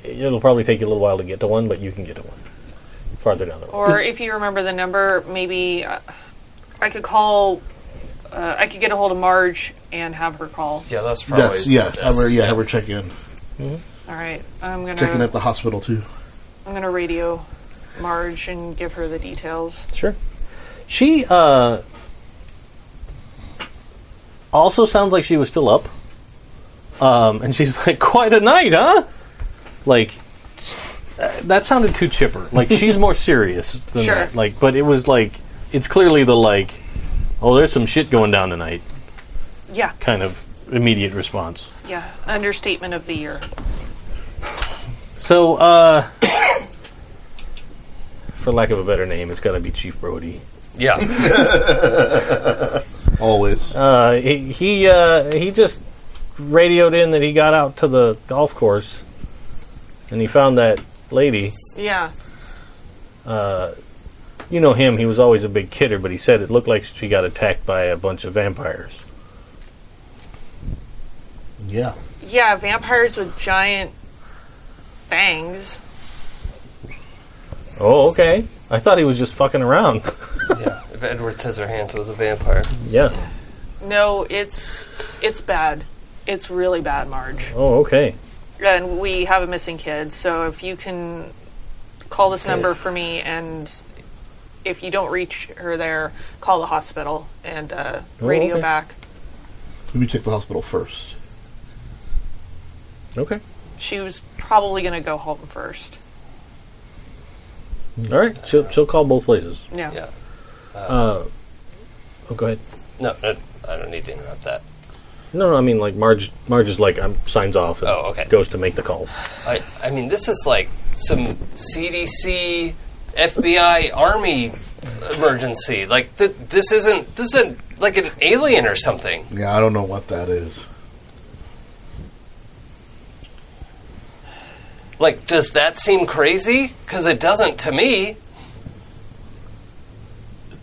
Speaker 1: It'll probably take you a little while to get to one, but you can get to one farther down the road.
Speaker 6: Or if you remember the number, maybe uh, I could call. Uh, I could get a hold of Marge and have her call.
Speaker 2: Yeah, that's probably.
Speaker 5: yes, yeah.
Speaker 2: the
Speaker 5: Have her,
Speaker 2: best.
Speaker 5: yeah, have her check in.
Speaker 6: All right, I'm gonna
Speaker 5: Check in at the hospital too.
Speaker 6: I'm gonna radio Marge and give her the details.
Speaker 1: Sure. She uh, also sounds like she was still up, um, and she's like, "Quite a night, huh?" Like uh, that sounded too chipper. Like she's more serious than
Speaker 6: Sure.
Speaker 1: that. Like, but it was like it's clearly the like, "Oh, there's some shit going down tonight."
Speaker 6: Yeah,
Speaker 1: Kind of immediate response.
Speaker 6: yeah. Understatement of the year.
Speaker 1: So, uh, for lack of a better name, it's got to be Chief Brody.
Speaker 2: Yeah.
Speaker 5: Always.
Speaker 1: Uh, he he, uh, he just radioed in that he got out to the golf course and he found that lady.
Speaker 6: Yeah,
Speaker 1: You know him; he was always a big kidder, but he said it looked like she got attacked by a bunch of vampires.
Speaker 5: yeah.
Speaker 6: yeah. Vampires with giant fangs.
Speaker 1: Oh, okay. I thought he was just fucking around.
Speaker 2: yeah. If Edward Scissorhands was a vampire.
Speaker 1: yeah.
Speaker 6: No, it's it's bad. It's really bad, Marge.
Speaker 1: Oh, okay.
Speaker 6: And we have a missing kid, so if you can call this number for me, and if you don't reach her there, call the hospital and uh,
Speaker 1: Oh,
Speaker 6: radio
Speaker 1: okay.
Speaker 6: back.
Speaker 5: Maybe check the hospital first.
Speaker 1: Okay.
Speaker 6: She was probably going to go home first.
Speaker 1: All right. She'll, she'll call both places.
Speaker 6: Yeah.
Speaker 2: Yeah.
Speaker 1: Oh, go ahead.
Speaker 2: No, no, I don't need to interrupt that.
Speaker 1: No, no, I mean like Marge. Marge is like um, signs off. And
Speaker 2: Oh, okay.
Speaker 1: Goes to make the call.
Speaker 2: I, I mean, this is like some CDC, FBI, Army emergency. Like th- this isn't this isn't like an alien or something.
Speaker 5: Yeah, I don't know what that is.
Speaker 2: Like, does that seem crazy? Because it doesn't to me.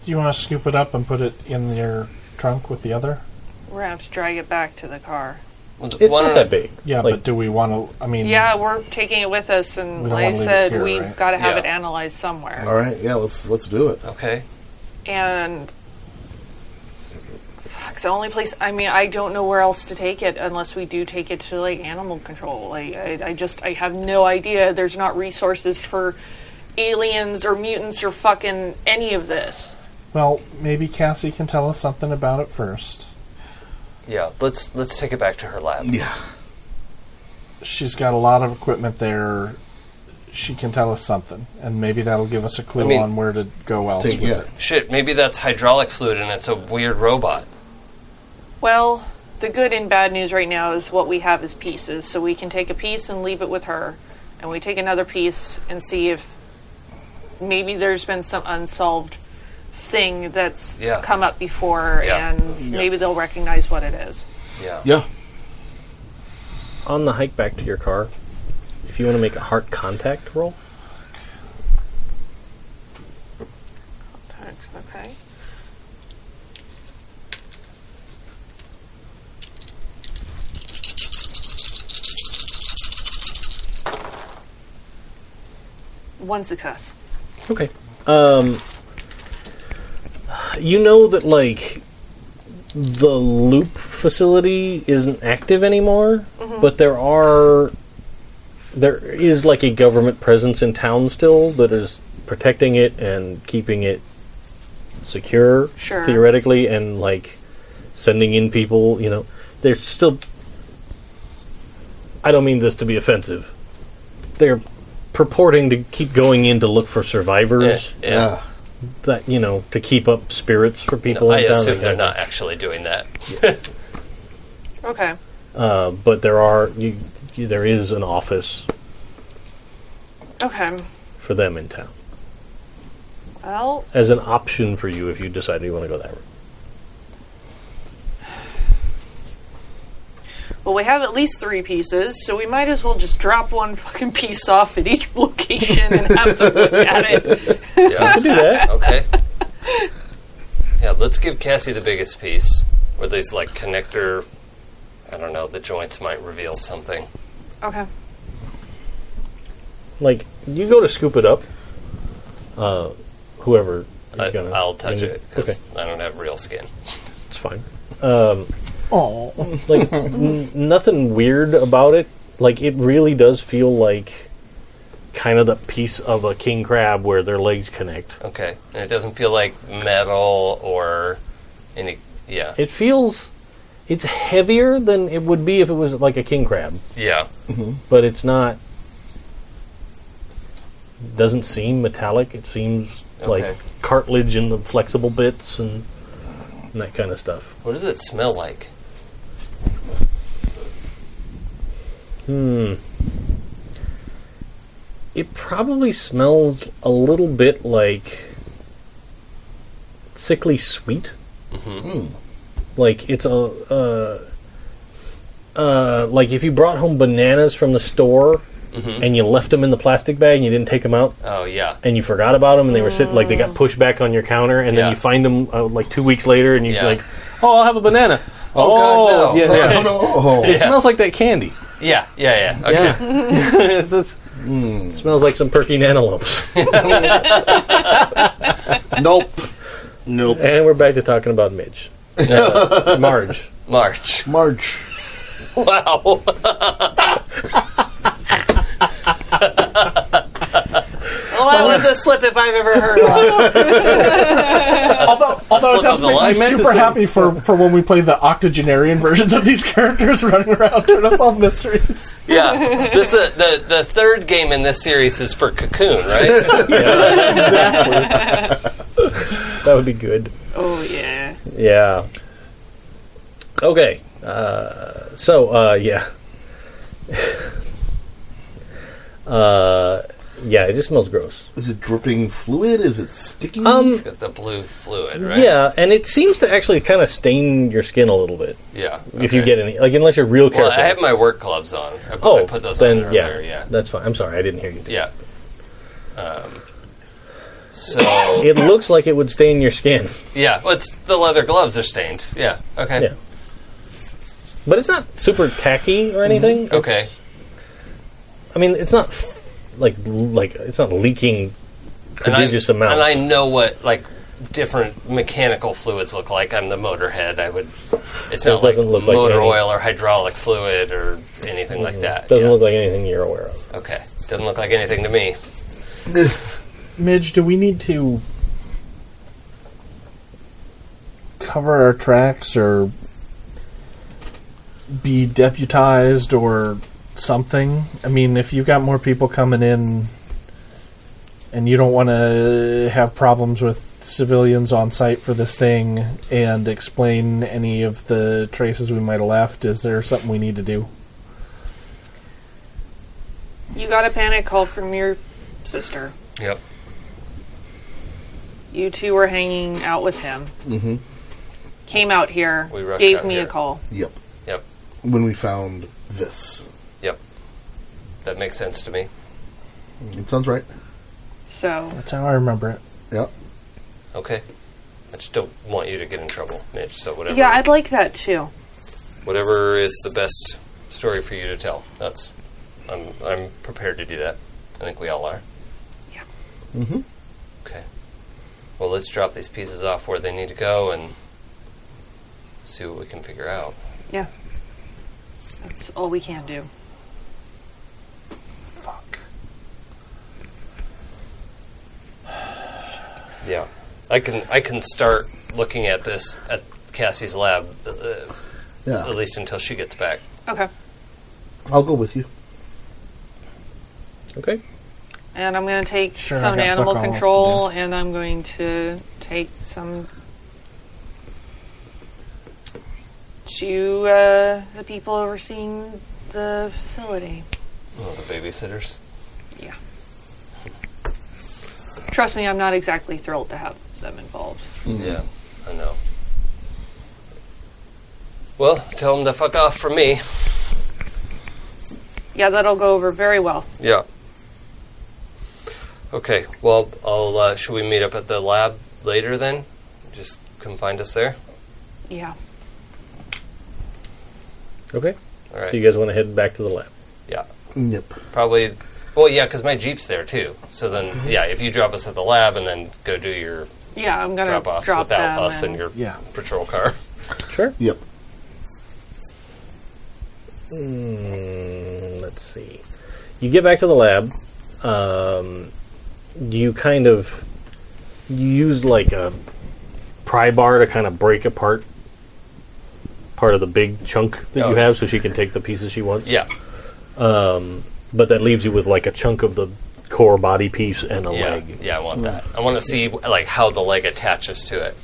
Speaker 3: Do you want to scoop it up and put it in your trunk with the other?
Speaker 6: We're going to have to drag it back to the car.
Speaker 1: It's not that big.
Speaker 3: Yeah,
Speaker 1: Like-
Speaker 3: but do we want to? I mean,
Speaker 6: Yeah, we're taking it with us,
Speaker 3: We
Speaker 6: and
Speaker 3: don't
Speaker 6: like I
Speaker 3: wanna leave it
Speaker 6: said,
Speaker 3: here,
Speaker 6: we've
Speaker 3: right?
Speaker 6: got to have
Speaker 2: Yeah.
Speaker 6: it analyzed somewhere.
Speaker 5: All right, yeah, let's let's do it.
Speaker 2: Okay.
Speaker 6: And fuck, the only place I mean, I don't know where else to take it unless we do take it to like animal control. Like, I, I just, I have no idea. There's not resources for aliens or mutants or fucking any of this.
Speaker 3: Well, maybe Cassie can tell us something about it first.
Speaker 2: Yeah. Let's let's take it back to her lab.
Speaker 5: Yeah,
Speaker 3: She's got a lot of equipment there. She can tell us something, and maybe that'll give us a clue
Speaker 2: I mean-
Speaker 3: on where to go else
Speaker 5: take
Speaker 3: with
Speaker 5: yeah.
Speaker 3: it.
Speaker 2: Shit. Maybe that's hydraulic fluid and it's a weird robot.
Speaker 6: Well, the good and bad news right now is what we have is pieces. So we can take a piece and leave it with her, and we take another piece and see if maybe there's been some unsolved thing that's
Speaker 2: Yeah.
Speaker 6: come up before,
Speaker 2: Yeah.
Speaker 6: and maybe they'll recognize what it is.
Speaker 2: Yeah.
Speaker 5: Yeah,
Speaker 1: On the hike back to your car, if you want to make a heart contact roll,
Speaker 6: Thanks, Okay. One success.
Speaker 1: Okay. Um, you know that like the loop facility isn't active anymore, but there are there is like a government presence in town still that is protecting it and keeping it secure
Speaker 6: Sure.
Speaker 1: theoretically and like sending in people, you know. They're still I don't mean this to be offensive. They're purporting to keep going in to look for
Speaker 2: Yeah.
Speaker 1: survivors
Speaker 2: yeah.
Speaker 5: yeah.
Speaker 1: that you know to keep up spirits for people.
Speaker 2: I
Speaker 1: in town.
Speaker 2: assume they're not actually doing that.
Speaker 6: Okay.
Speaker 1: Uh, but there are you, you, there is an office
Speaker 6: Okay.
Speaker 1: for them in town
Speaker 6: Well,
Speaker 1: as an option for you if you decide you want to go that route.
Speaker 6: well, we have at least three pieces, so we might as well just drop one fucking piece off at each location and have them look at it.
Speaker 2: Yeah.
Speaker 1: Do that.
Speaker 2: Okay. Yeah, let's give Cassie the biggest piece. Where these like connector I don't know, the joints might reveal something.
Speaker 6: Okay.
Speaker 1: Like you go to scoop it up. Uh, whoever is
Speaker 2: I,
Speaker 1: gonna-
Speaker 2: I'll touch it
Speaker 1: Okay,
Speaker 2: because I don't have real skin.
Speaker 1: it's fine. Um,
Speaker 3: Oh,
Speaker 1: like n- nothing weird about it. Like it really does feel like kind of the piece of a king crab where their legs connect.
Speaker 2: Okay, and it doesn't feel like metal or any. Yeah,
Speaker 1: It feels it's heavier than it would be if it was like a king crab,
Speaker 2: yeah,
Speaker 1: but it's not doesn't seem metallic. It seems
Speaker 2: Okay.
Speaker 1: like cartilage and the flexible bits and, and that kind of stuff.
Speaker 2: What does it smell like?
Speaker 1: Hmm. It probably smells a little bit like sickly sweet.
Speaker 2: Mm-hmm.
Speaker 1: Like it's a uh, uh, like if you brought home bananas from the store
Speaker 2: Mm-hmm.
Speaker 1: and you left them in the plastic bag and you didn't take them out
Speaker 2: Oh yeah,
Speaker 1: and you forgot about them and they were sitting like they got pushed back on your counter and
Speaker 2: Yeah.
Speaker 1: then you find them uh, like two weeks later and you're
Speaker 2: Yeah.
Speaker 1: like, oh, I'll have a banana.
Speaker 2: Oh, God, no.
Speaker 1: yeah, yeah.
Speaker 5: Oh, no. oh.
Speaker 1: It smells like that candy.
Speaker 2: yeah, yeah, yeah. Okay,
Speaker 1: Yeah. It's just-
Speaker 2: Mm.
Speaker 1: Smells like some perky antelopes.
Speaker 5: nope, nope.
Speaker 1: and we're back to talking about Midge. Uh, Marge.
Speaker 2: March.
Speaker 5: March.
Speaker 2: Wow.
Speaker 6: Well, that was a slip if I've ever heard one.
Speaker 3: Although, although
Speaker 2: slip
Speaker 3: it does
Speaker 2: of the
Speaker 3: make
Speaker 2: line.
Speaker 3: me
Speaker 2: I meant
Speaker 1: to
Speaker 3: super
Speaker 1: say-
Speaker 3: happy for, for when we play the octogenarian versions of these characters running around trying to solve mysteries.
Speaker 2: Yeah, this uh, the the third game in this series is for Cocoon, right?
Speaker 1: That would be good.
Speaker 6: Oh yeah.
Speaker 1: Yeah. Okay. Uh, so uh, yeah. uh, yeah, it just smells gross.
Speaker 5: Is it dripping fluid? Is it sticky?
Speaker 1: Um,
Speaker 2: It's got the blue fluid, right?
Speaker 1: Yeah, and it seems to actually kind of stain your skin a little bit
Speaker 2: yeah.
Speaker 1: if you
Speaker 2: okay.
Speaker 1: get any, like unless you're real careful.
Speaker 2: well, I have my work gloves on. I put,
Speaker 1: oh,
Speaker 2: I put those
Speaker 1: then
Speaker 2: on
Speaker 1: yeah,
Speaker 2: earlier. Yeah,
Speaker 1: that's fine. I'm sorry, I didn't hear you.
Speaker 2: yeah. Um, so
Speaker 1: It looks like it would stain your skin,
Speaker 2: yeah, well, it's the leather gloves are stained. Yeah. Okay.
Speaker 1: Yeah. but it's not super tacky or anything. It's-
Speaker 2: Mm-hmm. Okay.
Speaker 1: I mean, it's not f- like like it's not leaking prodigious
Speaker 2: and I,
Speaker 1: amount.
Speaker 2: And I know what like different mechanical fluids look like. I'm the motorhead. I would. It's
Speaker 1: So it
Speaker 2: not like
Speaker 1: doesn't look like
Speaker 2: motor
Speaker 1: any- Mm-hmm.
Speaker 2: oil or hydraulic fluid or anything like that.
Speaker 1: Doesn't
Speaker 2: Yeah.
Speaker 1: look like anything you're aware of.
Speaker 2: okay. Doesn't look like anything to me.
Speaker 3: Midge, do we need to cover our tracks or be deputized or something? I mean, if you've got more people coming in and you don't want to have problems with civilians on site for this thing and explain any of the traces we might have left, is there something we need to do?
Speaker 6: You got a panic call from your sister.
Speaker 2: Yep.
Speaker 6: You two were hanging out with him. Mm-hmm. Came out here.
Speaker 2: We rushed
Speaker 6: gave
Speaker 2: out
Speaker 6: me
Speaker 2: here.
Speaker 6: a call.
Speaker 5: Yep.
Speaker 2: Yep.
Speaker 5: When we found this,
Speaker 2: Yep. That makes sense to me.
Speaker 5: it sounds right.
Speaker 6: So
Speaker 3: That's how I remember it.
Speaker 5: Yep.
Speaker 2: Okay. I just don't want you to get in trouble, Mitch. So whatever.
Speaker 6: yeah, I'd like that too.
Speaker 2: whatever is the best story for you to tell. That's. I'm. I'm prepared to do that. I think we all are.
Speaker 6: Yeah.
Speaker 5: Mhm.
Speaker 2: Okay. Well, let's drop these pieces off where they need to go and see what we can figure out.
Speaker 6: Yeah. That's all we can do.
Speaker 2: Yeah, I can I can start looking at this at Cassie's lab uh, uh,
Speaker 5: Yeah.
Speaker 2: at least until she gets back.
Speaker 6: Okay.
Speaker 5: I'll go with you.
Speaker 1: Okay.
Speaker 6: And I'm going to take
Speaker 3: Sure, I
Speaker 6: some to
Speaker 3: got fuck
Speaker 6: animal
Speaker 3: all else to
Speaker 6: control, and I'm going to take some to uh, the people overseeing the facility.
Speaker 2: Oh, the babysitters.
Speaker 6: Yeah. Trust me, I'm not exactly thrilled to have them involved.
Speaker 2: Yeah, Mm-hmm. I know. Well, tell them to fuck off from me.
Speaker 6: Yeah, that'll go over very well.
Speaker 2: Yeah. Okay. Well, I'll. Uh, should we meet up at the lab later then? Just come find us there.
Speaker 6: Yeah.
Speaker 1: Okay.
Speaker 2: All right.
Speaker 1: So you guys want to head back to the lab?
Speaker 2: yeah.
Speaker 5: Yep.
Speaker 2: Probably. Well, yeah, because my jeep's there too. So then,
Speaker 1: Mm-hmm.
Speaker 2: yeah, if you drop us at the lab and then go do your
Speaker 6: Yeah, I'm going to
Speaker 2: drop
Speaker 6: drop,
Speaker 2: offs without
Speaker 6: them.
Speaker 2: us in
Speaker 6: and-
Speaker 2: your
Speaker 3: Yeah.
Speaker 2: patrol car.
Speaker 1: Sure.
Speaker 5: Yep.
Speaker 1: Mm, let's see. You get back to the lab. Um, you kind of you use like a pry bar to kind of break apart part of the big chunk that
Speaker 2: Oh,
Speaker 1: you
Speaker 2: yeah.
Speaker 1: have, so she can take the pieces she wants.
Speaker 2: Yeah.
Speaker 1: But that leaves you with like a chunk of the core body piece and a
Speaker 2: Yeah.
Speaker 1: leg.
Speaker 2: Yeah. I want that. I want to see like how the leg attaches to it.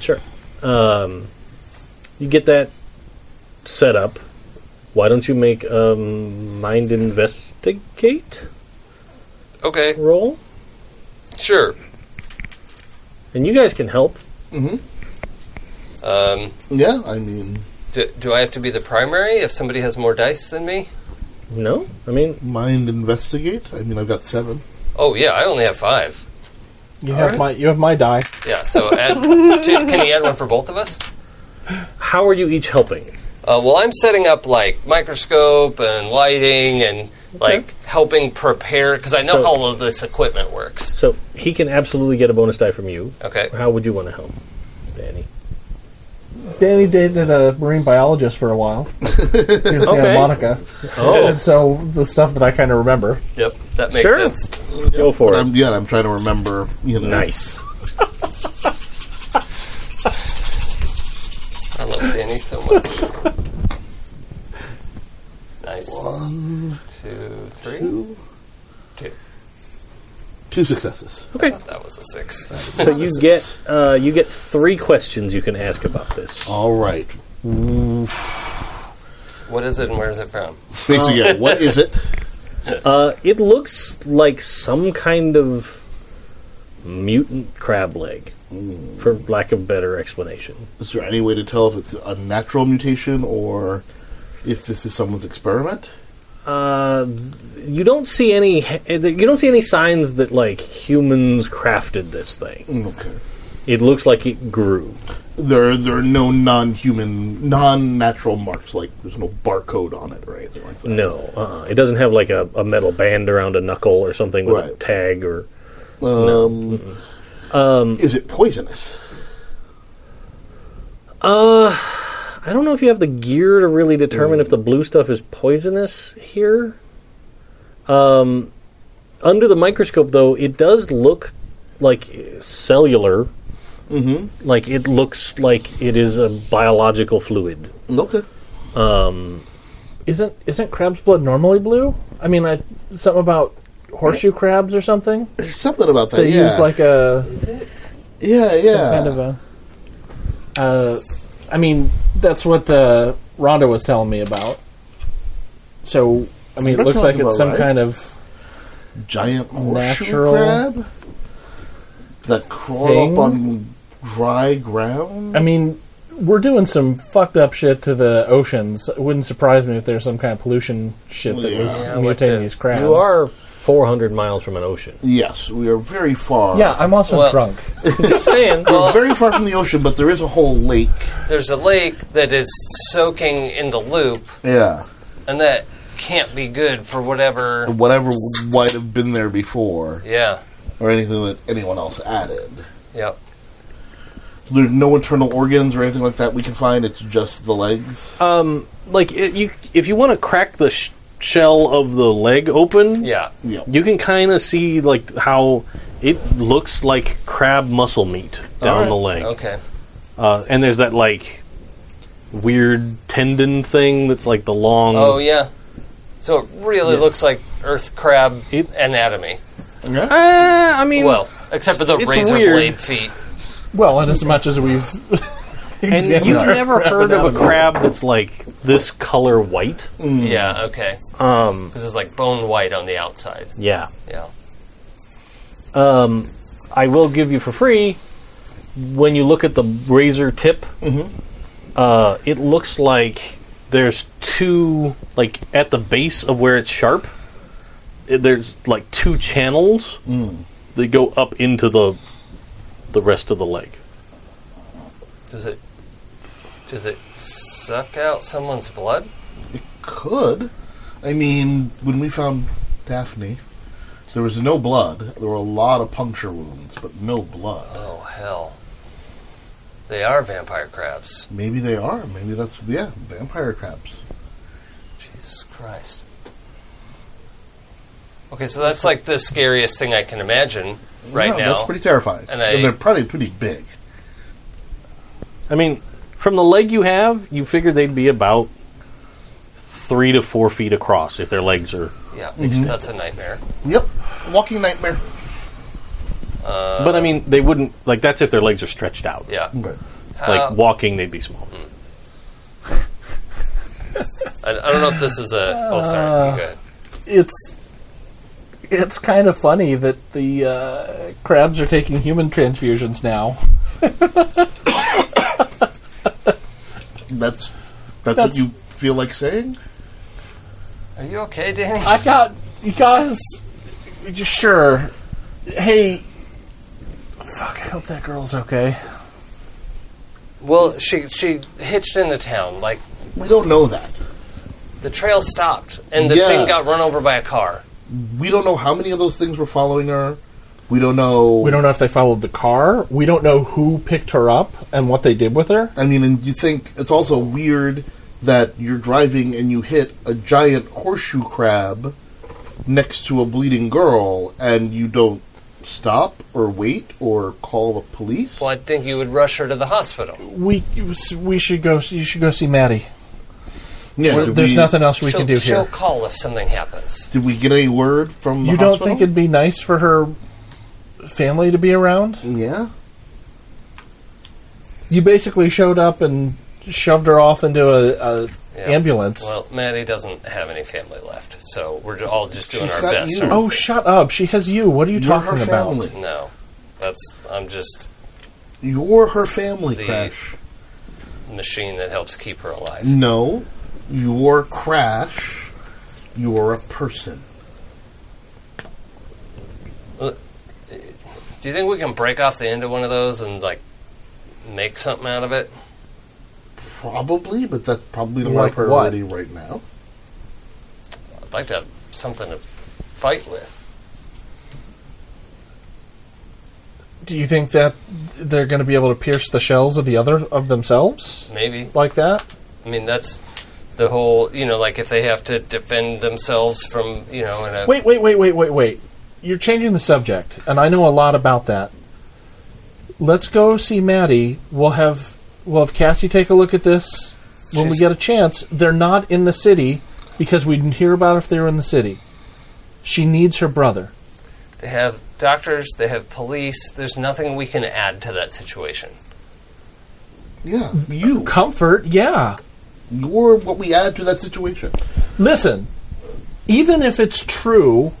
Speaker 1: Sure. Um, you get that set up. Why don't you make a um, mind investigate
Speaker 2: Okay.
Speaker 1: roll?
Speaker 2: Sure.
Speaker 1: And you guys can help.
Speaker 2: Um,
Speaker 5: Yeah. I mean,
Speaker 2: do, do I have to be the primary if somebody has more dice than me?
Speaker 1: No? I mean,
Speaker 5: mind investigate. I mean, I've got seven.
Speaker 2: Oh yeah, I only have five.
Speaker 3: You have my you have my die.
Speaker 2: Yeah, so add, two, can he add one for both of us?
Speaker 1: how are you each helping?
Speaker 2: Uh, well, I'm setting up like microscope and lighting and like helping prepare because I know
Speaker 1: So-
Speaker 2: how all of this equipment works.
Speaker 1: So he can absolutely get a bonus die from you.
Speaker 2: Okay,
Speaker 1: How would you want to help, Danny?
Speaker 3: Danny dated a marine biologist for a while in Santa
Speaker 1: Okay.
Speaker 3: Monica,
Speaker 1: Oh.
Speaker 3: and so the stuff that I kind of remember.
Speaker 2: yep. That makes
Speaker 1: Sure.
Speaker 2: sense.
Speaker 1: Go for
Speaker 5: But
Speaker 1: it.
Speaker 5: I'm, yeah, I'm trying to remember. You know,
Speaker 1: Nice.
Speaker 2: I love Danny so much. nice. One, two, three. Two.
Speaker 5: two successes.
Speaker 1: Okay.
Speaker 2: That was a six.
Speaker 1: So you get uh, you get three questions you can ask about this.
Speaker 5: All right.
Speaker 2: What is it and where is it from?
Speaker 5: Basically, yeah, what is it?
Speaker 1: Uh, it looks like some kind of mutant crab leg,
Speaker 5: Mm.
Speaker 1: for lack of better explanation.
Speaker 5: Is there any way to tell if it's a natural mutation or if this is someone's experiment?
Speaker 1: Uh, you don't see any you don't see any signs that like humans crafted this thing.
Speaker 5: Okay.
Speaker 1: It looks like it grew.
Speaker 5: There, there are no non-human, non-natural marks. Like there's no barcode on it or anything like that.
Speaker 1: No, uh, it doesn't have like a, a metal band around a knuckle or something with a
Speaker 5: Right.
Speaker 1: tag or.
Speaker 5: Um,
Speaker 3: Um,
Speaker 5: is it poisonous?
Speaker 1: I don't know if you have the gear to really determine if the blue stuff is poisonous here. Um, under the microscope, though, it does look like cellular. Mm-hmm. Like it looks like it is a biological fluid.
Speaker 5: Okay.
Speaker 3: Isn't isn't crab's blood normally blue? I mean, I something about horseshoe crabs or something.
Speaker 5: There's something about that.
Speaker 3: They
Speaker 5: yeah.
Speaker 3: use like a
Speaker 5: yeah, yeah.
Speaker 3: some kind of a. Uh, I mean, that's what uh, Rhonda was telling me about. So, I mean, it
Speaker 5: That
Speaker 3: looks
Speaker 5: sounds
Speaker 3: like it's
Speaker 5: about
Speaker 3: some
Speaker 5: right.
Speaker 3: kind of
Speaker 5: giant horseshoe
Speaker 3: Natural-
Speaker 5: crab that crawl
Speaker 3: Thing?
Speaker 5: up on dry ground.
Speaker 3: I mean, we're doing some fucked up shit to the oceans. It wouldn't surprise me if there's some kind of pollution shit that was
Speaker 2: Yeah,
Speaker 3: mutating
Speaker 2: like the-
Speaker 3: these crabs.
Speaker 1: You are 400 miles from an ocean.
Speaker 5: Yes, we are very far.
Speaker 3: Yeah, I'm also
Speaker 2: Well-
Speaker 3: drunk.
Speaker 1: Just saying.
Speaker 5: We're very far from the ocean, but there is a whole lake.
Speaker 2: There's a lake that is soaking in the loop,
Speaker 5: Yeah,
Speaker 2: and that can't be good for whatever.
Speaker 5: whatever might have been there before,
Speaker 2: Yeah.
Speaker 5: or anything that anyone else added.
Speaker 2: Yep.
Speaker 5: There's no internal organs or anything like that we can find. It's just the legs.
Speaker 2: Uh,
Speaker 9: Um, like it, you, if you want to crack the sh- shell of the leg open,
Speaker 2: Yeah.
Speaker 5: yeah.
Speaker 9: you can kind of see like how it looks like crab muscle meat down
Speaker 5: Alright.
Speaker 9: the leg,
Speaker 2: Okay.
Speaker 9: uh, and there's that like weird tendon thing that's like the long.
Speaker 2: Oh yeah. So it really looks like Earth crab
Speaker 9: It-
Speaker 2: anatomy.
Speaker 5: Okay.
Speaker 9: Uh, I mean,
Speaker 2: Well, except for the
Speaker 9: it's
Speaker 2: razor
Speaker 9: weird.
Speaker 2: blade feet.
Speaker 3: Well, and as much as we've
Speaker 9: and you've
Speaker 3: examined our
Speaker 9: never
Speaker 3: crab
Speaker 9: heard of a
Speaker 3: anatomy-
Speaker 9: crab that's like this color white.
Speaker 2: Yeah. Okay.
Speaker 9: Mm. Um,
Speaker 2: This is like bone white on the outside.
Speaker 9: yeah.
Speaker 2: Yeah.
Speaker 9: Um, I will give you for free when you look at the razor tip. Uh, it looks like there's two, like at the base of where it's sharp. i- There's like two channels that go up into the the rest of the leg.
Speaker 2: Does it? Does it suck out someone's blood?
Speaker 5: Could. I mean, when we found Daphne, there was no blood. There were a lot of puncture wounds, but no blood.
Speaker 2: Oh hell! They are vampire crabs.
Speaker 5: Maybe they are. Maybe that's, yeah, vampire crabs.
Speaker 2: Jesus Christ. Okay, so that's like the scariest thing I can imagine right
Speaker 5: Yeah,
Speaker 2: now.
Speaker 5: That's pretty terrifying.
Speaker 2: And
Speaker 5: And,
Speaker 2: I-
Speaker 5: they're probably pretty big.
Speaker 9: I mean, from the leg you have, you figure they'd be about three to four feet across if their legs are.
Speaker 2: yeah,
Speaker 9: Mhm.
Speaker 2: that's a nightmare.
Speaker 5: Yep. Walking nightmare.
Speaker 9: but I mean, they wouldn't like that's if their legs are stretched out.
Speaker 2: Yeah,
Speaker 5: Okay.
Speaker 2: How-
Speaker 9: Like walking, they'd be small.
Speaker 2: I, I don't know if this is a. Oh, sorry. Good.
Speaker 3: it's it's kind of funny that the uh, crabs are taking human transfusions now.
Speaker 5: That's, that's what
Speaker 3: That's-
Speaker 5: you feel like saying?
Speaker 2: Are you okay, Danny?
Speaker 3: I got you guys. Sure. Hey. Fuck. I hope that girl's okay.
Speaker 2: Well, she she hitched into town. Like
Speaker 5: We don't know that.
Speaker 2: the trail stopped, and the
Speaker 5: Yeah.
Speaker 2: thing got run over by a car.
Speaker 5: We don't know how many of those things were following her. We don't know.
Speaker 3: We don't know if they followed the car. We don't know who picked her up and what they did with her.
Speaker 5: I mean, and you think it's also weird that you're driving and you hit a giant horseshoe crab next to a bleeding girl and you don't stop or wait or call the police?
Speaker 2: Well, I think you would rush her to the hospital.
Speaker 3: We we should go. You should go see Maddie.
Speaker 5: yeah,
Speaker 3: We're-
Speaker 5: did
Speaker 3: There's
Speaker 5: we-
Speaker 3: nothing else we
Speaker 2: she'll,
Speaker 3: can do
Speaker 2: she'll
Speaker 3: here.
Speaker 2: call if something happens.
Speaker 5: Did we get any word from the
Speaker 3: You don't
Speaker 5: hospital?
Speaker 3: think it'd be nice for her family to be around?
Speaker 5: Yeah.
Speaker 3: You basically showed up and shoved her off into a, a
Speaker 2: Yeah.
Speaker 3: ambulance.
Speaker 2: Well, Maddie doesn't have any family left, so we're all just doing
Speaker 5: She's
Speaker 2: our
Speaker 5: got
Speaker 2: best.
Speaker 5: you.
Speaker 2: aren't
Speaker 3: oh, shut up! She has you. What are you
Speaker 5: You're her
Speaker 3: talking about?
Speaker 5: family.
Speaker 2: we? no, that's I'm just
Speaker 5: You're her family,
Speaker 2: The-
Speaker 5: Crash.
Speaker 2: machine that helps keep her alive.
Speaker 5: No. You're Crash. You're a person.
Speaker 2: Do you think we can break off the end of one of those and like make something out of it?
Speaker 5: Probably, but that's probably not
Speaker 3: Like
Speaker 5: my
Speaker 3: what?
Speaker 5: priority right now.
Speaker 2: I'd like to have something to fight with.
Speaker 3: Do you think that they're going to be able to pierce the shells of the other of themselves
Speaker 2: Maybe.
Speaker 3: like that?
Speaker 2: I mean, that's the whole. You know, like if they have to defend themselves from you know, uh, in a
Speaker 3: Wait, wait, wait, wait, wait, wait. You're changing the subject, and I know a lot about that. Let's go see Maddie. We'll have we'll have Cassie take a look at this when we
Speaker 2: She's-
Speaker 3: get a chance. They're not in the city because we didn't hear about if they were in the city. She needs her brother.
Speaker 2: They have doctors, they have police. There's nothing we can add to that situation.
Speaker 5: Yeah. You.
Speaker 3: Comfort, yeah.
Speaker 5: You're what we add to that situation.
Speaker 3: Listen, even if it's true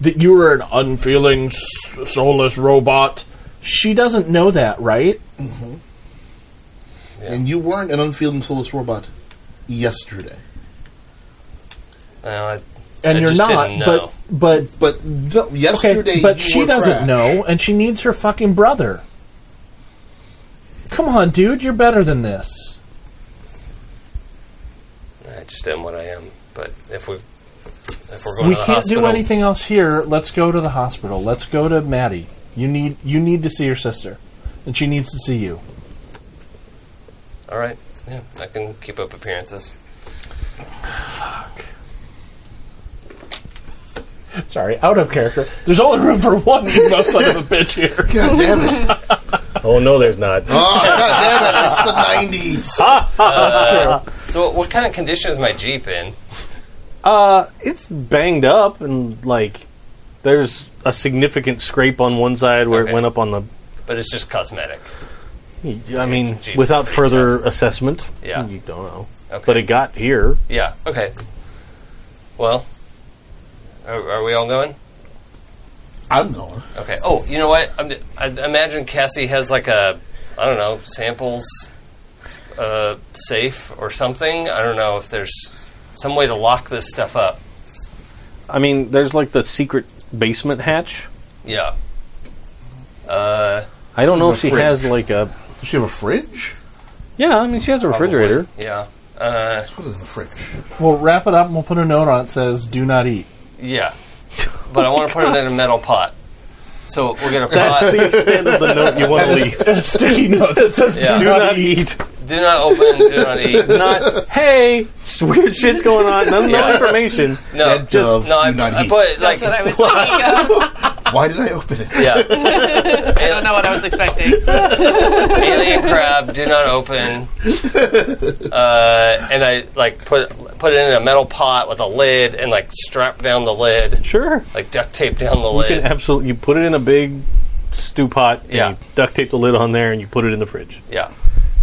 Speaker 3: that you are an unfeeling, s- soulless robot, she doesn't know that, right?
Speaker 5: And you weren't an unfeeling soulless robot yesterday.
Speaker 2: Uh, I-
Speaker 3: And
Speaker 2: I
Speaker 3: you're
Speaker 2: just
Speaker 3: not,
Speaker 2: didn't know.
Speaker 3: but but
Speaker 5: But no,
Speaker 3: okay,
Speaker 5: yesterday.
Speaker 3: but
Speaker 5: you
Speaker 3: she
Speaker 5: were
Speaker 3: doesn't
Speaker 5: Crash.
Speaker 3: know, and she needs her fucking brother. Come on, dude, you're better than this.
Speaker 2: I just am what I am. But if we if we're going
Speaker 3: we
Speaker 2: to the
Speaker 3: can't
Speaker 2: hospital,
Speaker 3: do anything else here. Let's go to the hospital. Let's go to Maddie. You need you need to see your sister, and she needs to see you.
Speaker 2: All right, yeah, I can keep up appearances.
Speaker 3: Sorry, out of character. There's only room for one emo son of a bitch here.
Speaker 5: God damn it.
Speaker 14: Oh no, there's not.
Speaker 5: Oh, God damn it. It's the 90s.
Speaker 2: So, what, what kind of condition is my Jeep in?
Speaker 1: Uh, it's banged up and like there's a significant scrape on one side where
Speaker 2: Okay.
Speaker 1: it went up on the.
Speaker 2: But it's just cosmetic.
Speaker 1: I mean,
Speaker 2: Jeez,
Speaker 1: without
Speaker 2: pretty
Speaker 1: further assessment,
Speaker 2: Yeah.
Speaker 1: you don't know.
Speaker 2: Okay.
Speaker 1: But it got here.
Speaker 2: yeah. Okay. Well, are, are we all going?
Speaker 5: I'm going.
Speaker 2: Okay. Oh, you know what? I'm, I imagine Cassie has like a, I don't know, samples uh, safe or something. I don't know if there's some way to lock this stuff up.
Speaker 1: I mean, there's like the secret basement hatch.
Speaker 2: Yeah. Uh,
Speaker 1: I don't know
Speaker 5: The
Speaker 1: if she
Speaker 5: fridge.
Speaker 1: has like a.
Speaker 5: Does she have a fridge?
Speaker 1: Yeah, I mean, she has a refrigerator.
Speaker 2: probably. Yeah. Uh,
Speaker 5: Let's put it in the fridge.
Speaker 3: We'll wrap it up and we'll put a note on it says "Do not eat."
Speaker 2: yeah. But I want to put it in a metal pot. So we'll get a
Speaker 1: That's
Speaker 2: pot.
Speaker 1: the extent of the note you want to leave.
Speaker 3: a sticky note that says
Speaker 2: Yeah.
Speaker 1: Do not eat.
Speaker 2: Do not open. Do not eat.
Speaker 1: Not hey, s- weird shit's going on. No, no
Speaker 2: Yeah.
Speaker 1: information.
Speaker 2: No.
Speaker 5: Dead
Speaker 2: just
Speaker 5: dove,
Speaker 2: no. I,
Speaker 5: do not
Speaker 2: I
Speaker 5: eat.
Speaker 2: put like
Speaker 6: That's what I was thinking of.
Speaker 5: Why did I open it?
Speaker 2: yeah.
Speaker 6: I don't know what I was expecting.
Speaker 2: alien crab do not open uh, and i like put put it in a metal pot with a lid and like strap down the lid
Speaker 1: Sure,
Speaker 2: like duct tape down the
Speaker 1: you can
Speaker 2: lid
Speaker 1: absolutely. You put it in a big stew pot. and
Speaker 2: Yeah.
Speaker 1: you duct tape the lid on there, and you put it in the fridge
Speaker 2: yeah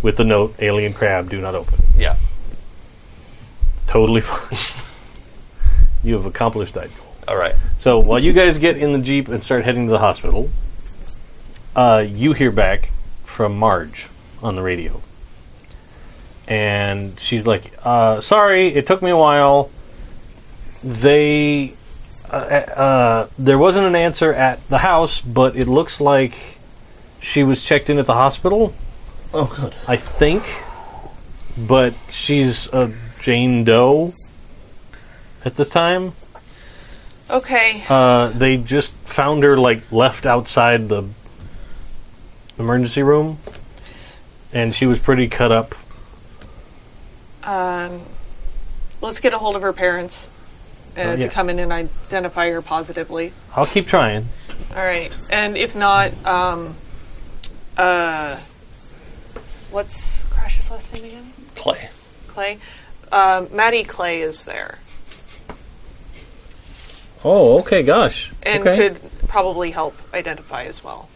Speaker 1: with the note: "Alien crab, do not open."
Speaker 2: yeah
Speaker 1: Totally fine. you have accomplished that goal.
Speaker 2: all right
Speaker 1: So while you guys get in the jeep and start heading to the hospital, uh, you hear back from Marge on the radio, and she's like, uh, "Sorry, it took me a while. They, uh, uh, there wasn't an answer at the house, but it looks like she was checked in at the hospital,
Speaker 5: Oh, good.
Speaker 1: I think. But she's a Jane Doe at this time."
Speaker 6: Okay.
Speaker 1: Uh, they just found her like left outside the emergency room, and she was pretty cut up.
Speaker 6: Um, let's get a hold of her parents. uh,
Speaker 9: yeah.
Speaker 6: to come in and identify her positively.
Speaker 9: I'll keep trying.
Speaker 6: All right, and if not, um, uh, what's Crash's last name again?
Speaker 2: Clay.
Speaker 6: Clay. Um, Maddie Clay is there
Speaker 1: Oh, okay. Gosh.
Speaker 6: and
Speaker 1: okay.
Speaker 6: could probably help identify as well.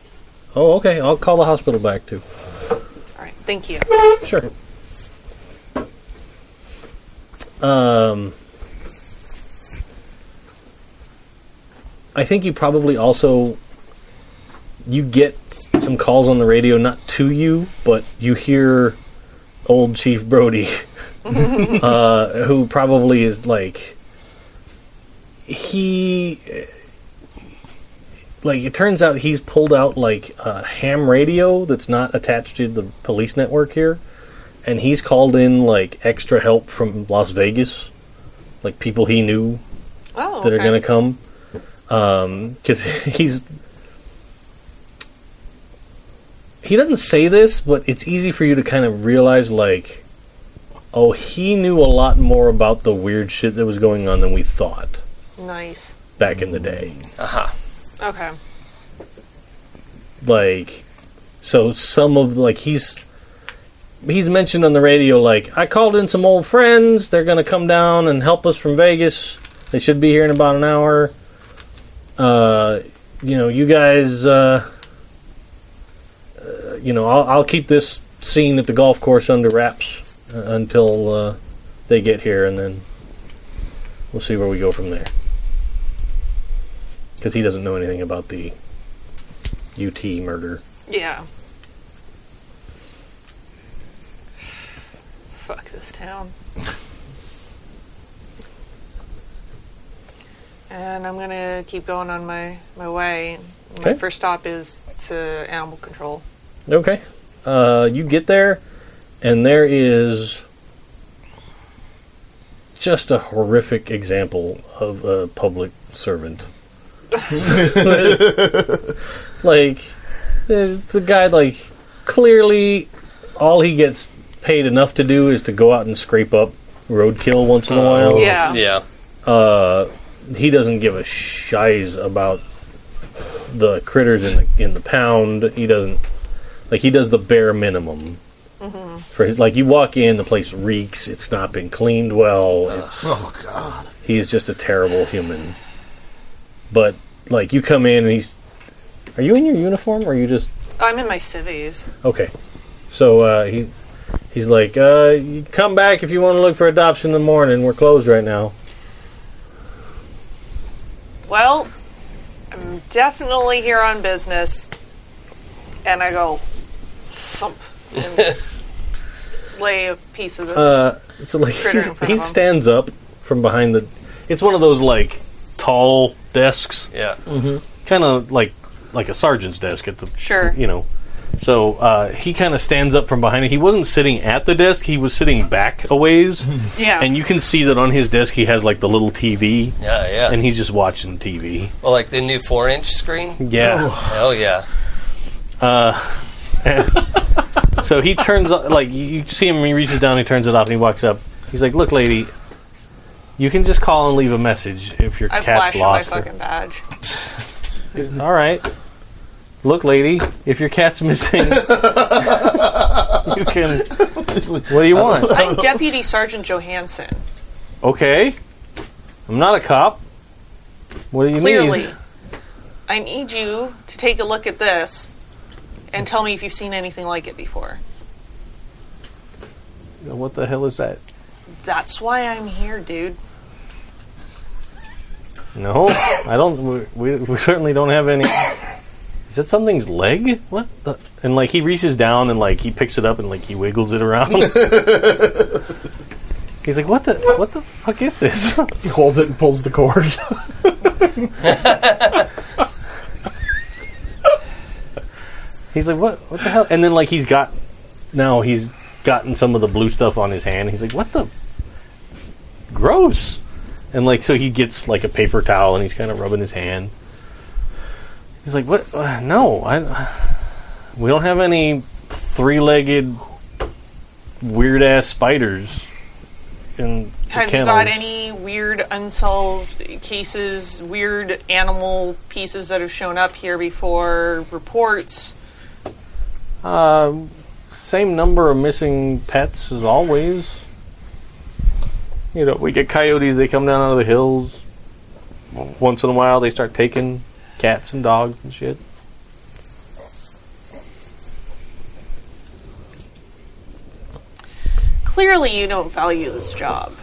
Speaker 1: Oh, okay. I'll call the hospital back too.
Speaker 6: All right, thank you.
Speaker 1: Sure. Um, I think you probably also you get s- some calls on the radio, not to you, but you hear old Chief Brody, uh, who probably is like he like it turns out he's pulled out like a ham radio that's not attached to the police network here and he's called in like extra help from las vegas like people he knew
Speaker 6: Oh,
Speaker 1: that are
Speaker 6: okay.
Speaker 1: going to come because he's he doesn't say this but it's easy for you to kind of realize like oh he knew a lot more about the weird shit that was going on than we thought
Speaker 6: nice.
Speaker 1: back in the day
Speaker 2: Uh-huh.
Speaker 6: Okay,
Speaker 1: like so some of like he's he's mentioned on the radio like i called in some old friends they're gonna come down and help us from vegas they should be here in about an hour uh you know you guys uh, uh you know I'll, I'll keep this scene at the golf course under wraps uh, until uh they get here and then we'll see where we go from there because he doesn't know anything about the UT murder.
Speaker 6: yeah. Fuck this town. And I'm gonna keep going on my my way. My
Speaker 1: Okay.
Speaker 6: first stop is to animal control.
Speaker 1: Okay. Uh, you get there, and there is just a horrific example of a public servant. like, the the guy, like, clearly all he gets paid enough to do is to go out and scrape up roadkill once in a while.
Speaker 6: Yeah.
Speaker 2: Yeah.
Speaker 1: uh, he doesn't give a shiz about the critters in the in the pound. He doesn't like he does the bare minimum for his. Like you walk in, the place reeks. It's not been cleaned well. It's,
Speaker 5: Oh God.
Speaker 1: he is just a terrible human. But like you come in and he's, are you in your uniform or are you just
Speaker 6: I'm in my civvies.
Speaker 1: Okay. So uh, he he's like, uh, you come back if you want to look for adoption in the morning. We're closed right now.
Speaker 6: Well, I'm definitely here on business. And I go thump and lay a piece of this.
Speaker 1: Uh, so like
Speaker 6: Critter in
Speaker 1: he-
Speaker 6: front
Speaker 1: he
Speaker 6: of him.
Speaker 1: stands up from behind the. It's one of those like tall desks,
Speaker 2: Yeah.
Speaker 9: Kind of like like a sergeant's desk at the
Speaker 6: Sure.
Speaker 9: you know. So uh, he kind of stands up from behind it. He wasn't sitting at the desk; he was sitting back a ways,
Speaker 6: yeah.
Speaker 9: and you can see that on his desk he has like the little TV,
Speaker 2: Yeah, yeah.
Speaker 9: and he's just watching TV.
Speaker 2: well, like the new four inch screen?
Speaker 9: Yeah.
Speaker 2: Oh, yeah.
Speaker 9: So he turns uh, like you- you see him. He reaches down, he turns it off, and he walks up. He's like, "Look, lady, you can just call and leave a message if your
Speaker 6: I
Speaker 9: cat's
Speaker 6: flash my
Speaker 9: lost." or-
Speaker 6: fucking badge.
Speaker 9: All right. Look, lady, if your cat's missing, you can. What do you want?
Speaker 6: I'm Deputy Sergeant Johansson.
Speaker 9: Okay. I'm not a cop. What do you
Speaker 6: Clearly,
Speaker 9: need?
Speaker 6: I need you to take a look at this and tell me if you've seen anything like it before.
Speaker 9: What the hell is that?
Speaker 6: That's why I'm here, dude.
Speaker 9: No, I don't. We, we certainly don't have any. Is that something's leg? What? The? And like he reaches down and like he picks it up and like he wiggles it around. He's like, what the what the fuck is this?
Speaker 15: He holds it and pulls the cord.
Speaker 9: He's like, what? What the hell? And then like he's got now he's gotten some of the blue stuff on his hand. He's like, what the gross? And like so he gets like a paper towel and he's kind of rubbing his hand. He's like, what? Uh, no, I. We don't have any three-legged weird ass spiders in the
Speaker 6: Have you
Speaker 9: kennels.
Speaker 6: got any weird unsolved cases, weird animal pieces that have shown up here before, reports.
Speaker 1: Um, same number of missing pets as always. You know, we get coyotes, they come down out of the hills. Once in a while, they start taking cats and dogs and shit.
Speaker 6: Clearly, you don't value this job.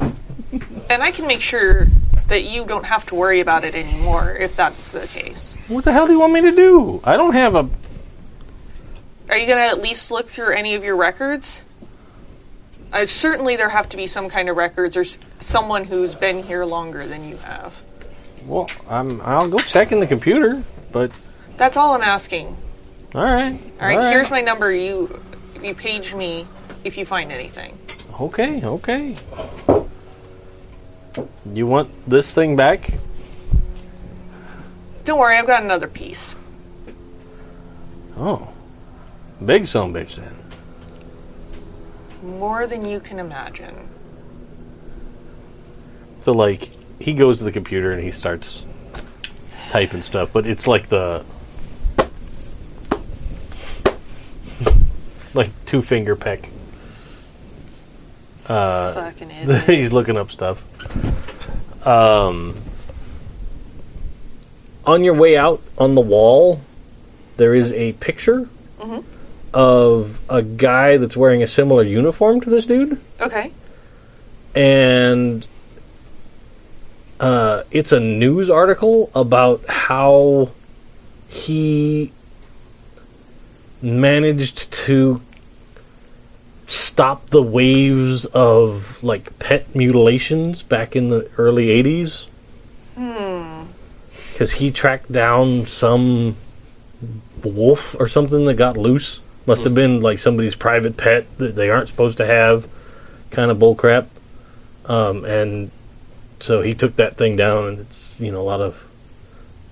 Speaker 6: and I can make sure that you don't have to worry about it anymore if that's the case.
Speaker 1: What the hell do you want me to do? I don't have a.
Speaker 6: Are you going to at least look through any of your records? Uh, certainly, there have to be some kind of records or s- someone who's been here longer than you have.
Speaker 1: Well, I'm, I'll go check in the computer, but.
Speaker 6: That's all I'm asking.
Speaker 1: Alright.
Speaker 6: All right, here's my number. You you page me if you find anything.
Speaker 1: Okay, okay. You want this thing back?
Speaker 6: Don't worry, I've got another piece.
Speaker 1: Oh. Big son bitch then.
Speaker 6: More than you can imagine.
Speaker 1: So like he goes to the computer and he starts typing stuff, but it's like the like two finger peck.
Speaker 6: Fucking idiot.
Speaker 1: He's looking up stuff. Um
Speaker 16: on your way out on the wall, there is a picture of a guy that's wearing a similar uniform to this dude,
Speaker 6: okay.
Speaker 16: and uh, it's a news article about how he managed to stop the waves of like pet mutilations back in the early 80s because he tracked down some wolf or something that got loose. Must have been like somebody's private pet that they aren't supposed to have, kind of bullcrap. Um, and so he took that thing down, and it's you know a lot of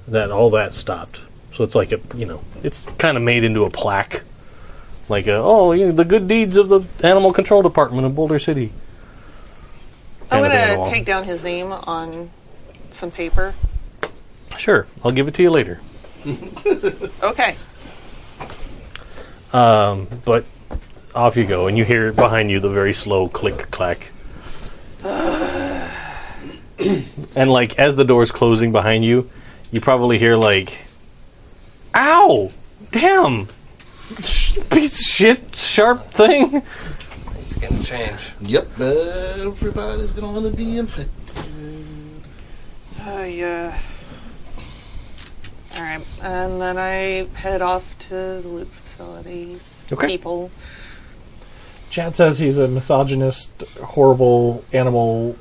Speaker 16: that all that stopped. So it's like a you know it's kind of made into a plaque, like a, oh you know, the good deeds of the animal control department of Boulder City.
Speaker 6: I'm
Speaker 1: Hand it on the
Speaker 6: gonna
Speaker 1: wall.
Speaker 6: take down his name on some paper.
Speaker 1: Sure, I'll give it to you later.
Speaker 6: Okay.
Speaker 1: Um, but off you go, and you hear behind you the very slow click clack. and like as the door's closing behind you, you probably hear like, "Ow, damn, Sh- piece of shit, sharp thing."
Speaker 2: It's gonna change.
Speaker 5: Yep, everybody's gonna want to be infected.
Speaker 6: Uh, yeah. All right, and then I head off to the loop facility. People.
Speaker 3: Chad says he's a misogynist, horrible animal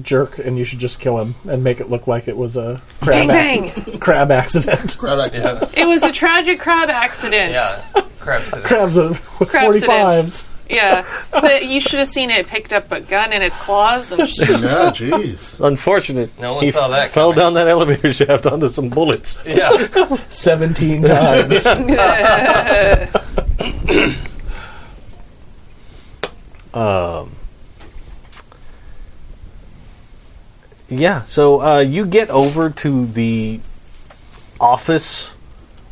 Speaker 3: jerk, and you should just kill him and make it look like it was a crab,
Speaker 6: Bang,
Speaker 3: acc- crab accident.
Speaker 5: Crowd yeah.
Speaker 6: It was a tragic crab accident.
Speaker 2: Yeah, crabs. it is.
Speaker 3: Crabs with
Speaker 6: Crabs it is.
Speaker 3: 45s.
Speaker 6: Yeah, but you should have seen it picked up a gun in its claws and sh-
Speaker 5: Yeah, jeez.
Speaker 1: Unfortunate.
Speaker 2: No one saw that
Speaker 1: Fell
Speaker 2: coming.
Speaker 1: down that elevator shaft onto some bullets.
Speaker 2: Yeah,
Speaker 3: 17 times.
Speaker 1: Yeah, so uh, you get over to the office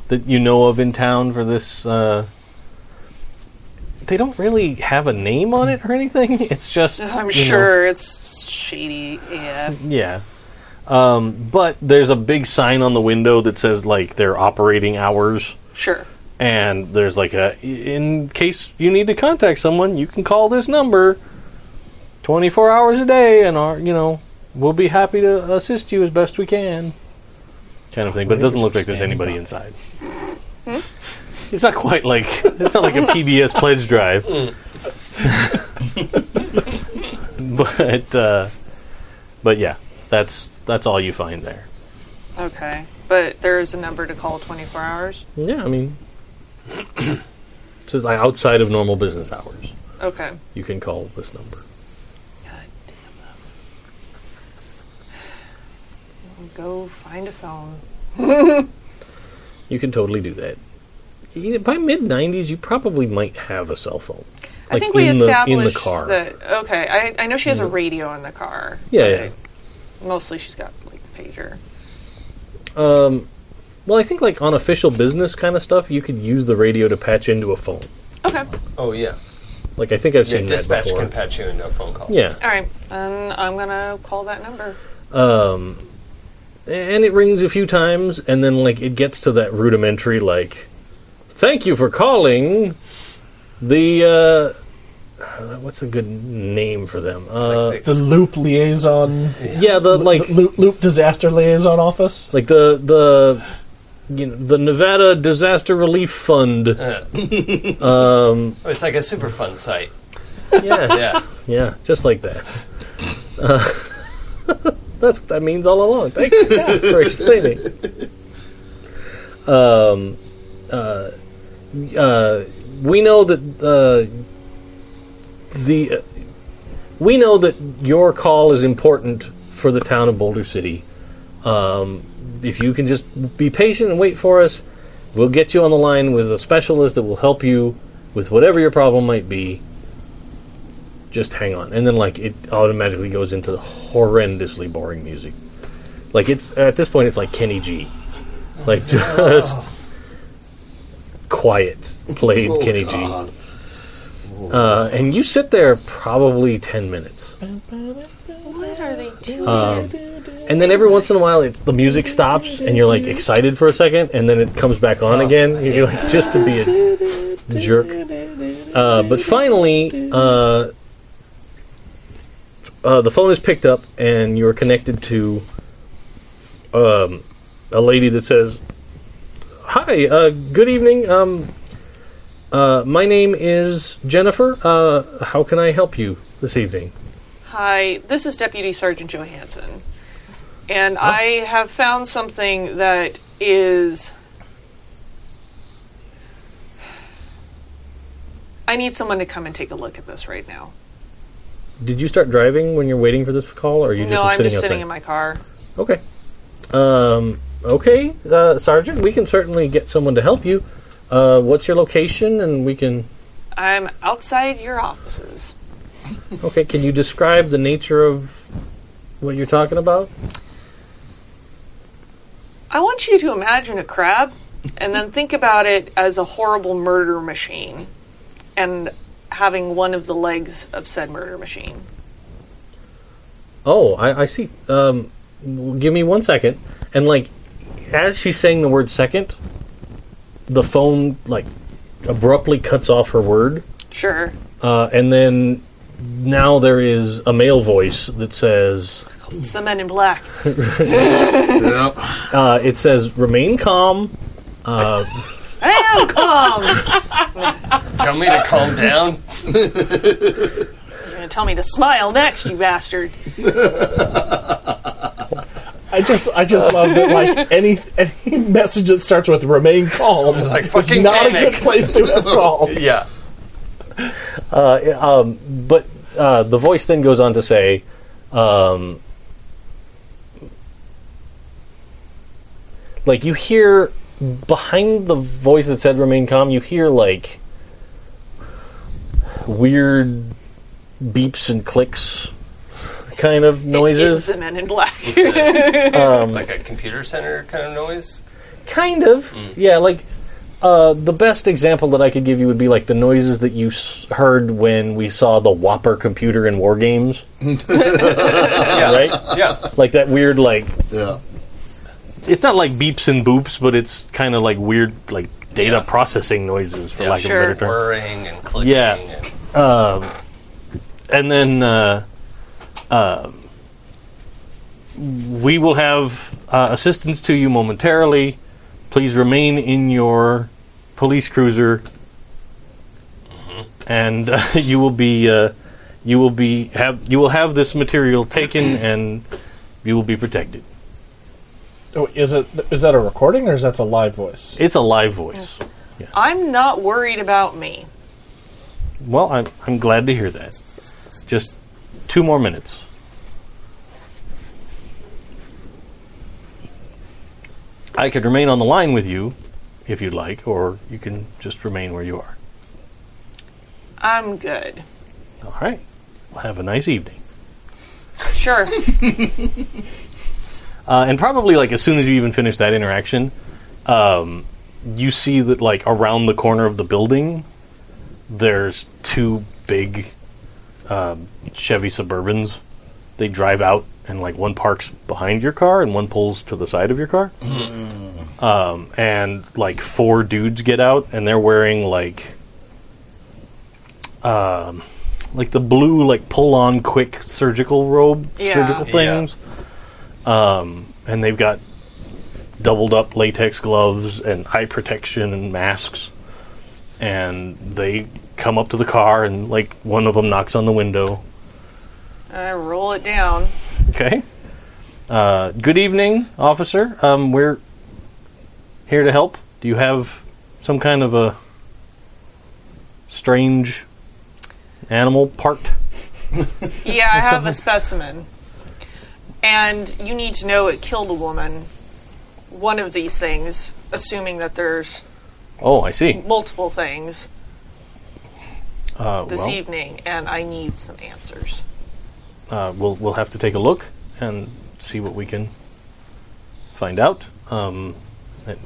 Speaker 1: that you know of in town for this. Uh, they don't really have a name on it or anything. It's just
Speaker 6: I'm
Speaker 1: you know,
Speaker 6: sure it's shady AF.
Speaker 1: yeah, um, but there's a big sign on the window that says like their operating hours,
Speaker 6: Sure.
Speaker 1: and there's like a in case you need to contact someone, you can call this number. Twenty four hours a day, and our you know we'll be happy to assist you as best we can. Kind of thing, but it doesn't look like there's anybody inside. It's not quite like it's not like a PBS pledge drive,
Speaker 16: Hmm.
Speaker 1: but uh, but yeah, that's that's all you find there.
Speaker 6: Okay. But there is a number to call 24 hours.
Speaker 16: Yeah, I mean, it's just like outside of normal business hours,
Speaker 6: Okay.
Speaker 16: you can call this number.
Speaker 6: Go find a phone.
Speaker 16: You can totally do that. You- By mid '90s, you probably might have a cell phone.
Speaker 6: I
Speaker 1: Like,
Speaker 6: think we
Speaker 1: in the- in the
Speaker 6: established
Speaker 1: car.
Speaker 6: that. Okay, I, I know she has a radio in the car.
Speaker 1: Yeah,
Speaker 6: but
Speaker 1: yeah.
Speaker 6: Mostly, she's got like pager.
Speaker 1: Um, Well, I think like on official business kind of stuff, you could use the radio to patch into a phone.
Speaker 6: Okay,
Speaker 2: Oh yeah,
Speaker 1: Like I think I've
Speaker 2: yeah.
Speaker 1: seen that
Speaker 2: Dispatch
Speaker 1: before.
Speaker 2: can patch you into a phone call.
Speaker 1: yeah,
Speaker 6: all right. Then I'm gonna call that number.
Speaker 1: and it rings a few times, and then like it gets to that rudimentary like, "Thank you for calling." The uh, what's a good name for them? Uh,
Speaker 2: Like,
Speaker 3: The loop liaison,
Speaker 1: yeah, the like
Speaker 3: the loop, loop disaster liaison office.
Speaker 1: like the the you know the Nevada Disaster Relief Fund. um,
Speaker 2: it's like a super fun site.
Speaker 1: Yeah,
Speaker 2: Yeah,
Speaker 1: yeah, just like that. Uh, that's what that means all along. Thank you yeah, for explaining. Um, uh, uh, we know that uh, the uh, we know that your call is important for the town of Boulder City. Um, if you can just be patient and wait for us, we'll get you on the line with a specialist that will help you with whatever your problem might be just hang on and then like it automatically goes into the horrendously boring music like it's at this point it's like kenny g like just quiet played
Speaker 5: Oh,
Speaker 1: kenny
Speaker 5: God.
Speaker 1: g uh, and you sit there probably 10 minutes Um,
Speaker 6: What are they doing?
Speaker 1: and then every once in a while it's the music stops and you're like excited for a second and then it comes back on again you're like just to be a jerk uh, but finally uh, uh, the phone is picked up and you're connected to um, a lady that says hi uh, good evening um, uh, my name is jennifer uh, how can i help you this evening
Speaker 6: Hi, this is Deputy Sergeant Johansson, and I have found something that is. I need someone to come and take a look at this right now.
Speaker 1: Did you start driving when you're waiting for this call, or are you
Speaker 6: no,
Speaker 1: just
Speaker 6: I'm
Speaker 1: sitting
Speaker 6: just
Speaker 1: outside?
Speaker 6: sitting in my car.
Speaker 1: okay. Um, okay, uh, Sergeant, we can certainly get someone to help you. Uh, what's your location? And we can.
Speaker 6: I'm outside your offices.
Speaker 1: Okay, can you describe the nature of what you're talking about?
Speaker 6: I want you to imagine a crab and then think about it as a horrible murder machine and having one of the legs of said murder machine.
Speaker 1: Oh, I, I see. Um, w- give me one second. And like, as she's saying the word second, the phone like abruptly cuts off her word.
Speaker 6: Sure.
Speaker 1: Uh, and then now there is a male voice that says,
Speaker 6: It's the men in black.
Speaker 5: Yep.
Speaker 1: Uh, it says remain calm.
Speaker 6: I am calm.
Speaker 2: tell me to calm down.
Speaker 6: You're gonna tell me to smile next, you bastard.
Speaker 3: I just, I just love that. Like any any message that starts with "remain calm" is
Speaker 2: like, fucking
Speaker 3: not a
Speaker 2: panic.
Speaker 3: good place to have called.
Speaker 2: Yeah,
Speaker 1: But uh, the voice then goes on to say, um, like you hear behind the voice that said remain calm, you hear like weird beeps and clicks, kind of
Speaker 6: It's
Speaker 1: noises.
Speaker 6: the men in black.
Speaker 2: like a computer center kind of noise.
Speaker 1: kind of
Speaker 9: Mm.
Speaker 1: yeah like uh, the best example that I could give you would be like the noises that you s- heard when we saw the Whopper computer in War Games,
Speaker 2: Yeah,
Speaker 1: right?
Speaker 2: yeah.
Speaker 1: like that weird, like
Speaker 5: Yeah.
Speaker 9: It's not like beeps and boops, but it's kind of like weird, like data
Speaker 2: Yeah.
Speaker 9: processing noises, for
Speaker 2: Yeah,
Speaker 9: lack
Speaker 6: sure.
Speaker 9: of a better term.
Speaker 2: Whirring and clicking.
Speaker 9: Yeah.
Speaker 2: and-
Speaker 9: And then uh, uh, we will have uh, assistance to you momentarily. Please remain in your police cruiser, and uh, you will be uh, you will be have you will have this material taken, and you will be protected.
Speaker 3: Oh, is it is that a recording or is that a live voice?
Speaker 9: It's a live voice.
Speaker 6: I'm not worried about me.
Speaker 9: Well, I'm, I'm glad to hear that. Just two more minutes. I could remain on the line with you if you'd like, or you can just remain where you are.
Speaker 6: I'm good.
Speaker 1: All right. Well, have a nice evening.
Speaker 6: Sure.
Speaker 1: Uh, and probably like as soon as you even finish that interaction, um, you see that like around the corner of the building, there's two big um Chevy Suburbans. They drive out, and like one parks behind your car, and one pulls to the side of your car. Um, and like four dudes get out, and they're wearing like, um, like the blue like pull-on quick surgical robe,
Speaker 6: Yeah.
Speaker 1: surgical
Speaker 2: Yeah.
Speaker 1: things. Um, and they've got doubled up latex gloves and eye protection and masks. And they come up to the car, and like one of them knocks on the window.
Speaker 6: I roll it down.
Speaker 1: Okay. Uh, good evening, officer. Um, we're here to help. Do you have some kind of a strange animal part?
Speaker 6: Yeah, I have a specimen. And you need to know it killed a woman. One of these things, assuming that there's
Speaker 1: Oh, I see.
Speaker 6: multiple things
Speaker 1: Uh,
Speaker 6: this
Speaker 1: well,
Speaker 6: evening, and I need some answers.
Speaker 1: uh, we'll we'll have to take a look and see what we can find out. Um, and,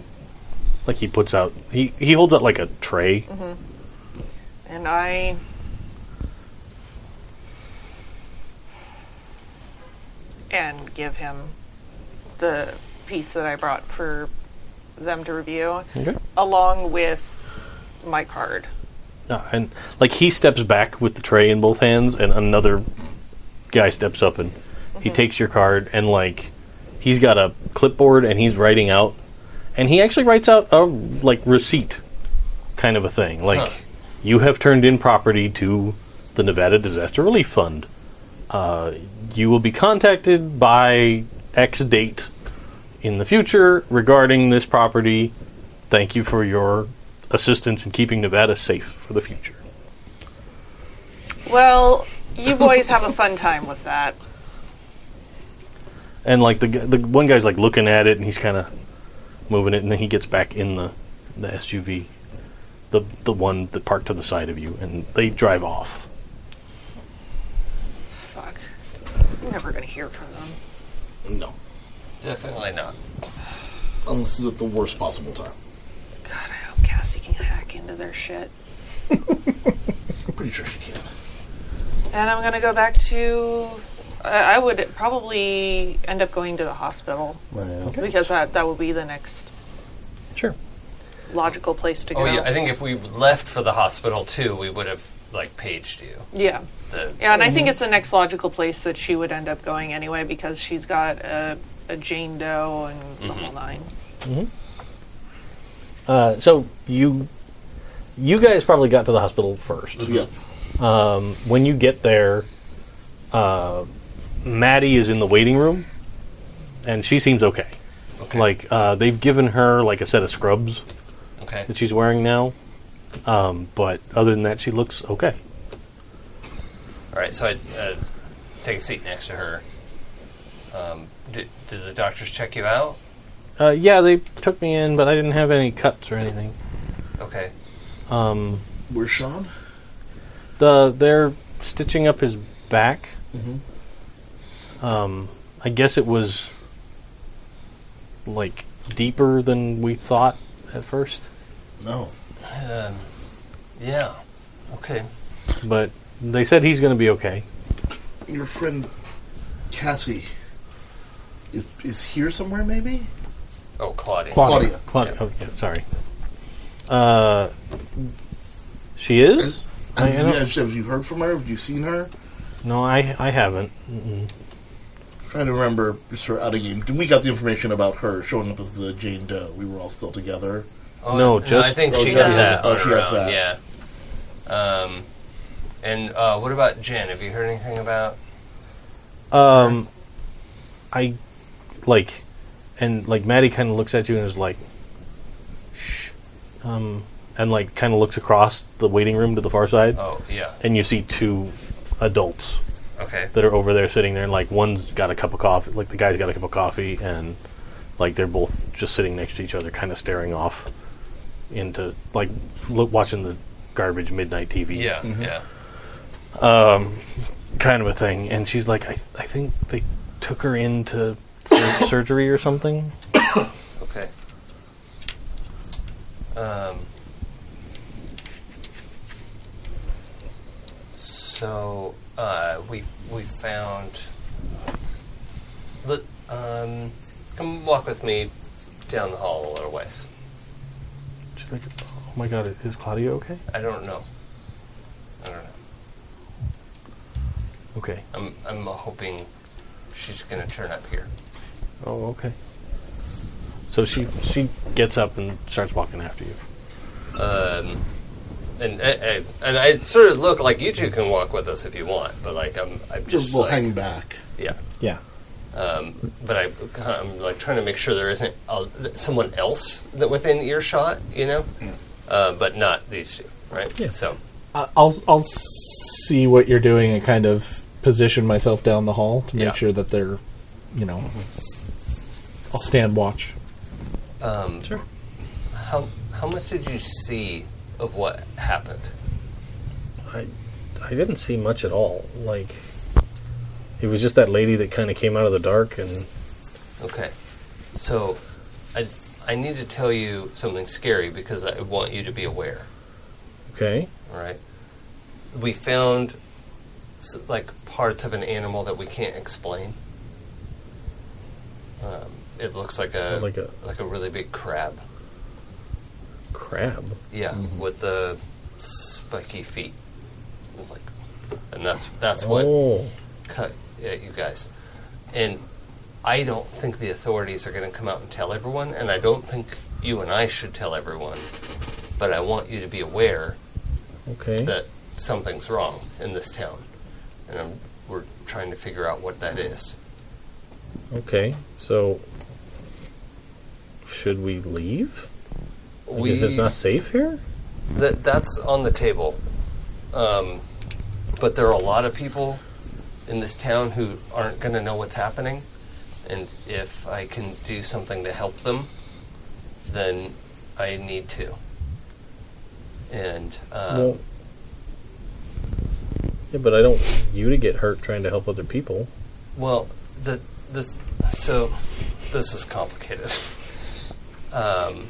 Speaker 1: like he puts out, he he holds out like a tray.
Speaker 6: And I. And give him the piece that I brought for them to review,
Speaker 1: Okay.
Speaker 6: along with my card.
Speaker 1: Uh, and like he steps back with the tray in both hands, and another guy steps up and he takes your card and like he's got a clipboard and he's writing out, and he actually writes out a like receipt kind of a thing. Like you have turned in property to the Nevada Disaster Relief Fund. Uh, you will be contacted by X date in the future regarding this property. Thank you for your assistance in keeping Nevada safe for the future.
Speaker 6: Well, you boys have a fun time with that.
Speaker 1: And like the g- the one guy's like looking at it and he's kind of moving it, and then he gets back in the the SUV, the the one that parked to the side of you, and they drive off.
Speaker 6: Fuck. I'm never going to hear from them.
Speaker 5: No.
Speaker 2: Definitely not.
Speaker 5: Unless it's at the worst possible time.
Speaker 6: God, I hope Cassie can hack into their shit.
Speaker 5: I'm pretty sure she can.
Speaker 6: And I'm going to go back to. I I would probably end up going to the hospital
Speaker 5: Well,
Speaker 6: because that, that would be the next
Speaker 1: Sure.
Speaker 6: logical place to go.
Speaker 2: Oh yeah, I think if we left for the hospital too, we would have like paged you.
Speaker 6: yeah.
Speaker 2: The,
Speaker 6: Yeah, and I think it's the next logical place that she would end up going anyway because she's got a, a Jane Doe and the
Speaker 2: Mm-hmm.
Speaker 6: whole nine.
Speaker 1: Uh, so you you guys probably got to the hospital first.
Speaker 5: yeah.
Speaker 1: Um, when you get there, uh, Maddie is in the waiting room, and she seems okay.
Speaker 2: Okay.
Speaker 1: Like uh, they've given her like a set of scrubs.
Speaker 2: okay.
Speaker 1: that she's wearing now. Um, but other than that, she looks okay.
Speaker 2: All right, so I uh, take a seat next to her. Um, did, did the doctors check you out?
Speaker 1: Uh, yeah, they took me in, but I didn't have any cuts or anything.
Speaker 2: Okay.
Speaker 1: Um,
Speaker 5: Where's Sean?
Speaker 1: the they're stitching up his back. Um, I guess it was like deeper than we thought at first,
Speaker 5: No.
Speaker 2: Um, yeah. Okay.
Speaker 1: but they said he's going to be okay.
Speaker 5: Your friend Cassie is, is here somewhere, maybe?
Speaker 2: Oh, Claudia.
Speaker 5: Claudia.
Speaker 1: Claudia, oh, yeah, sorry. Uh, she is? I- I
Speaker 5: Have, you-
Speaker 1: don't-
Speaker 5: yeah, have you heard from her? Have you seen her?
Speaker 1: No, I I haven't. Mm-mm.
Speaker 5: trying to remember just her out of game. We got the information about her showing up as the Jane Doe. We were all still together.
Speaker 2: Oh,
Speaker 1: No,
Speaker 2: I
Speaker 1: just-
Speaker 2: think
Speaker 5: Oh,
Speaker 2: she
Speaker 5: just-
Speaker 2: has that.
Speaker 5: oh,
Speaker 2: on
Speaker 5: she
Speaker 2: her
Speaker 5: has
Speaker 2: own,
Speaker 5: that.
Speaker 2: Yeah. Um, and uh, what about Jen? Have you heard anything about?
Speaker 1: Um, I like, and like Maddie kind of looks at you and is like, "Shh," um, and like kind of looks across the waiting room to the far side,
Speaker 2: Oh, yeah.
Speaker 1: and you see two adults
Speaker 2: Okay.
Speaker 1: that are over there sitting there, and like one's got a cup of coffee, like the guy's got a cup of coffee, and like they're both just sitting next to each other, kind of staring off into like lo- watching the
Speaker 9: garbage midnight TV.
Speaker 2: Yeah,
Speaker 5: Mm-hmm.
Speaker 2: yeah.
Speaker 9: kind of a thing. And she's like, I, I think they took her into sur- surgery or something.
Speaker 2: Okay. Um. So uh, we we found. Let um, come walk with me down the hall a little ways.
Speaker 9: She's like, oh my god, is Claudia okay?
Speaker 2: I don't know. I don't know.
Speaker 9: Okay.
Speaker 2: I'm I'm hoping she's gonna turn up here.
Speaker 9: Oh, okay. So she she gets up and starts walking after you.
Speaker 2: Um, and I, I, and I sort of look like you two can walk with us if you want, but like I'm I'm just
Speaker 5: we'll
Speaker 2: like,
Speaker 5: hang back.
Speaker 2: yeah.
Speaker 9: Yeah.
Speaker 2: Um, but I, I'm like trying to make sure there isn't uh, someone else that within earshot, you know, uh, but not these two, right?
Speaker 9: Yeah.
Speaker 2: So
Speaker 3: I- I'll I'll see what you're doing and kind of position myself down the hall to make
Speaker 2: Yeah.
Speaker 3: sure that they're, you know, I'll stand watch.
Speaker 2: um, sure. How how much did you see of what happened?
Speaker 1: I, I didn't see much at all. Like, it was just that lady that kind of came out of the dark, and
Speaker 2: Okay, so I I need to tell you something scary because I want you to be aware.
Speaker 1: okay,
Speaker 2: All right. We found s- like parts of an animal that we can't explain. Um, it looks like a
Speaker 1: Like a-
Speaker 2: like a really big crab.
Speaker 1: crab.
Speaker 2: Yeah,
Speaker 1: Mm-hmm.
Speaker 2: with the spiky feet. It was like, and that's that's what
Speaker 1: Oh,
Speaker 2: cut at you guys. And I don't think the authorities are going to come out and tell everyone, and I don't think you and I should tell everyone. But I want you to be aware
Speaker 1: okay.
Speaker 2: that something's wrong in this town, and I'm, we're trying to figure out what that is.
Speaker 1: Okay, so should we leave? Like,
Speaker 2: We
Speaker 1: if it's not safe here,
Speaker 2: that that's on the table, um, but there are a lot of people in this town who aren't going to know what's happening, and if I can do something to help them, then I need to. And um,
Speaker 1: well, yeah, but I don't want you to get hurt trying to help other people.
Speaker 2: Well, the the so this is complicated. Um,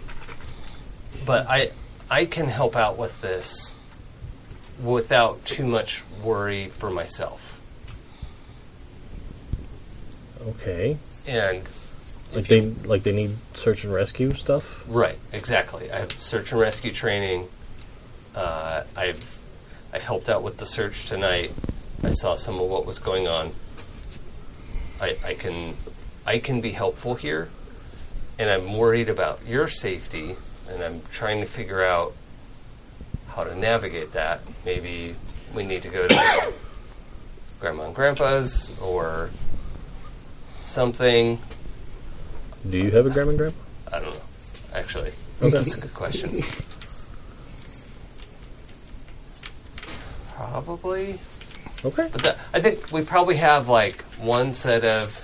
Speaker 2: but I I can help out with this without too much worry for myself.
Speaker 1: Okay,
Speaker 2: And
Speaker 1: like
Speaker 2: if
Speaker 1: they
Speaker 2: you-
Speaker 1: like they need search and rescue stuff.
Speaker 2: right, exactly. I have search and rescue training. Uh, I've I helped out with the search tonight. I saw some of what was going on. I, I can I can be helpful here, and I'm worried about your safety, and I'm trying to figure out how to navigate that. Maybe we need to go to grandma and grandpa's or something.
Speaker 1: Do you have a grandma and grandpa?
Speaker 2: I don't know. Actually, that's a good question. Probably,
Speaker 1: Okay,
Speaker 2: but that, I think we probably have like one set of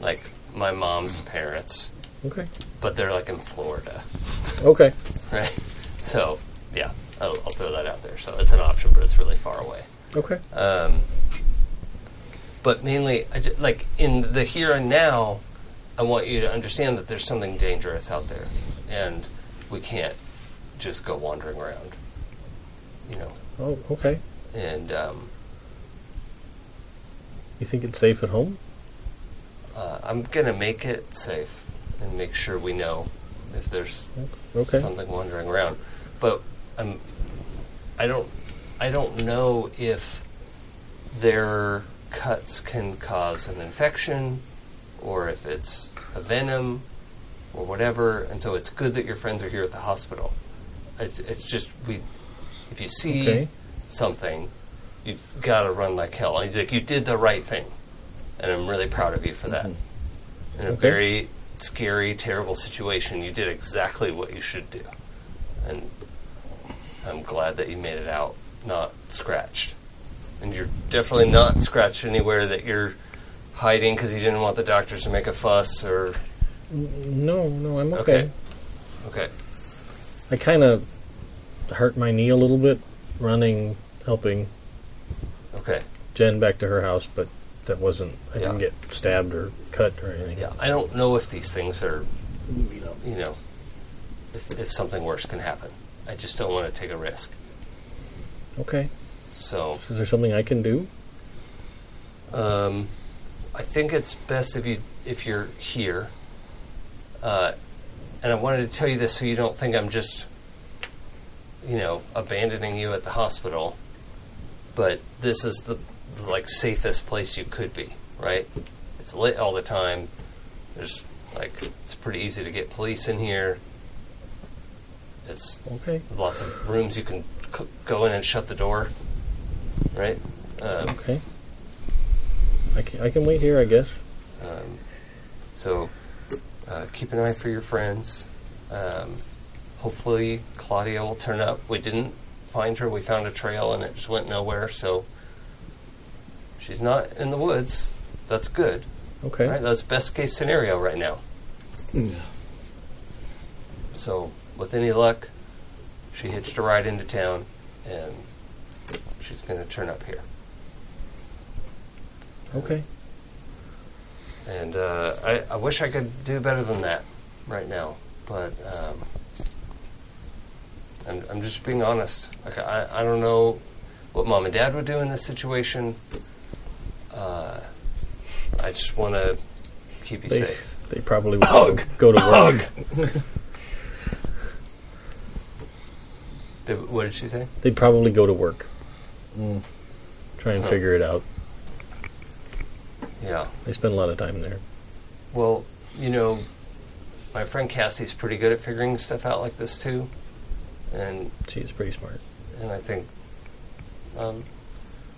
Speaker 2: like my mom's parents,
Speaker 1: okay,
Speaker 2: but they're like in Florida,
Speaker 1: okay.
Speaker 2: right? So yeah, I'll, I'll throw that out there. So it's an option, but it's really far away.
Speaker 1: Okay.
Speaker 2: Um, but mainly, I ju- like in the here and now, I want you to understand that there's something dangerous out there, and we can't just go wandering around, you know.
Speaker 1: Oh, okay.
Speaker 2: And um,
Speaker 1: You think it's safe at home?
Speaker 2: uh, I'm gonna make it safe and make sure we know if there's
Speaker 1: Okay.
Speaker 2: something wandering around. But I'm, I don't, I don't know if their cuts can cause an infection, or if it's a venom, or whatever. And so it's good that your friends are here at the hospital. It's, it's just we, if you see
Speaker 1: Okay.
Speaker 2: something, you've got to run like hell. And he's like, you did the right thing, and I'm really proud of you for that. In a
Speaker 1: Mm-hmm. Okay.
Speaker 2: very scary, terrible situation, you did exactly what you should do, and I'm glad that you made it out not scratched. And you're definitely not scratched anywhere that you're hiding because you didn't want the doctors to make a fuss or.
Speaker 1: No, no, I'm okay.
Speaker 2: Okay. Okay.
Speaker 1: I kind of hurt my knee a little bit running, helping
Speaker 2: Okay.
Speaker 1: Jen back to her house, but that wasn't. I didn't
Speaker 2: Yeah.
Speaker 1: get stabbed or cut or anything.
Speaker 2: Yeah, I don't know if these things are, you know, if, if something worse can happen. I just don't want to take a risk.
Speaker 1: Okay.
Speaker 2: So,
Speaker 1: Is there something I can do?
Speaker 2: um, I think it's best if you if you're here. Uh, and I wanted to tell you this so you don't think I'm just, you know, abandoning you at the hospital. But this is the, the like safest place you could be, right? It's lit all the time. There's like it's pretty easy to get police in here. It's
Speaker 1: Okay.
Speaker 2: lots of rooms you can c- go in and shut the door, right? Um,
Speaker 1: Okay. I can, I can wait here, I guess.
Speaker 2: Um, so uh, keep an eye for your friends. Um, hopefully, Claudia will turn up. We didn't find her. We found a trail and it just went nowhere. So she's not in the woods. That's good.
Speaker 1: Okay.
Speaker 2: Right? That's best case scenario right now. So with any luck, she hitched a ride into town and she's going to turn up here.
Speaker 1: Okay.
Speaker 2: And uh, I, I wish I could do better than that right now, but um, I'm, I'm just being honest. Like I, I don't know what mom and dad would do in this situation. Uh, I just want to keep you
Speaker 1: They-
Speaker 2: safe.
Speaker 1: They probably would go- go to work.
Speaker 2: They- what did she say?
Speaker 1: They'd probably go to work. Try and
Speaker 2: Huh.
Speaker 1: figure it out.
Speaker 2: Yeah.
Speaker 1: They spend a lot of time there.
Speaker 2: Well, you know, my friend Cassie's pretty good at figuring stuff out like this too, and
Speaker 1: She is pretty smart.
Speaker 2: and I think um,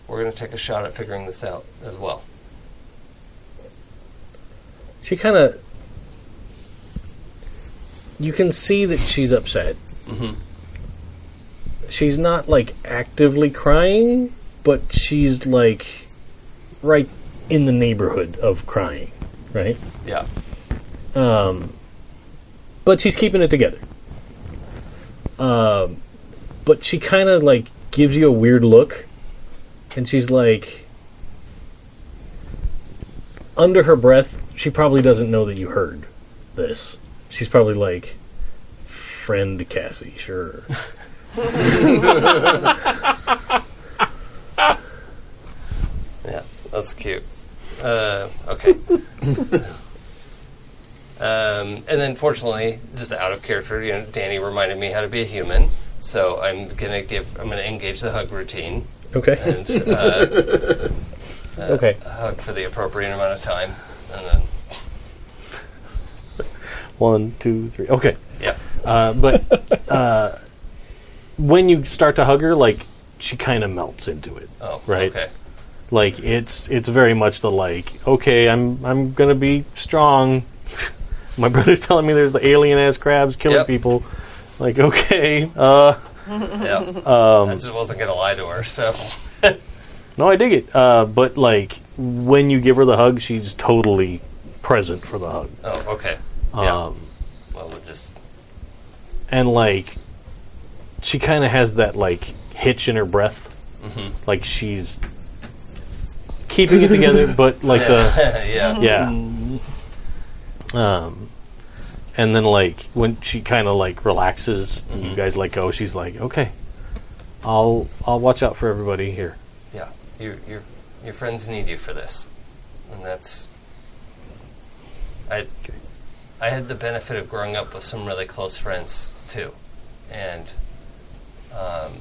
Speaker 2: we're going to take a shot at figuring this out as well.
Speaker 1: She kind of. You can see that she's upset.
Speaker 2: Mhm.
Speaker 1: She's not like actively crying, but she's like right in the neighborhood of crying, right?
Speaker 2: Yeah.
Speaker 1: Um, but she's keeping it together. Um, but she kind of like gives you a weird look, and she's like, under her breath, she probably doesn't know that you heard this. She's probably like, friend Cassie, sure.
Speaker 2: Yeah, that's cute. Uh, okay. um, and then, fortunately, just out of character, you know, Danny reminded me how to be a human. So I'm gonna give. I'm gonna engage the hug routine
Speaker 1: Okay,
Speaker 2: and uh,
Speaker 1: okay.
Speaker 2: hug for the appropriate amount of time, and then
Speaker 9: One, two, three. Okay.
Speaker 2: yeah,
Speaker 9: Uh, but uh, when you start to hug her, like she kind of melts into it.
Speaker 2: oh,
Speaker 9: right.
Speaker 2: okay,
Speaker 9: Like it's it's very much the like, okay, I'm I'm gonna be strong. My brother's telling me there's the alien ass crabs killing
Speaker 2: Yep.
Speaker 9: people. Like okay, uh,
Speaker 2: yeah.
Speaker 9: Um,
Speaker 2: I just wasn't gonna lie to her, so
Speaker 9: no, I dig it. Uh, but like when you give her the hug, she's totally present for the hug.
Speaker 2: oh, okay, yeah.
Speaker 9: Um,
Speaker 2: well, we'll just
Speaker 9: and like she kind of has that like hitch in her breath,
Speaker 2: Mm-hmm.
Speaker 9: like she's keeping it together, but like the
Speaker 2: yeah,
Speaker 9: yeah. Um, and then like when she kind of like relaxes, and
Speaker 2: Mm-hmm.
Speaker 9: you guys let go. She's like, okay, I'll I'll watch out for everybody here.
Speaker 2: yeah. Your your your friends need you for this, and that's I I had the benefit of growing up with some really close friends too, and um,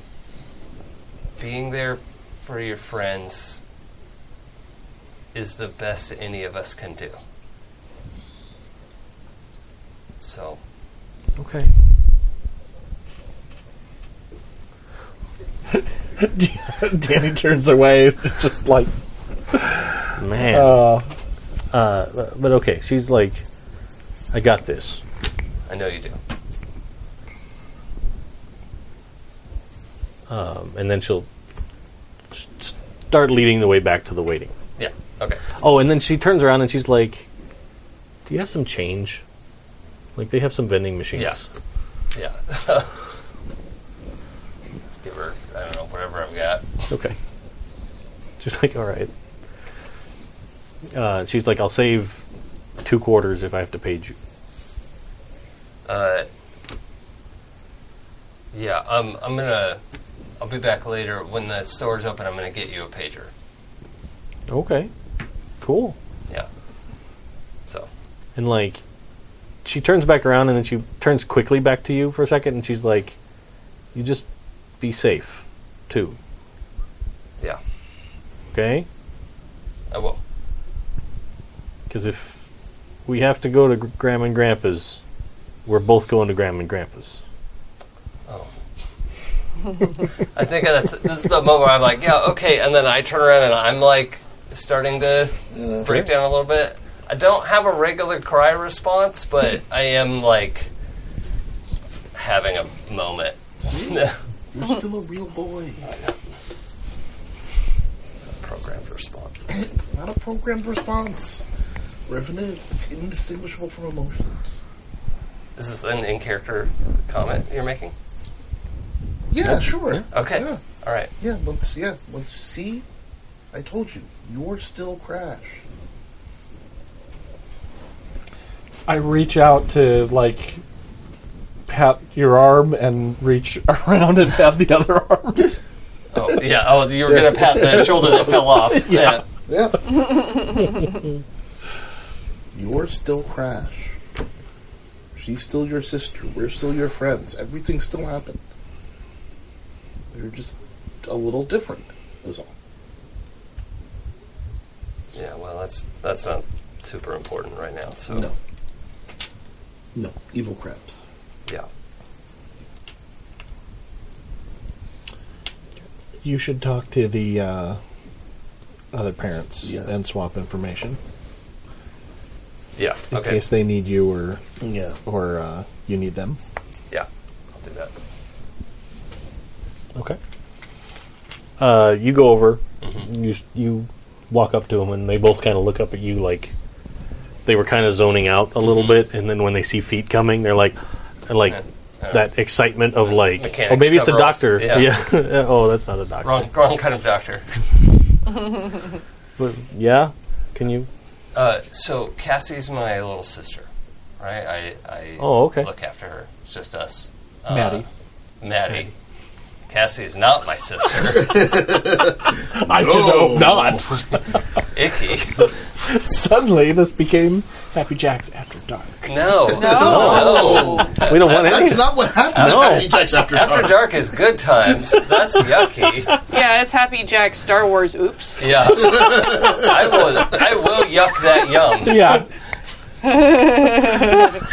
Speaker 2: being there for your friends is the best any of us can do. So
Speaker 9: Okay.
Speaker 15: Danny turns away, just like
Speaker 9: Man.
Speaker 15: uh,
Speaker 9: Uh, but, but okay, she's like, I got this.
Speaker 2: I know you do.
Speaker 9: Um, and then she'll s- start leading the way back to the waiting.
Speaker 2: Yeah. Okay.
Speaker 9: Oh, and then she turns around and she's like, "Do you have some change?" Like they have some vending machines.
Speaker 2: Yeah. Yeah.
Speaker 1: Okay. She's like, all right. Uh, she's like, I'll save two quarters if I have to page you.
Speaker 2: Uh, yeah, um, I'm gonna. I'll be back later when the store's open. I'm gonna get you a pager.
Speaker 1: Okay. Cool.
Speaker 2: Yeah. So
Speaker 1: And like, she turns back around and then she turns quickly back to you for a second and she's like, you just be safe, too.
Speaker 2: yeah,
Speaker 1: Okay?
Speaker 2: I will.
Speaker 1: Because if we have to go to Gr- Grandma and Grandpa's, we're both going to Grandma and Grandpa's.
Speaker 2: Oh. I think that's this is the moment where I'm like, yeah, okay, and then I turn around and I'm like starting to break down a little bit. I don't have a regular cry response, but I am like having a moment.
Speaker 5: You're still a real boy.
Speaker 2: Programmed response.
Speaker 5: It's not a programmed response. Revan is. It's indistinguishable from emotions.
Speaker 2: This is an in character comment you're making?
Speaker 5: Yeah, sure.
Speaker 2: Okay.
Speaker 5: Yeah.
Speaker 2: All right.
Speaker 5: Yeah, let's. Yeah, let's see. I told you, you're still Crash.
Speaker 3: I reach out to like pat your arm and reach around and pat the other arm.
Speaker 2: Oh, yeah. Oh, you were going to pat the shoulder that fell off. Yeah.
Speaker 5: Yeah. you're still Crash. She's still your sister. We're still your friends. Everything still happened. You're just a little different. Is all.
Speaker 2: Yeah, well, that's that's not super important right now.
Speaker 1: Oh.
Speaker 2: So,
Speaker 5: No. No evil crabs.
Speaker 2: yeah.
Speaker 3: You should talk to the uh, other parents
Speaker 5: Yeah.
Speaker 3: and swap information
Speaker 2: Yeah.
Speaker 3: in
Speaker 2: okay.
Speaker 3: case they need you or
Speaker 5: Yeah.
Speaker 3: or uh, you need them.
Speaker 2: Yeah. I'll do that.
Speaker 1: Okay. Uh, you go over.
Speaker 2: Mm-hmm.
Speaker 1: You you walk up to them, and they both kind of look up at you like they were kind of zoning out a little
Speaker 2: Mm-hmm.
Speaker 1: bit, and then when they see feet coming, they're like, like
Speaker 2: yeah.
Speaker 1: that excitement of like,
Speaker 2: uh, Mechanics
Speaker 1: oh, maybe it's a
Speaker 2: cover us.
Speaker 1: doctor.
Speaker 2: Yeah.
Speaker 1: oh, that's not a doctor.
Speaker 2: Wrong, wrong kind of doctor.
Speaker 1: Yeah. Can you?
Speaker 2: Uh, so Cassie's my little sister, right? I, I
Speaker 1: Oh, okay.
Speaker 2: look after her. It's just us. Uh,
Speaker 3: Maddie.
Speaker 2: Maddie. Cassie is not my sister.
Speaker 3: I should hope not.
Speaker 2: Icky.
Speaker 3: Suddenly, this became Happy Jack's After Dark.
Speaker 2: No.
Speaker 6: No.
Speaker 1: We don't want any.
Speaker 5: That's not what happened.
Speaker 1: No.
Speaker 5: No. Happy Jack's after,
Speaker 2: After
Speaker 5: dark.
Speaker 2: dark is good times. That's yucky.
Speaker 6: yeah, it's Happy Jack Star Wars. Oops.
Speaker 2: Yeah. I will. I will yuck that yum.
Speaker 3: Yeah,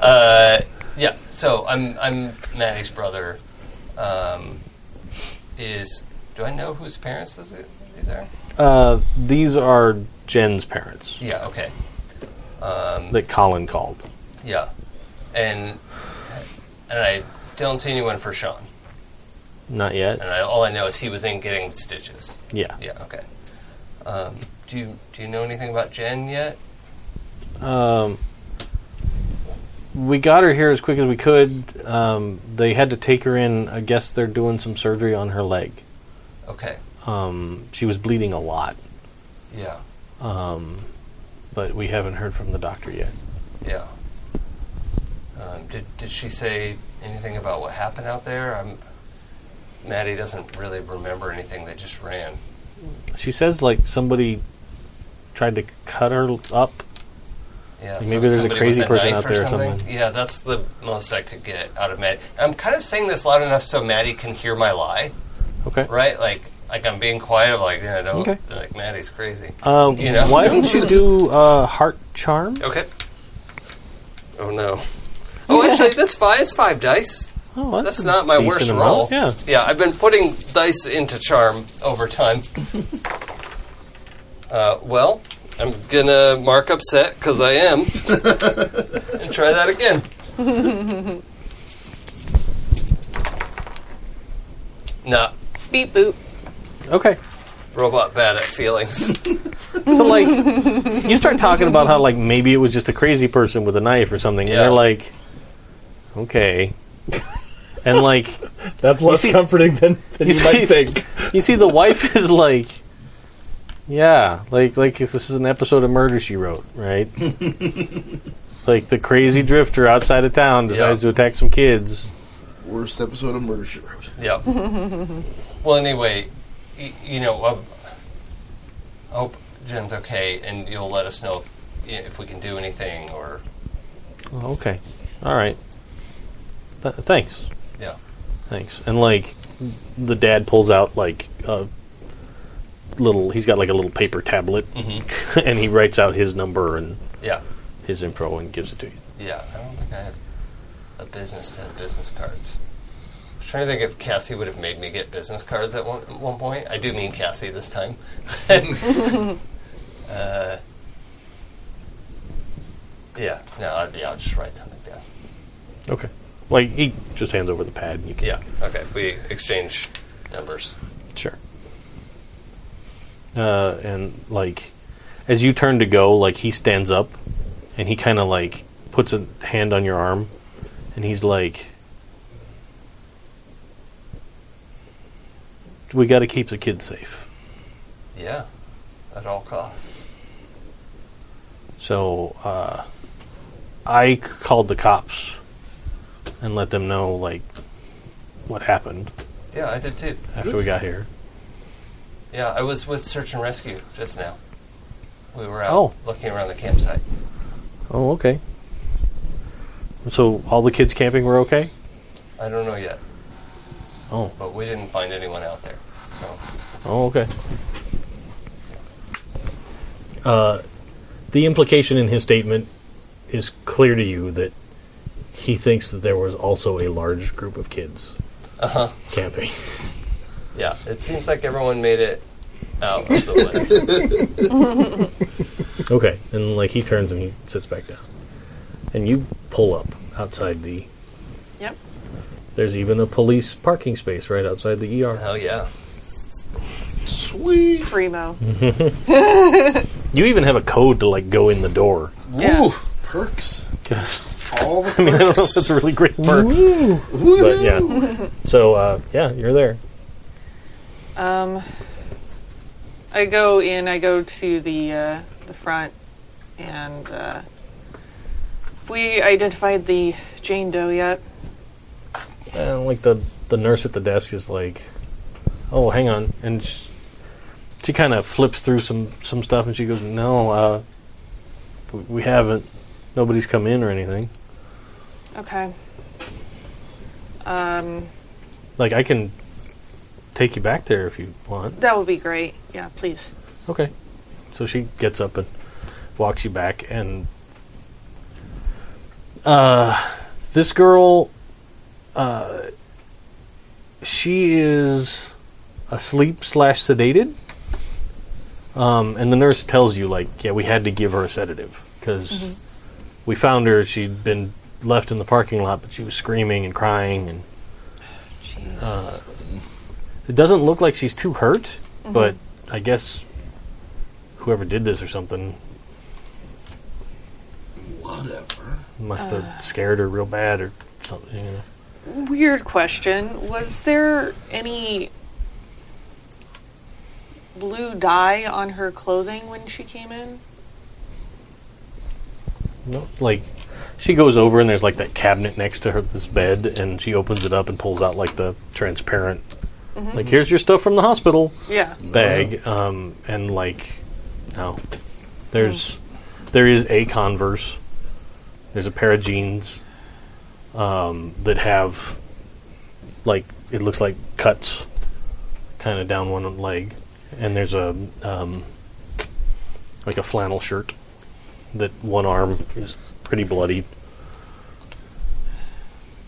Speaker 2: Uh, Yeah, so I'm I'm Maddie's brother. Um, is do I know whose parents this is, these are?
Speaker 1: Uh, these are Jen's parents
Speaker 2: Yeah, okay. Um,
Speaker 1: that Colin called.
Speaker 2: yeah, and and I don't see anyone for Sean,
Speaker 1: Not yet.
Speaker 2: and I, all I know is he was in getting stitches.
Speaker 1: Yeah.
Speaker 2: Yeah, okay. Um, do you do you know anything about Jen yet?
Speaker 1: Um, we got her here as quick as we could. Um, they had to take her in. I guess they're doing some surgery on her leg.
Speaker 2: Okay,
Speaker 1: Um, she was bleeding a lot,
Speaker 2: yeah,
Speaker 1: but we haven't heard from the doctor yet.
Speaker 2: yeah. Um, did did she say anything about what happened out there? I'm, Maddie doesn't really remember anything. They just ran.
Speaker 1: She says like somebody tried to cut her up.
Speaker 2: Yeah,
Speaker 1: Maybe
Speaker 2: some-
Speaker 1: there's a
Speaker 2: somebody
Speaker 1: crazy
Speaker 2: with
Speaker 1: person
Speaker 2: knife
Speaker 1: out there or something.
Speaker 2: Yeah, that's the most I could get out of Maddie. I'm kind of saying this loud enough so Maddie can hear my lie,
Speaker 1: Okay.
Speaker 2: right? Like, like I'm being quiet. I'm like, yeah, don't.
Speaker 1: Okay.
Speaker 2: Like Maddie's crazy.
Speaker 1: Um,
Speaker 2: You know?
Speaker 1: Why don't you do uh, heart charm?
Speaker 2: Okay. Oh no. Oh, actually, that's five. It's five dice.
Speaker 1: Oh, that's,
Speaker 2: That's
Speaker 1: a
Speaker 2: not my
Speaker 1: decent
Speaker 2: worst
Speaker 1: amount.
Speaker 2: roll.
Speaker 1: Yeah.
Speaker 2: Yeah, I've been putting dice into charm over time. uh, well, I'm gonna mark upset because I am, and try that again. nah,
Speaker 6: Beep boop.
Speaker 1: Okay.
Speaker 2: robot bad at feelings.
Speaker 1: So like, you start talking about how like maybe it was just a crazy person with a knife or something,
Speaker 2: Yeah.
Speaker 1: and they're like, okay, and like
Speaker 3: That's less
Speaker 1: see-
Speaker 3: comforting than, than
Speaker 1: you
Speaker 3: you,
Speaker 1: see-
Speaker 3: might think.
Speaker 1: you see the wife is like yeah like like if this is an episode of murder she wrote right like the crazy drifter outside of town decides to attack some kids
Speaker 5: Worst episode of Murder She Wrote.
Speaker 2: Yeah. well, anyway, y- you know, um, I hope Jen's okay, and you'll let us know if, y- if we can do anything or
Speaker 1: Oh, okay. All right. Th- thanks.
Speaker 2: Yeah.
Speaker 1: Thanks. And like, the dad pulls out like a little. He's got like a little paper tablet, and he writes out his number and
Speaker 2: yeah,
Speaker 1: his info and gives it to you.
Speaker 2: yeah. I don't think I have a business to have business cards. I was trying to think if Cassie would have made me get business cards at one, at one point. I do mean Cassie this time. uh, yeah, no, I'd, yeah, I'll just write something down.
Speaker 1: Okay. Like he just hands over the pad, and you can.
Speaker 2: Yeah, okay, we exchange numbers.
Speaker 1: Sure. Uh, and like, as you turn to go, like he stands up, and he kind of like puts a hand on your arm, and he's like, "We got to keep the kids safe."
Speaker 2: Yeah, at all costs.
Speaker 1: So uh, I c- called the cops and let them know like what happened
Speaker 2: Yeah, I did too.
Speaker 1: after we got here.
Speaker 2: Yeah, I was with search and rescue just now. We were out
Speaker 1: Oh.
Speaker 2: looking around the campsite.
Speaker 1: Oh, okay. So all the kids camping were okay.
Speaker 2: I don't know yet,
Speaker 1: Oh,
Speaker 2: but we didn't find anyone out there. So
Speaker 1: oh, okay.
Speaker 17: Uh, the implication in his statement is clear to you that he thinks that there was also a large group of kids camping.
Speaker 2: yeah, it seems like everyone made it out of the woods.
Speaker 17: Okay, and like he turns and he sits back down, and you pull up outside the.
Speaker 6: Yep.
Speaker 17: There's even a police parking space right outside the ER.
Speaker 2: Hell yeah.
Speaker 5: Sweet.
Speaker 6: Primo.
Speaker 1: You even have a code to like go in the door.
Speaker 6: Yeah.
Speaker 5: Ooh, perks. All the
Speaker 1: I mean, I don't know if
Speaker 5: perks.
Speaker 1: that's a really great perk, but yeah. So uh, yeah, you're there.
Speaker 6: Um, I go in. I go to the uh, the front, and uh, we identified the Jane Doe yet.
Speaker 1: And like the the nurse at the desk is like, "Oh, hang on," and she, she kind of flips through some some stuff, and she goes, "No, uh, we- we haven't. Nobody's come in or anything.
Speaker 6: Okay. Um,
Speaker 1: Like I can take you back there if you want."
Speaker 6: that would be great. Yeah, please.
Speaker 1: Okay. So she gets up and walks you back, and uh, this girl, uh, she is asleep slash sedated. Um, and the nurse tells you, like, yeah, we had to give her a sedative because we found her. She'd been left in the parking lot, but she was screaming and crying, and uh,
Speaker 6: Jeez.
Speaker 1: it doesn't look like she's too hurt. But I guess whoever did this or something
Speaker 5: Whatever.
Speaker 1: Must have scared her real bad or something. You know.
Speaker 6: Weird question. Was there any blue dye on her clothing when she came in?
Speaker 1: Like, she goes over and there's like that cabinet next to her this bed, and she opens it up and pulls out like the transparent, like here's your stuff from the hospital
Speaker 6: Yeah.
Speaker 1: bag, um, and like, no, there's there is a Converse, there's a pair of jeans, um, that have like it looks like cuts, kind of down one leg, and there's a um, like a flannel shirt that one arm is pretty bloody.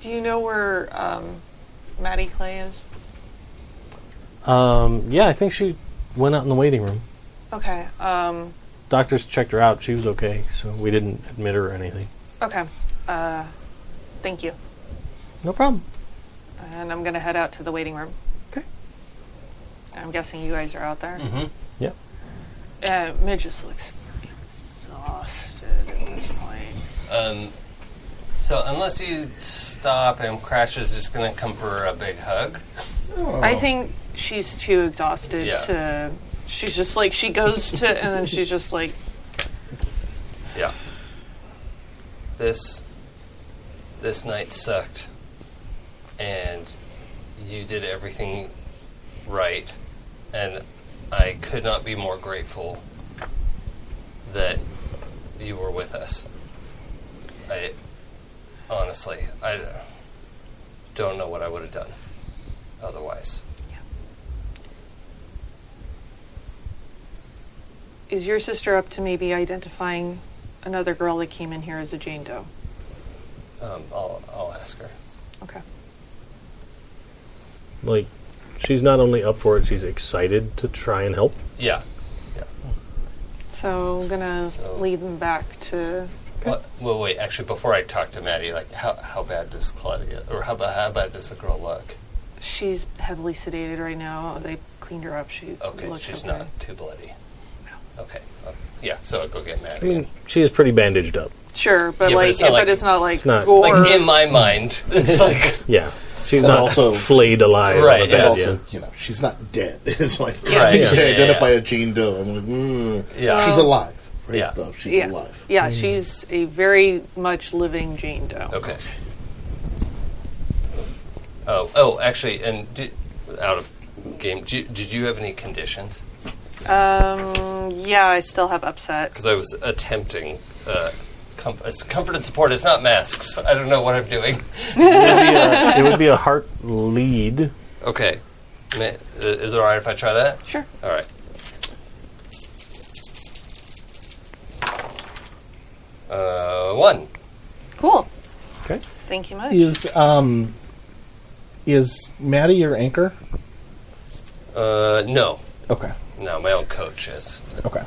Speaker 6: Do you know where um, Maddie Clay is?
Speaker 1: Um, yeah, I think she went out in the waiting room.
Speaker 6: Okay. Um,
Speaker 1: Doctors checked her out; she was okay, so we didn't admit her or anything.
Speaker 6: okay. Uh, thank you.
Speaker 1: No problem.
Speaker 6: And I'm going to head out to the waiting room.
Speaker 1: Okay.
Speaker 6: I'm guessing you guys are out there.
Speaker 2: Mm-hmm.
Speaker 1: Yep.
Speaker 6: Uh, Midge just looks exhausted at this point.
Speaker 2: Um, So unless you stop him, Crash is just gonna come for a big hug.
Speaker 1: Oh.
Speaker 6: I think she's too exhausted
Speaker 2: Yeah.
Speaker 6: to. She's just like she goes to, and then she's just like,
Speaker 2: Yeah. This this night sucked. And you did everything right. And I could not be more grateful that you were with us. I honestly, I don't know what I would have done otherwise.
Speaker 6: "Is your sister up to maybe identifying another girl that came in here as a Jane Doe?"
Speaker 2: Um, I'll, I'll ask her.
Speaker 6: Okay.
Speaker 18: Like, she's not only up for it, she's excited to try and help.
Speaker 2: Yeah.
Speaker 6: So I'm gonna
Speaker 2: So-
Speaker 6: lead them back to.
Speaker 2: What, well, wait. Actually, before I talk to Maddie, like, how, how bad does Claudia, or how, ba- how bad does the girl look?
Speaker 6: She's heavily sedated right now. They cleaned her up. She
Speaker 2: Okay,
Speaker 6: looks
Speaker 2: she's
Speaker 6: okay.
Speaker 2: not too bloody. Okay. uh, yeah. So I'll go get Maddie.
Speaker 18: I mean, she is pretty bandaged up.
Speaker 6: Sure, but
Speaker 2: Yeah, but
Speaker 6: like,
Speaker 2: it's not like-
Speaker 6: but it's not like
Speaker 18: It's not-
Speaker 6: gore.
Speaker 2: like in my mind, it's like
Speaker 18: Yeah. She's
Speaker 5: And
Speaker 18: not
Speaker 5: also-
Speaker 18: flayed alive.
Speaker 2: Right,
Speaker 18: on the
Speaker 2: and
Speaker 5: And
Speaker 18: bed,
Speaker 5: also,
Speaker 18: yeah.
Speaker 5: you know, she's not dead. it's like
Speaker 2: Right,
Speaker 5: you
Speaker 2: yeah,
Speaker 5: can
Speaker 2: yeah,
Speaker 5: identify
Speaker 2: yeah.
Speaker 5: a Jane Doe. I'm like, mm,
Speaker 2: Yeah.
Speaker 5: she's alive, right?
Speaker 2: Yeah.
Speaker 5: Though she's
Speaker 6: yeah,
Speaker 5: alive.
Speaker 6: yeah, she's a very much living Jane Doe.
Speaker 2: okay. Oh, oh, actually, and did, out of game, did, did you have any conditions?
Speaker 6: Um, yeah, I still have upset.
Speaker 2: Because I was attempting. Uh, com- it's comfort and support. It's not masks. I don't know what I'm doing.
Speaker 18: uh,
Speaker 1: it would be a heart lead.
Speaker 2: Okay. Ma- i- Is it alright if I try that?
Speaker 6: Sure.
Speaker 2: Alright. Uh, one.
Speaker 6: Cool.
Speaker 1: Okay.
Speaker 6: Thank you much.
Speaker 3: Is um, is Maddie your anchor?
Speaker 2: Uh, no.
Speaker 3: Okay.
Speaker 2: No, my own coach is.
Speaker 3: Okay.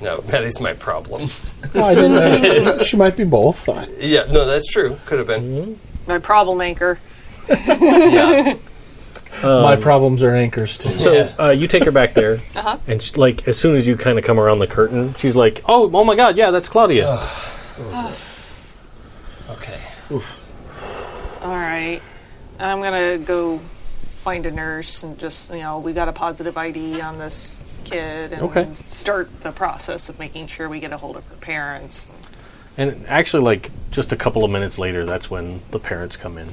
Speaker 2: No, Maddie's my problem.
Speaker 3: Well, I didn't. know. she might be both. I-
Speaker 2: yeah, no, that's true. Could have been.
Speaker 6: My problem anchor.
Speaker 2: Yeah.
Speaker 1: Um,
Speaker 3: My problems are anchors too.
Speaker 18: So
Speaker 2: Yeah.
Speaker 18: uh, you take her back there, and she, like as soon as you kind of come around the curtain, she's like, "Oh, oh my God, yeah, that's Claudia."
Speaker 2: Okay.
Speaker 6: All right. I'm gonna go find a nurse and just you know we got a positive ID on this kid and
Speaker 1: Okay.
Speaker 6: start the process of making sure we get a hold of her parents.
Speaker 1: And actually, like just a couple of minutes later, that's when the parents come in,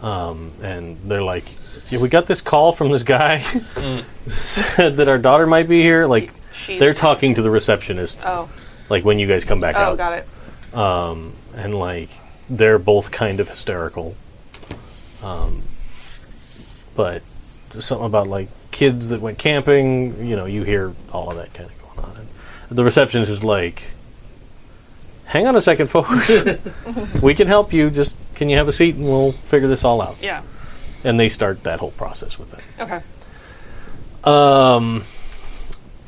Speaker 1: um, and they're like, yeah, "We got this call from this guy said that our daughter might be here." Like
Speaker 6: She's
Speaker 1: they're talking to the receptionist,
Speaker 6: Oh,
Speaker 1: like when you guys come back
Speaker 6: oh,
Speaker 1: out,
Speaker 6: got it.
Speaker 1: and like they're both kind of hysterical, um, but just something about like kids that went camping. You know, you hear all of that kind of going on. And the receptionist is like, "Hang on a second, folks." we can help you. Just can you have a seat and we'll figure this all out.
Speaker 6: Yeah.
Speaker 1: And they start that whole process with them.
Speaker 6: Okay.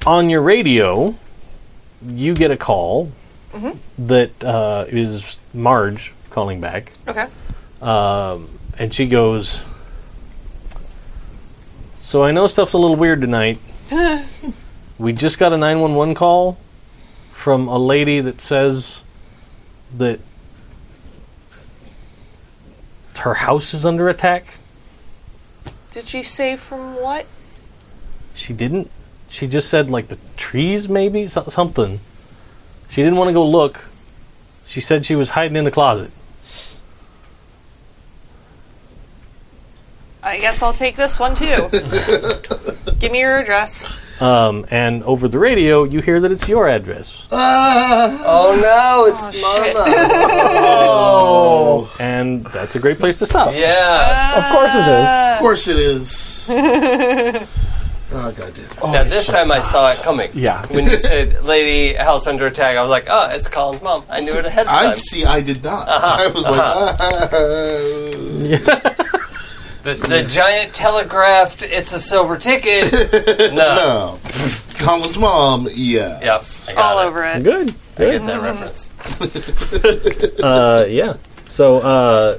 Speaker 1: On your radio, you get a call that uh, is Marge calling back,
Speaker 6: Okay.
Speaker 1: and she goes, "So I know stuff's a little weird tonight. we just got a nine one one call from a lady that says that." Her house is under attack.
Speaker 6: Did she say from what?
Speaker 1: She didn't. She just said like the trees, maybe so- something. She didn't want to go look. She said she was hiding in the closet.
Speaker 6: I guess I'll take this one too. Give me your address.
Speaker 1: Um, and over the radio, you hear that it's your address.
Speaker 2: Oh no, it's
Speaker 6: Oh,
Speaker 2: Mama.
Speaker 1: And that's a great place to stop.
Speaker 2: Yeah.
Speaker 3: Of course it is.
Speaker 5: Of course it is. oh goddamn!
Speaker 2: now this time I saw it coming.
Speaker 3: Yeah.
Speaker 2: When you said "Lady House Under Attack," I was like, "Oh, it's Colin's mom." I knew it ahead of
Speaker 5: I
Speaker 2: time. Uh-huh.
Speaker 5: see. I did not. I was uh-huh. like,
Speaker 2: The, the giant telegraphed, "It's a silver ticket." no.
Speaker 5: no. Colin's mom. Yeah.
Speaker 2: Yep. I got
Speaker 6: All
Speaker 2: it.
Speaker 6: over it.
Speaker 18: Good,
Speaker 2: I
Speaker 18: good.
Speaker 2: get that reference.
Speaker 18: Uh, yeah. So uh,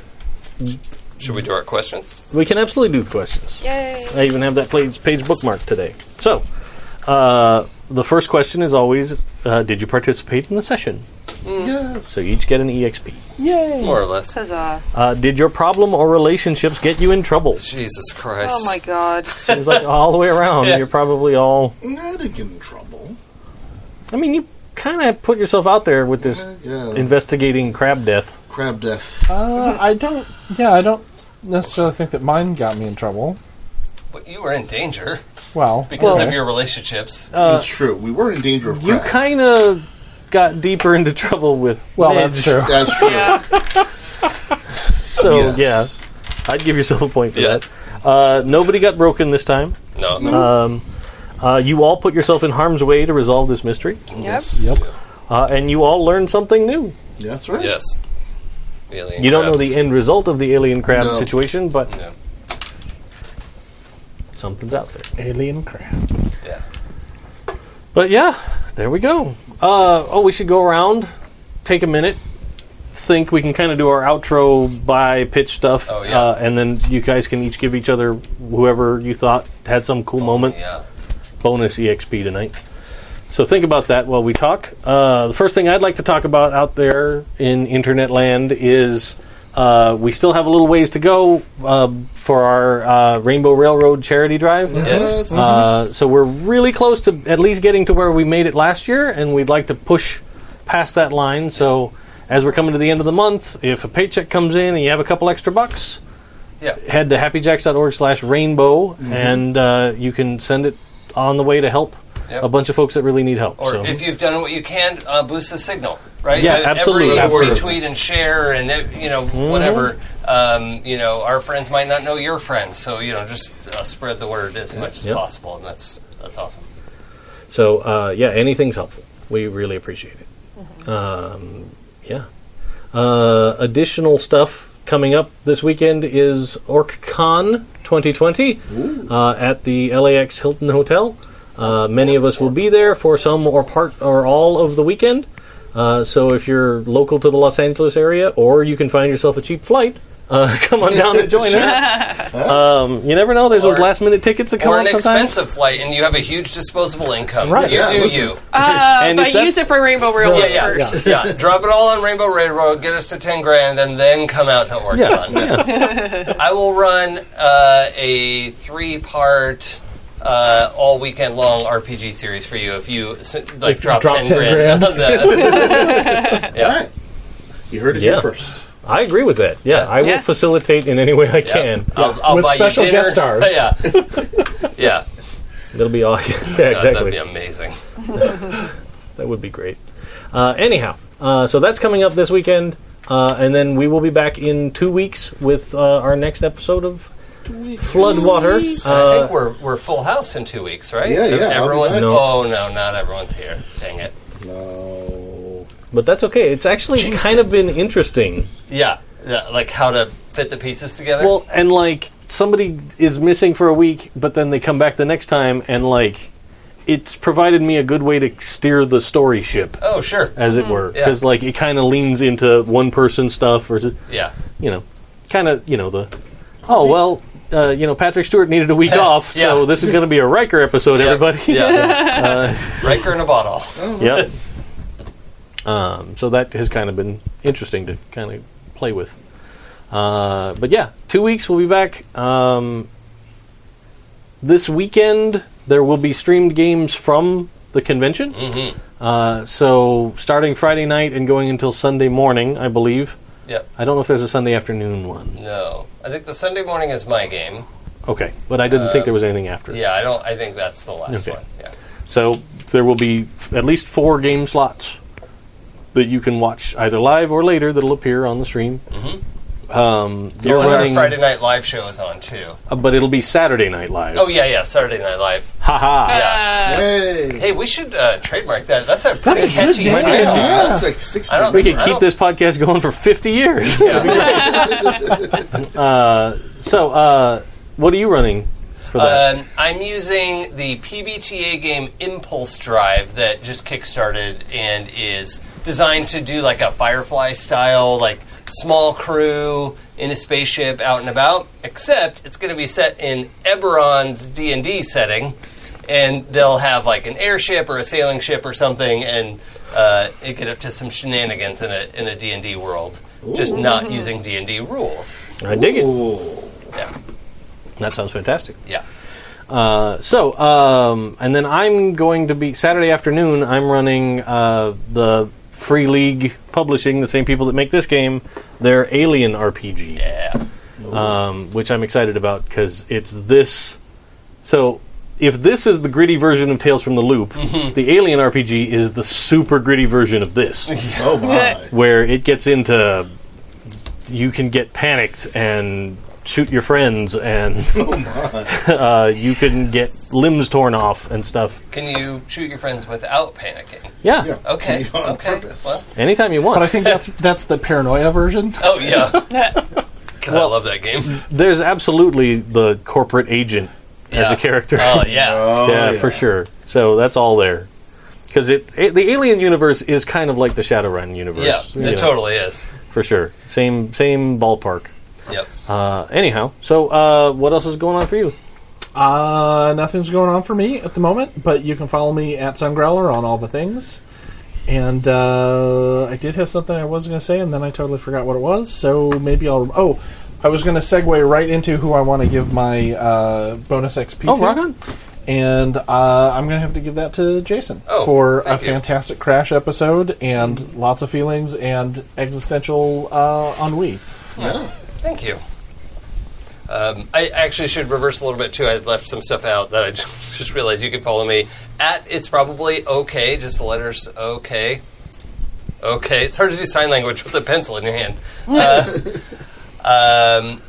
Speaker 2: Should we do our questions?
Speaker 18: we can absolutely do questions.
Speaker 6: Yay.
Speaker 1: I even have that page, page bookmarked today. So, uh, the first question is always, uh, did you participate in the session?
Speaker 5: Yes.
Speaker 1: So you each get an EXP.
Speaker 2: More or less.
Speaker 6: Huzzah.
Speaker 1: Uh, did your problem or relationships get you in trouble?
Speaker 2: Jesus Christ.
Speaker 6: Oh my god.
Speaker 1: Seems like all the way around,
Speaker 2: Yeah.
Speaker 1: you're probably all.
Speaker 5: Nah, I didn't get in trouble.
Speaker 1: I mean, you kind of put yourself out there with this
Speaker 5: Yeah.
Speaker 1: investigating crab death.
Speaker 5: Crab death.
Speaker 3: Uh, I don't. Yeah, I don't necessarily think that mine got me in trouble.
Speaker 2: But you were in danger
Speaker 3: Well,
Speaker 2: because
Speaker 1: Well-
Speaker 2: of your relationships.
Speaker 1: Oh,
Speaker 5: That's true. We were in danger of
Speaker 1: You
Speaker 5: crab.
Speaker 1: kind of got deeper into trouble with.
Speaker 3: well,
Speaker 1: Midge,
Speaker 3: that's true.
Speaker 5: That's true.
Speaker 6: Yeah.
Speaker 1: So
Speaker 5: Yes.
Speaker 1: yeah, I'd give yourself a point for
Speaker 2: Yeah.
Speaker 1: that. Uh, nobody got broken this time.
Speaker 2: no.
Speaker 1: Um, uh, you all put yourself in harm's way to resolve this mystery,
Speaker 6: Yep.
Speaker 5: Yep.
Speaker 1: uh, and you all learned something new.
Speaker 5: That's right.
Speaker 2: Yes. Alien
Speaker 1: You don't know
Speaker 2: crabs.
Speaker 1: the end result of the alien crab
Speaker 5: No.
Speaker 1: situation, but
Speaker 2: No.
Speaker 1: something's out there.
Speaker 3: Alien crap.
Speaker 2: Yeah.
Speaker 1: But yeah, there we go. Uh, oh, we should go around, take a minute, think. We can kind of do our outro by pitch stuff,
Speaker 2: Oh, yeah.
Speaker 1: uh, and then you guys can each give each other whoever you thought had some cool moment
Speaker 2: Yeah.
Speaker 1: bonus exp tonight. So think about that while we talk. Uh, the first thing I'd like to talk about out there in internet land is uh, we still have a little ways to go uh, for our uh, Rainbow Railroad charity drive.
Speaker 2: Yes.
Speaker 1: Uh, so we're really close to at least getting to where we made it last year, and we'd like to push past that line. So as we're coming to the end of the month, if a paycheck comes in and you have a couple extra bucks,
Speaker 2: Yeah.
Speaker 1: head to happyjacks.org slash rainbow,
Speaker 2: Mm-hmm.
Speaker 1: and uh, you can send it on the way to help
Speaker 2: Yep.
Speaker 1: a bunch of folks that really need help.
Speaker 2: Or
Speaker 1: so.
Speaker 2: if you've done what you can, uh, boost the signal, right?
Speaker 1: Yeah,
Speaker 2: Uh, every-
Speaker 1: absolutely,
Speaker 2: Every,
Speaker 1: absolutely. Mm-hmm.
Speaker 2: tweet and share and uh, you know whatever. Um, you know, our friends might not know your friends, so you know, just uh, spread the word as much as
Speaker 1: Yep.
Speaker 2: possible, and that's that's awesome.
Speaker 1: So uh, yeah, anything's helpful. We really appreciate it.
Speaker 2: Mm-hmm.
Speaker 1: Um, yeah. Uh, additional stuff coming up this weekend is OrcCon 2020 uh, at the LAX Hilton Hotel. Uh, many of us will be there for some or part or all of the weekend. Uh, so if you're local to the Los Angeles area, or you can find yourself a cheap flight, uh, come on down and join us. Um, you never know. There's those
Speaker 2: Or-
Speaker 1: last minute tickets that come
Speaker 2: Or
Speaker 1: out
Speaker 2: an
Speaker 1: sometimes.
Speaker 2: expensive flight, and you have a huge disposable income.
Speaker 1: Right.
Speaker 2: You
Speaker 1: Yeah,
Speaker 2: do
Speaker 5: listen.
Speaker 2: you.
Speaker 6: Uh,
Speaker 1: And if
Speaker 6: but
Speaker 1: that's-
Speaker 6: use it for Rainbow Railroad
Speaker 2: Yeah, yeah,
Speaker 6: first.
Speaker 2: yeah. Drop it all on Rainbow Railroad, get us to 10 grand, and then come out to Oregon.
Speaker 1: Yeah, yes.
Speaker 2: I will run uh, a three part. Uh, all weekend long RPG series for you if you s- like
Speaker 3: If you
Speaker 2: drop,
Speaker 3: drop
Speaker 2: 10,
Speaker 3: 10
Speaker 2: grand.
Speaker 3: grand.
Speaker 2: on the-
Speaker 5: All right. You heard it
Speaker 1: Yeah.
Speaker 5: here first.
Speaker 1: I agree with that. Yeah, I will
Speaker 6: Yeah.
Speaker 1: facilitate in any way I can.
Speaker 2: I'll, I'll
Speaker 3: With
Speaker 2: buy
Speaker 3: special
Speaker 2: you dinner.
Speaker 3: guest stars.
Speaker 2: Yeah, yeah,
Speaker 1: It'll be all. Yeah,
Speaker 2: God, that'd
Speaker 1: exactly.
Speaker 2: be amazing.
Speaker 1: That would be great. Uh, anyhow, uh, so that's coming up this weekend, uh, and then we will be back in two weeks with uh, our next episode of Floodwater.
Speaker 2: I
Speaker 1: Uh,
Speaker 2: think we're we're full house in two weeks, right?
Speaker 5: Yeah, yeah, I'll be
Speaker 2: Everyone's
Speaker 5: back.
Speaker 1: No.
Speaker 2: oh no, not everyone's here. Dang it.
Speaker 5: No.
Speaker 1: but that's okay. It's actually kind of been interesting.
Speaker 2: Yeah, yeah, like how to fit the pieces together.
Speaker 1: Well, and like somebody is missing for a week, but then they come back the next time, and like it's provided me a good way to steer the story ship,
Speaker 2: oh sure,
Speaker 1: as it were,
Speaker 2: yeah.
Speaker 1: because like it kind of leans into one person stuff versus
Speaker 2: yeah.
Speaker 1: you know, kind of, you know, the, oh, well, uh, you know, Patrick Stewart needed a week off,
Speaker 2: Yeah.
Speaker 1: so this is going to be a Riker episode,
Speaker 2: Yep.
Speaker 1: everybody.
Speaker 2: Yeah. Riker in a bottle.
Speaker 5: Oh,
Speaker 1: yep. Um, so that has kind of been interesting to kind of play with. Uh, but yeah, two weeks we'll be back. Um, this weekend there will be streamed games from the convention. Uh, so starting Friday night and going until Sunday morning, I believe.
Speaker 2: Yep.
Speaker 1: I don't know if there's a Sunday afternoon one.
Speaker 2: No, I think the Sunday morning is my game.
Speaker 1: Okay, but I didn't think there was anything after.
Speaker 2: Yeah, I don't. I think that's the last
Speaker 1: Okay.
Speaker 2: one. Yeah.
Speaker 1: So there will be f- at least four game slots that you can watch either live or later that'll appear on the stream. Um, you're
Speaker 2: Well, Mm-hmm. Oh, and
Speaker 1: running,
Speaker 2: our Friday Night Live show is on too.
Speaker 1: uh, but it'll be Saturday Night Live.
Speaker 2: Oh yeah, yeah, Saturday Night Live.
Speaker 1: Haha.
Speaker 2: Yeah.
Speaker 5: Uh, Hey.
Speaker 2: Hey, we should uh, trademark that. That's a pretty
Speaker 3: a good
Speaker 2: catchy
Speaker 3: name.
Speaker 5: I know,
Speaker 2: name.
Speaker 5: That's like six.
Speaker 2: I don't-
Speaker 1: We could
Speaker 2: I
Speaker 1: keep
Speaker 2: don't-
Speaker 1: this podcast going for 50 years. uh, so, uh, what are you running for that?
Speaker 2: Um, I'm using the PBTA game Impulse Drive that just kickstarted and is designed to do like a Firefly style, like small crew in a spaceship out and about. Except it's going to be set in Eberron's D and D setting, and they'll have like an airship or a sailing ship or something, and uh, it get up to some shenanigans in a in a D and D world, just not using D and D rules.
Speaker 1: I dig it.
Speaker 2: Yeah,
Speaker 1: That sounds fantastic.
Speaker 2: yeah.
Speaker 1: Uh, so, um, and then I'm going to be Saturday afternoon. I'm running uh, the Free League Publishing, the same people that make this game, their Alien RPG,
Speaker 2: Yeah.
Speaker 1: um, which I'm excited about because it's this. So, if this is the gritty version of Tales from the Loop, the Alien RPG is the super gritty version of this,
Speaker 5: Oh my!
Speaker 1: where it gets into you can get panicked and shoot your friends and
Speaker 5: Oh my!
Speaker 1: uh, you can get limbs torn off and stuff.
Speaker 2: Can you shoot your friends without panicking?
Speaker 1: Yeah,
Speaker 5: Yeah.
Speaker 2: Okay.
Speaker 5: On
Speaker 2: okay.
Speaker 5: purpose.
Speaker 2: Well,
Speaker 1: anytime you
Speaker 3: But I
Speaker 1: want.
Speaker 3: think that's that's the paranoia version.
Speaker 2: oh yeah. God, I love that game.
Speaker 1: There's absolutely the corporate agent as
Speaker 2: Yeah.
Speaker 1: a character.
Speaker 2: Oh yeah.
Speaker 5: Oh,
Speaker 1: yeah, for sure. So that's all there. Because it, it, the Alien universe is kind of like the Shadowrun universe.
Speaker 2: yeah.
Speaker 1: you
Speaker 2: It
Speaker 1: know,
Speaker 2: totally is.
Speaker 1: for sure. Same same ballpark.
Speaker 2: Yep.
Speaker 1: Uh, anyhow, so uh, what else is going on for you?
Speaker 3: Uh, nothing's going on for me at the moment, but you can follow me at Sungrowler on all the things. And uh, I did have something I was going to say, and then I totally forgot what it was. So maybe I'll. Oh, I was going to segue right into who I want to give my uh, bonus XP
Speaker 1: Oh,
Speaker 3: to.
Speaker 1: rock on.
Speaker 3: And uh, I'm going to have to give that to Jason
Speaker 2: Oh,
Speaker 3: for a
Speaker 2: thank you.
Speaker 3: fantastic crash episode and lots of feelings and existential uh, ennui.
Speaker 2: Thank you. Um, I actually should reverse a little bit too. I left some stuff out that I just realized. You can follow me at it's probably okay, just the letters okay. Okay, it's hard to do sign language with a pencil in your hand. Uh, um,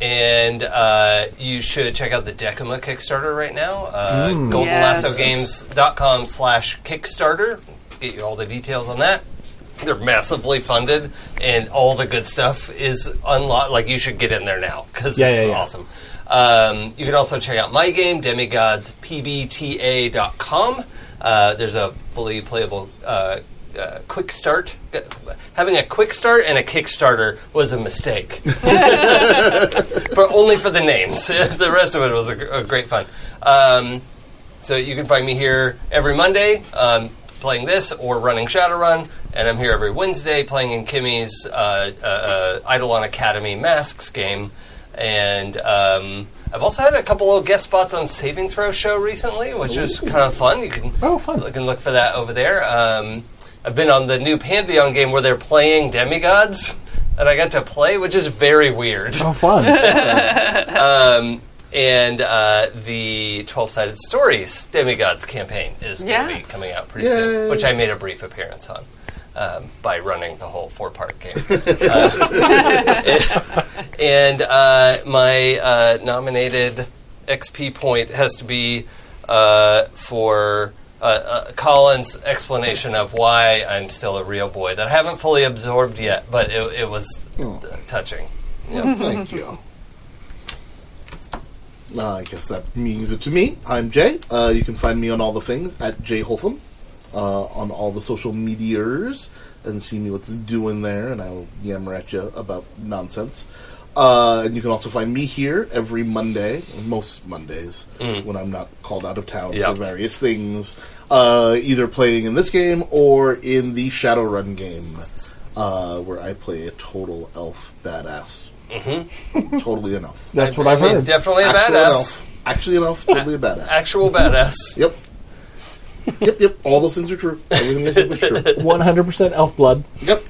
Speaker 2: and uh, you should check out the Decima Kickstarter right now. Uh, GoldenLassoGames.com slash Kickstarter. Get you all the details on that they're massively funded, and all the good stuff is unlocked. Like you should get in there now because
Speaker 3: Yeah,
Speaker 2: it's
Speaker 3: yeah, yeah.
Speaker 2: awesome. Um, you can also check out my game, demigodspbta.com. Uh, there's a fully playable uh, uh, quick start. Having a quick start and a Kickstarter was a mistake but only for the names. the rest of it was a, gr- a great fun. Um, so you can find me here every Monday um, playing this or running Shadowrun, and I'm here every Wednesday playing in Kimmy's uh, uh, uh, Eidolon Academy Masks game. And um, I've also had a couple of guest spots on Saving Throw Show recently, which is kind of fun. You can
Speaker 3: Oh, fun.
Speaker 2: you can look for that over there. Um, I've been on the new Pantheon game where they're playing demigods, and I got to play, which is very weird
Speaker 3: Oh, fun.
Speaker 2: um, and uh, the 12 sided stories demigods campaign is
Speaker 6: Yeah.
Speaker 2: going to be coming out pretty soon which i made a brief appearance on um, by running the whole four part game Uh, and uh, my uh, nominated xp point has to be uh, for uh, uh, Colin's explanation of why I'm still a real boy that I haven't fully absorbed yet, but it, it was uh, touching.
Speaker 5: Thank you. Uh, I guess that means it to me. I'm Jay. Uh, you can find me on all the things at Jay Holtham uh, on all the social medias and see me what's doing there, and I will yammer at you about nonsense. Uh, and you can also find me here every Monday, most Mondays, when I'm not called out of town
Speaker 2: Yeah.
Speaker 5: for various things, uh, either playing in this game or in the Shadowrun game, uh, where I play a total elf badass. Mm-hmm. totally an elf.
Speaker 3: That's what
Speaker 2: I
Speaker 3: I've
Speaker 2: mean,
Speaker 3: heard.
Speaker 2: Definitely a
Speaker 5: Actually an
Speaker 2: badass.
Speaker 5: elf. Actually an elf, totally a badass.
Speaker 2: Actual badass.
Speaker 5: Yep. yep, yep. All those things are true. Everything I said was true.
Speaker 3: 100% elf blood.
Speaker 5: Yep.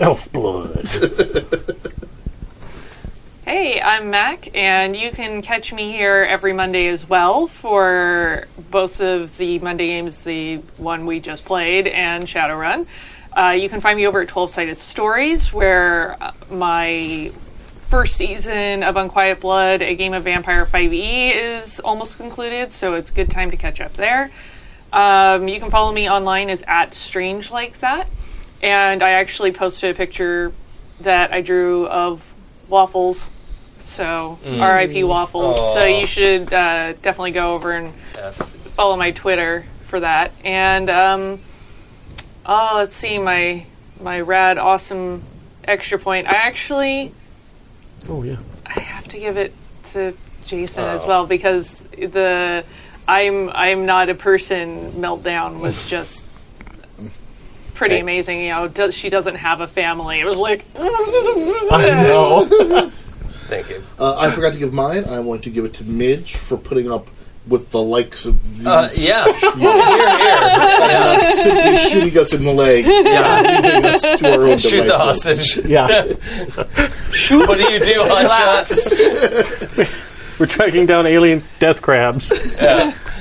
Speaker 1: Elf Oh, blood.
Speaker 6: Hey, I'm Mac, and you can catch me here every Monday as well for both of the Monday games, the one we just played and Shadowrun. Uh, you can find me over at 12 Sided Stories, where uh, my first season of Unquiet Blood, a game of Vampire 5e, is almost concluded, so it's a good time to catch up there. Um, you can follow me online as at Strange Like That, and I actually posted a picture that I drew of waffles. So R.I.P. waffles. So you should uh, definitely go over and
Speaker 2: F.
Speaker 6: follow my Twitter for that. And um, oh, let's see my my rad awesome extra point. I actually
Speaker 1: Oh yeah.
Speaker 6: have to give it to Jason as well because the I'm I'm not a person meltdown was just pretty
Speaker 9: Okay.
Speaker 6: amazing. You know, do, she doesn't have a family. It was like
Speaker 5: No.
Speaker 2: Thank you.
Speaker 5: Uh, I forgot to give mine. I want to give it to Midge for putting up with the likes of these.
Speaker 2: Uh, yeah. here, here.
Speaker 5: Not simply shooting us in the leg.
Speaker 2: Yeah.
Speaker 5: Leaving us to our own
Speaker 2: Shoot the
Speaker 5: devices.
Speaker 2: hostage.
Speaker 3: Yeah.
Speaker 2: What do you do, hotshots?
Speaker 9: We're tracking down alien death crabs.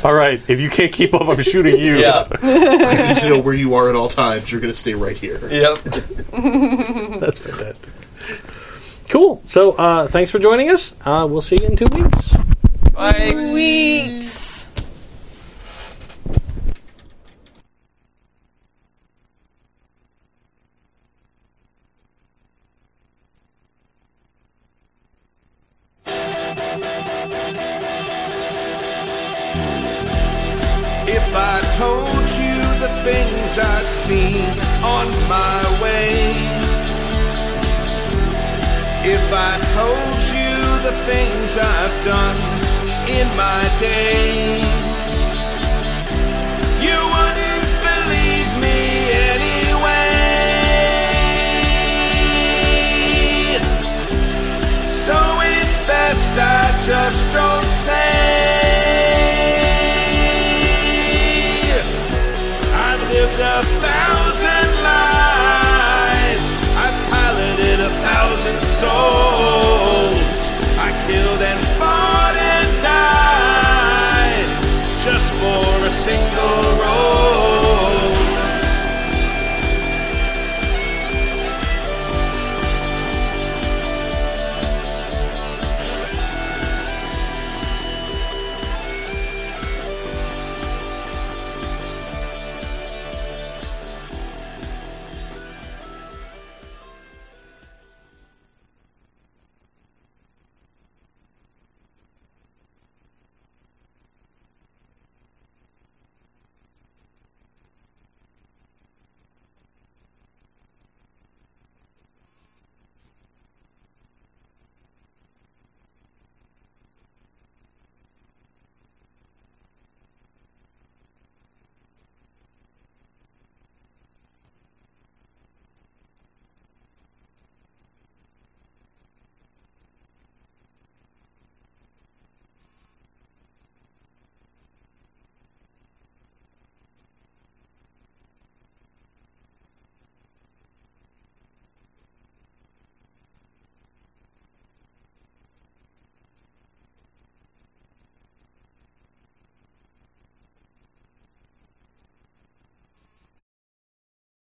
Speaker 9: All right, if you can't keep up, I'm shooting you.
Speaker 2: Yeah.
Speaker 5: You need to know where you are at all times. You're going to stay right here.
Speaker 2: Yep.
Speaker 9: That's fantastic. Cool. So, uh, thanks for joining us. Uh, we'll see you in two weeks.
Speaker 2: Bye.
Speaker 6: weeks.
Speaker 19: If I told you the things I'd seen on my ways, if I told you the things I've done in my days, you wouldn't believe me anyway. So it's best I just don't say. I've lived a thousand lives. I've piloted a thousand souls. I killed and fought and died just for a single role.